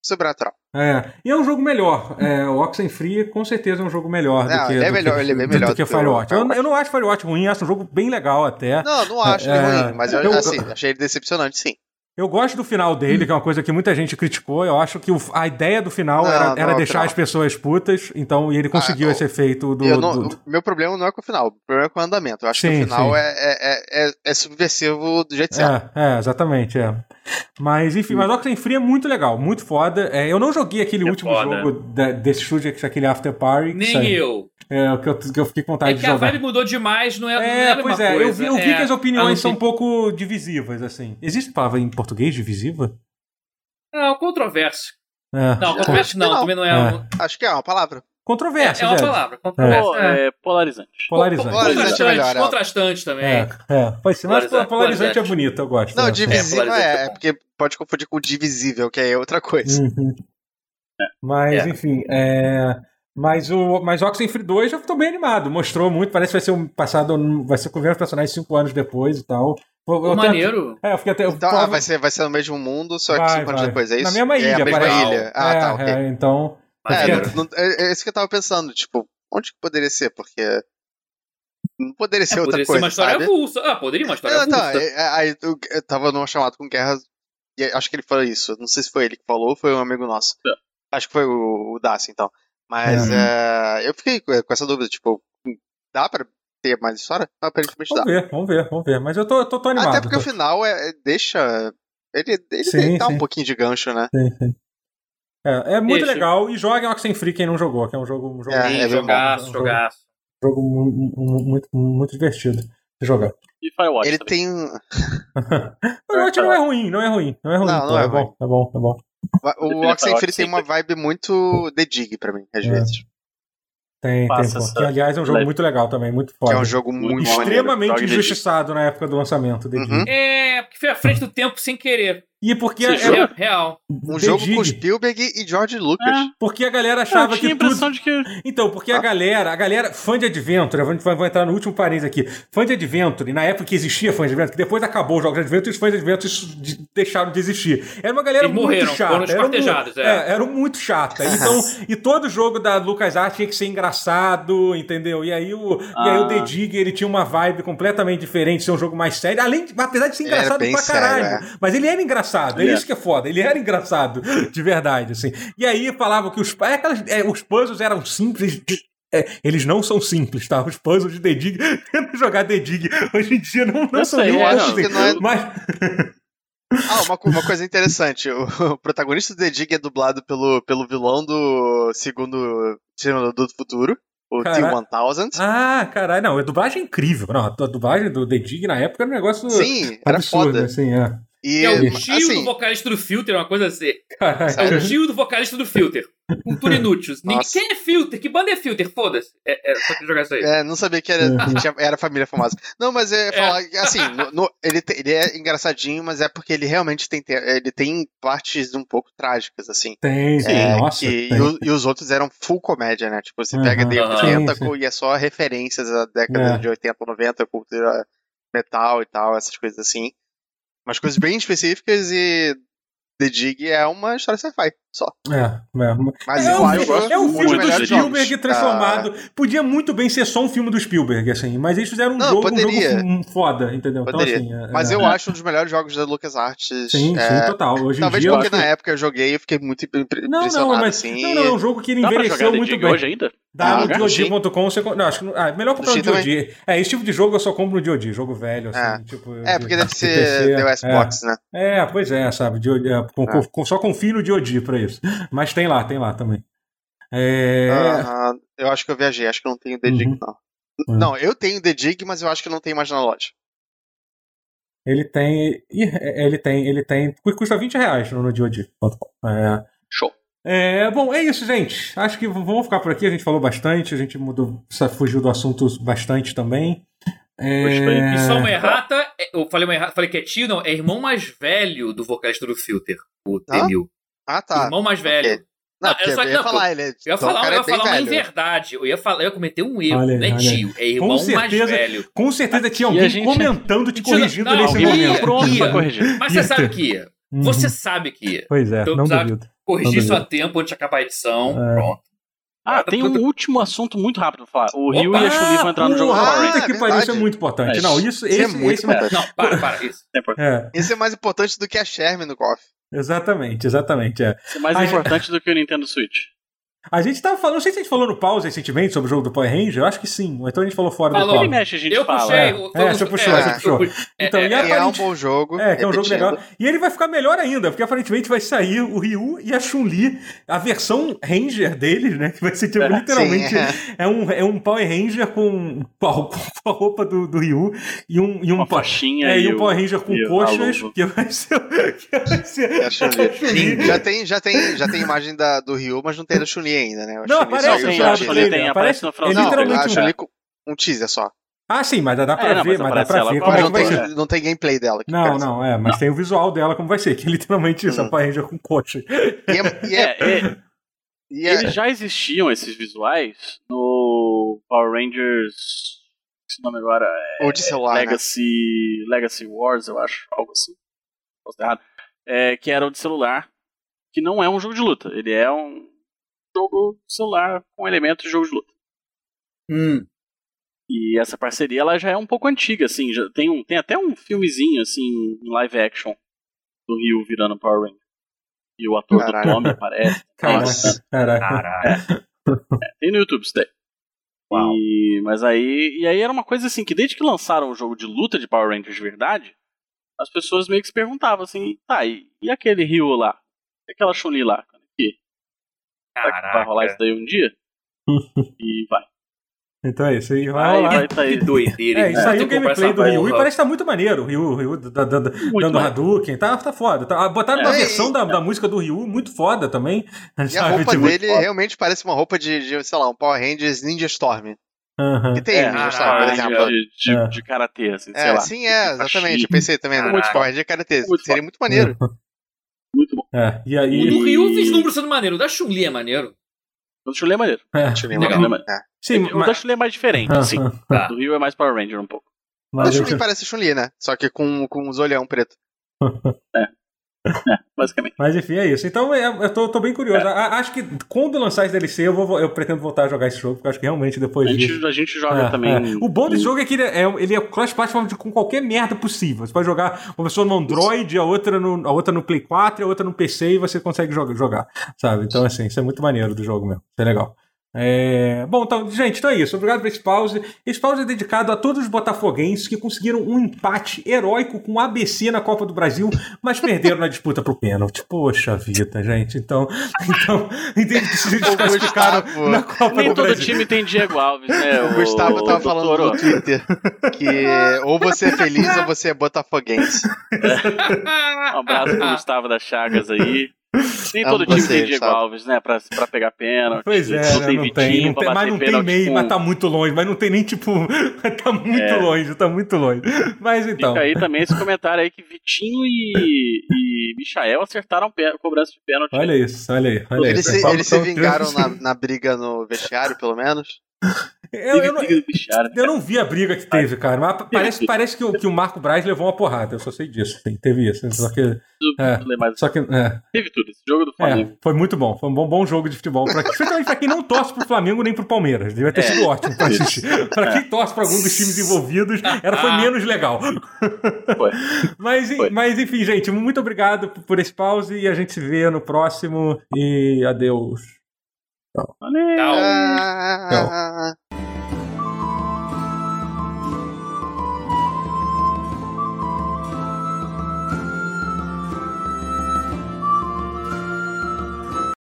S3: sobrenatural.
S1: É. E é um jogo melhor. É, o Oxenfree com certeza é um jogo melhor do
S3: Não,
S1: que.
S3: ele é
S1: do
S3: melhor,
S1: que,
S3: ele é bem
S1: do-
S3: melhor
S1: do que
S3: do que o
S1: Firewatch. Eu,
S3: Firewatch.
S1: eu não acho Firewatch ruim, acho um jogo bem legal até.
S3: Não, não acho
S1: É,
S3: ele ruim, mas eu,
S1: eu-
S3: assim, achei ele decepcionante, sim.
S1: Eu gosto do final dele, que é uma coisa que muita gente criticou. Eu acho que o- a ideia do final
S3: Não,
S1: era,
S3: não,
S1: era
S3: o
S1: deixar
S3: final.
S1: as pessoas putas, então, e ele conseguiu
S3: eu-
S1: esse efeito do.
S3: Eu não-
S1: do-
S3: o meu problema não é com o final, o problema é com o andamento. Eu acho que
S1: Sim,
S3: o final
S1: sim.
S3: é, é, é, é- é subversivo do jeito certo.
S1: É, é, exatamente, é. Mas, enfim, mas Oxenfree é muito legal, muito foda. É, eu não joguei aquele
S4: É
S1: último
S4: foda.
S1: jogo da- desse estúdio, que é aquele After Party. que
S4: Nem
S1: saiu.
S4: eu.
S1: É, que eu, que eu fiquei com vontade
S4: É
S1: de
S4: que a
S1: jogar.
S4: vibe mudou demais, não é, não é a
S1: É,
S4: mesma
S1: pois é,
S4: coisa.
S1: eu vi, eu vi
S4: É,
S1: que as
S4: a não
S1: opiniões
S4: ser-
S1: são um pouco divisivas, assim. Existe palavra em português divisiva?
S4: Não, controverso.
S1: É.
S3: Eu
S4: Não,
S3: acho
S4: controverso
S3: que
S4: não,
S3: não.
S4: também não é,
S1: É.
S4: um-
S3: Acho que é uma palavra.
S1: Controversa,
S4: é uma
S1: Zé.
S4: palavra.
S2: Pô,
S4: Controverso. É.
S2: é polarizante.
S1: Polarizante.
S3: Polarizante. é melhor,
S4: Contrastante,
S3: é.
S4: contrastante também.
S1: É, é, pode ser. Mas
S4: Polarizante,
S1: polarizante, é
S4: polarizante.
S1: bonito, eu gosto.
S3: Não,
S1: é.
S3: divisível
S4: polarizante
S3: é,
S4: é
S3: é
S4: bom.
S3: porque pode confundir com divisível, que é outra coisa.
S1: Uhum. Mas,
S4: É.
S1: enfim, é... Mas o mas Oxenfree 2 eu tô bem animado, mostrou muito, parece que vai ser um passado, vai ser com os mesmos personagens cinco anos depois e tal. Eu- eu
S4: Pô,
S1: até-
S4: maneiro.
S1: É, eu fiquei até. eu
S3: Então, ah,
S1: tava-
S3: vai ser, vai ser no mesmo mundo, só que
S1: Vai,
S3: cinco anos
S1: vai.
S3: depois, é isso?
S1: Na mesma
S3: É
S1: ilha,
S3: a mesma
S1: parece.
S3: ilha. Ah,
S1: é,
S3: tá, ok.
S1: é, então.
S2: Tipo,
S3: É,
S4: Maneiro.
S3: não- é, é isso que eu tava pensando, tipo, onde que poderia ser? Porque não
S1: É,
S3: poderia ser outra
S4: Poderia ser
S3: coisa,
S4: uma história
S3: sabe?
S4: avulsa. Ah, poderia uma história
S3: Não, então,
S4: avulsa.
S3: é- é- aí eu, eu tava numa chamada com guerra, e acho que ele falou isso. Não sei se foi ele que falou ou foi um amigo nosso.
S2: É.
S3: Acho que foi o, o Daci, então. Mas é, eu fiquei com com essa dúvida, tipo, dá pra ter mais história? Ah, Aparentemente dá.
S1: Vamos ver, vamos ver, vamos ver. Mas eu tô, eu tô, tô animado.
S3: Até porque
S1: tô-
S3: o final é, é- deixa. Ele, ele
S1: Sim,
S3: dá
S1: sim.
S3: um pouquinho de gancho, né?
S1: É, é muito
S4: Deixa.
S1: legal e joguem Oxenfree quem não jogou, que é um jogo, um jogo,
S3: É,
S4: Sim,
S3: é bem bom.
S4: jogaço, jogaço.
S1: um jogo mu- mu- mu- muito, muito divertido de jogar.
S2: E Firewatch.
S3: Ele
S2: também.
S3: tem. um-
S1: Firewatch não é ruim, não é ruim, não é ruim.
S3: Não, não
S1: pô,
S3: é
S1: bom,
S3: ruim.
S1: é bom, é bom.
S3: O
S2: Ele
S3: Oxenfree
S2: fala,
S3: tem uma vibe muito The Dig pra mim, às
S1: É.
S3: vezes.
S1: Tem, tem,
S2: Passa
S1: pô.
S2: essa
S1: Que, aliás, é um jogo
S2: leve.
S1: muito legal também, muito
S3: Que
S1: foda.
S3: é um jogo muito
S2: Extremo.
S3: maneiro.
S1: Extremamente
S2: Jogue de-
S1: injustiçado na época do lançamento dele.
S3: Uhum.
S4: É, porque foi à frente do tempo sem querer.
S1: E porque,
S2: Esse
S1: é-
S2: jogo?
S4: É, real.
S3: Um
S1: The
S3: jogo
S1: Dig.
S3: com Spielberg e George Lucas.
S2: Ah,
S1: porque a galera
S2: Eu
S1: achava
S2: tinha
S1: que
S2: a
S1: tudo
S2: impressão de que
S1: Então, porque a
S3: Ah.
S1: galera, a galera fã de Adventure, eu vou, vou entrar no último parênteses aqui. Fã de Adventure, na época que existia fã de Adventure, que depois acabou os jogos de Adventure, os fãs de Adventure s- de- deixaram de existir. Era uma galera
S4: Eles
S1: muito
S4: morreram,
S1: chata.
S4: foram
S1: era mu-
S4: esquartejados, é.
S1: era muito chata. Então, e todo jogo da LucasArts tinha que ser engraçado, entendeu? E aí o, e aí o
S2: Ah.
S1: The Dig, ele tinha uma vibe completamente diferente, ser um jogo mais sério. Além de, apesar de ser
S3: Era
S1: engraçado
S3: bem
S1: pra
S3: sério,
S1: caralho.
S3: é.
S1: Mas ele era engraçado, é
S2: É.
S1: isso que é foda. Ele era engraçado, de verdade, assim. E aí falavam que os, é aquelas- é, os puzzles eram simples de- é, eles não são simples, tá? Os puzzles de The Dig, jogar The Dig hoje em dia não, não
S2: Eu
S1: são
S2: sei,
S1: nem
S2: eu
S1: puzzles,
S2: acho
S3: que não é-
S1: Mas,
S3: Ah, uma, co- uma coisa interessante. O, o protagonista do The Dig é dublado pelo, pelo vilão do segundo Terminador do Futuro, o
S1: Caraca.
S3: T-1000.
S1: ah, caralho, não, a dublagem é incrível. Não, a dublagem do The Dig na época era um negócio
S3: Sim, era
S1: absurdo,
S3: foda.
S1: assim, é.
S3: E,
S4: É o tio do
S3: assim,
S4: vocalista do Filter, uma coisa assim. É
S1: Caralho.
S4: o tio do vocalista do Filter. Cultura inútil. Ninguém-
S3: Nossa.
S4: Quem é Filter? Que banda é Filter? Foda-se. É, é, só queria jogar isso aí.
S3: é, não sabia que era,
S1: Uhum.
S3: tinha- era família famosa. Não, mas é falar, que, assim, no- no- ele, te- ele é engraçadinho, mas é porque ele realmente tem, te- ele tem partes um pouco trágicas, assim.
S1: Tem, sim,
S3: É,
S1: nossa.
S3: que-
S1: tem.
S3: e, o- e os outros eram full comédia, né? Tipo, você pega
S1: Aham.
S3: de
S4: Aham.
S3: 80
S1: Sim, sim.
S3: e é só referências à década
S1: É.
S3: de 80, 90, cultura metal e tal, essas coisas assim. Umas coisas bem específicas e The Dig é uma história sci-fi, só.
S1: É, é.
S3: Mas
S1: é,
S3: eu
S1: um,
S3: acho
S1: filme- é um
S3: um
S1: filme
S3: dos
S1: do
S3: melhores
S1: Spielberg
S3: jogos.
S1: transformado. Podia muito bem ser só um filme do Spielberg, assim, mas eles fizeram um
S3: Não,
S1: jogo,
S3: poderia.
S1: um jogo um foda, entendeu?
S3: Poderia.
S1: Então, assim, é-
S3: Mas
S1: é-
S3: eu acho um dos melhores jogos da LucasArts.
S1: Sim,
S3: é,
S1: sim, total. Hoje em
S3: Talvez
S1: dia. eu
S3: porque
S1: acho-
S3: na época eu joguei e fiquei muito impre-
S1: Não,
S3: impressionado,
S1: não, mas.
S3: assim.
S1: Não, não, é um jogo que ele
S2: Dá pra jogar
S1: envelheceu
S2: The
S1: muito
S2: Dig
S1: bem.
S2: hoje ainda?
S1: Dá no
S3: Ah,
S1: DOD.com, você. Não, acho que. não- Ah, melhor comprar
S3: Steam
S1: no DOD. É, esse tipo de jogo eu só compro no DOD, jogo velho, assim.
S3: É.
S1: Tipo,
S3: É, porque deve
S1: de
S3: ser
S1: PC,
S3: The Xbox, né?
S1: É, é, pois é, sabe? DOD, é, com-
S3: Ah.
S1: com- só confio no DOD pra isso. Mas tem lá, tem lá também. É.
S3: Aham, Ah, eu acho que eu viajei, acho que eu não tenho The Dig,
S1: Uhum.
S3: não.
S1: Uhum.
S3: Não, eu tenho The Dig, mas eu acho que não tem mais na loja.
S1: Ele tem. ih, é, Ele tem. Ele tem. cu- Custa 20 reais no DioD.com. É.
S2: Show.
S1: É, bom, é isso, gente. Acho que v- vamos ficar por aqui. A gente falou bastante, a gente mudou, sa- fugiu do assunto bastante também. É,
S4: E só uma errata, é- eu falei, uma errata, falei que é tio, não, é irmão mais velho do vocalista do Filter, o
S3: Hã?
S4: T-1000.
S3: Ah, tá.
S4: Irmão mais velho.
S3: Não,
S4: Não,
S3: porque
S4: eu só-
S3: eu ia
S4: não,
S3: falar, ele é.
S4: Eu ia
S3: então, o
S4: falar,
S3: cara
S4: eu ia
S3: é bem
S4: falar uma
S3: velho.
S4: inverdade. Eu ia, falar, eu ia cometer um erro.
S1: Olha aí,
S4: não é
S1: olha aí.
S4: tio, é irmão
S1: certeza-
S4: mais velho.
S1: Com certeza tinha
S2: E a
S1: alguém
S2: gente-
S1: comentando, te
S4: Mentira,
S1: corrigindo
S4: não,
S1: nesse
S4: alguém
S1: momento.
S4: ia- pronto
S2: pronto
S4: ia. pra
S2: pra corrigir.
S4: Mas você
S1: Ia
S4: sabe
S1: ter.
S4: que ia.
S1: Uhum.
S4: Você sabe que ia.
S1: Pois é,
S4: Então,
S1: não
S4: sabe-
S1: duvido.
S4: Corrigir
S1: Manda
S4: isso
S1: ver.
S4: a tempo antes de acabar a edição.
S1: É.
S4: Pronto.
S2: Ah, tem um último assunto muito rápido pra falar. O Ryu
S4: Opa!
S2: e a Chuli vão entrar no jogo do
S1: Porra,
S2: Power Rangers.
S1: Puta que pariu, isso é
S3: verdade.
S1: muito importante.
S2: É,
S1: Não, isso,
S3: Isso
S1: esse,
S3: é muito
S1: esse-
S3: importante.
S4: Não, para, para. Isso.
S2: Tempo.
S1: é,
S3: Isso é mais importante do que a Sherman no KOF.
S1: exatamente, exatamente. É.
S2: Isso é mais
S1: Ai,
S2: importante do que o Nintendo Switch.
S1: A gente tava falando, não sei se a gente falou no pause recentemente sobre o jogo do Power Ranger, eu acho que sim, ou então a gente falou fora
S4: Falou.
S1: do
S2: Ele
S1: pause.
S2: mexe, a gente
S4: Eu
S2: fala. tipo,
S4: puxei.
S1: é.
S4: o-
S1: É, você puxou,
S3: você
S1: puxou.
S4: eu- é,
S1: Então,
S4: é,
S1: e
S4: é.
S1: a-
S3: Que é um
S1: Aparente-
S3: bom jogo.
S1: É, que é um jogo
S3: repetindo.
S1: legal. E ele vai ficar melhor ainda, porque aparentemente vai sair o Ryu e a Chun-Li, a versão Ranger deles, né? Que vai ser tipo,
S2: É,
S1: literalmente.
S3: sim, é.
S1: é. um, é um Power Ranger com, com a roupa do, do Ryu e um. E um
S2: Uma
S1: pa-
S2: faixinha
S1: é, e um
S2: o-
S1: Power Ranger com
S2: e o- a
S1: coxas,
S2: luva.
S1: que vai ser. Que vai ser
S3: É a Chun-Li.
S1: Chun-Li.
S3: Já tem, já, tem, já tem imagem da, do Ryu, mas não tem da Chun-Li ainda, né? A
S1: Não,
S3: Chun-Li
S1: aparece
S3: só
S1: no
S3: usa
S2: Não, tem,
S1: final
S3: o
S1: do
S2: aparece,
S3: teaser.
S1: trailer,
S2: tem,
S1: aparece-
S2: aparece no
S1: é
S2: final do trailer.
S3: Não, a
S1: literalmente um-
S3: Chun-Li com um teaser só.
S1: Ah, sim, mas dá, dá pra
S2: É, não,
S1: ver,
S2: mas
S1: mas dá
S2: aparece
S1: pra
S2: ela
S1: ver
S2: com
S1: como
S2: a
S1: é que
S3: Mas não
S2: roupa, né?
S1: vai
S3: tem,
S1: ser.
S2: ser?
S3: não tem gameplay dela. aqui,
S1: Não,
S3: cara.
S1: não, é, mas tem o visual dela como vai ser, que é literalmente isso,
S3: Hum.
S1: a Power Ranger com coxas.
S3: E é, e é,
S2: É, é,
S3: e é-
S2: Eles já existiam esses visuais no Power Rangers. Esse nome agora é
S3: ou de celular, né?
S2: Legacy, Legacy Wars, eu acho, algo assim. Posso estar errado. É, que era o de celular, que não é um jogo de luta, ele é um jogo de celular com elementos de jogo de luta.
S4: Hum,
S2: E essa parceria ela já é um pouco antiga, assim, já tem, um, tem até um filmezinho assim, em live action do Ryu virando Power Ranger. E o ator
S3: Caralho.
S2: do Tommy aparece.
S1: Caraca,
S3: Nossa.
S1: caraca.
S4: caralho.
S2: Tem no YouTube isso daí.
S4: Uau.
S2: E, mas aí. E aí era uma coisa assim, que desde que lançaram o jogo de luta de Power Rangers de verdade, as pessoas meio que se perguntavam assim, tá, e, e aquele Ryu lá? E aquela Chun-Li lá? Que, será que vai rolar isso
S4: Caraca.
S2: daí um dia? e vai.
S1: Então é isso aí, vai
S2: Vai,
S1: rolar.
S2: vai, tá aí.
S4: Que doideira.
S1: É,
S4: hein?
S1: e saiu o
S4: Tem que comprar
S1: gameplay
S4: essa
S1: do Ryu e
S4: porra.
S1: parece que tá muito maneiro. O Ryu, o Ryu da- da- da-
S2: Muito
S1: dando
S2: mais.
S1: Hadouken, tá, tá foda. Tá, botaram uma
S3: É,
S1: versão
S3: e-
S1: da, da música do Ryu muito foda também.
S3: E a roupa
S1: Tipo,
S3: dele
S2: foda.
S3: realmente parece uma roupa de, de, sei lá, um Power Rangers Ninja Storm.
S1: aham.
S3: Que tem
S2: É,
S3: Ninja Storm, por
S4: ah,
S3: exemplo.
S2: de, de,
S1: É.
S2: de karatê, assim, sei
S3: É,
S2: lá.
S3: sim, é, exatamente. Eu
S2: Kashi.
S3: pensei também
S1: Ah.
S3: no
S4: Caraca.
S3: Power Ranger Karate.
S2: Muito
S3: Seria muito maneiro.
S2: Muito bom.
S1: É, e
S4: O
S1: aí.
S4: do Ryu vislumbra sendo maneiro. O da Chun-Li é maneiro.
S2: O do Chulé é maneiro.
S1: é,
S3: Deixa eu ver.
S2: O do
S4: Legal.
S2: Chulé é maneiro.
S3: É.
S1: sim,
S2: O da
S1: mas,
S2: Chulé é mais diferente, assim.
S1: aham,
S4: Tá.
S2: Do Rio é mais Power Ranger um pouco.
S3: A
S1: mas
S3: Chun-Li parece Chun-Li, né? Só que com, com os olhão preto.
S2: Basicamente.
S1: Mas enfim, é isso. Então é- eu tô, tô bem curioso.
S2: É.
S1: A- Acho que quando lançar esse DLC, eu, vou, vo- eu pretendo voltar a jogar esse jogo, porque eu acho que realmente depois
S2: A
S1: disso.
S2: gente, a gente joga
S1: É,
S2: também.
S1: é. O bom desse
S2: em-
S1: jogo é que ele é, ele é cross-platform de- com qualquer merda possível. Você pode jogar uma pessoa no Android, a outra no, a outra no Play 4, a outra no PC e você consegue joga- jogar, sabe? Então, assim, isso é muito maneiro do jogo mesmo. Isso é legal. É, Bom, então, gente, então é isso. Obrigado por esse pause. Esse pause é dedicado a todos os botafoguenses que conseguiram um empate heróico com o ABC na Copa do Brasil, mas perderam na disputa pro pênalti. Poxa vida, gente. Então, então entendi que se desclassificaram
S3: Gustavo.
S1: na Copa
S2: Nem
S1: do
S2: todo
S1: Brasil.
S2: time tem Diego Alves, né?
S3: O Gustavo tava falando
S2: Totoro.
S3: no Twitter que ou você é feliz ou você é botafoguense.
S4: Ah,
S2: Um abraço pro Gustavo da Chagas aí. Nem todo
S3: Amo
S2: time
S3: você,
S2: tem Diego
S3: Gustavo.
S2: Alves, né? Pra, pra pegar pênalti.
S1: Pois é,
S2: não
S1: né,
S2: tem
S1: não
S2: Vitinho
S1: tem, não
S2: pra
S1: tem mas
S2: bater
S1: não tem
S2: pênalti
S1: meio,
S2: com-
S1: mas tá muito longe, mas não tem nem tipo, mas tá muito
S2: É.
S1: longe, tá muito longe. Mas então,
S2: Fica aí também esse comentário aí que Vitinho e, e Michael acertaram pê- cobrança de pênalti. né?
S1: olha isso, olha aí, olha
S3: Eles
S1: isso. é
S3: se,
S1: Paulo
S3: eles se
S1: tão
S3: vingaram
S1: triste.
S3: na, na briga no vestiário, pelo menos.
S1: Eu, eu não,
S2: Vitinho e Michael.
S1: eu não vi a briga que teve, cara, mas parece, parece que, o, que o Marco Braz levou uma porrada, eu só sei disso, sim, teve isso, só que, É.
S2: Não lembro mais.
S1: só que é.
S2: Teve tudo. Esse jogo do Flamengo.
S1: É, foi muito bom. Foi um bom, bom jogo de futebol. Pra, especialmente pra quem não torce pro Flamengo nem pro Palmeiras. Devia
S2: É.
S1: ter sido ótimo pra assistir. Pra quem torce pra algum dos times envolvidos, era, foi menos legal.
S2: Ah. Foi.
S1: Mas, en-
S2: Foi.
S1: mas enfim, gente, muito obrigado p- por esse pause e a gente se vê no próximo. E adeus.
S4: tá.
S2: Valeu.
S4: Tchau.
S3: Ah,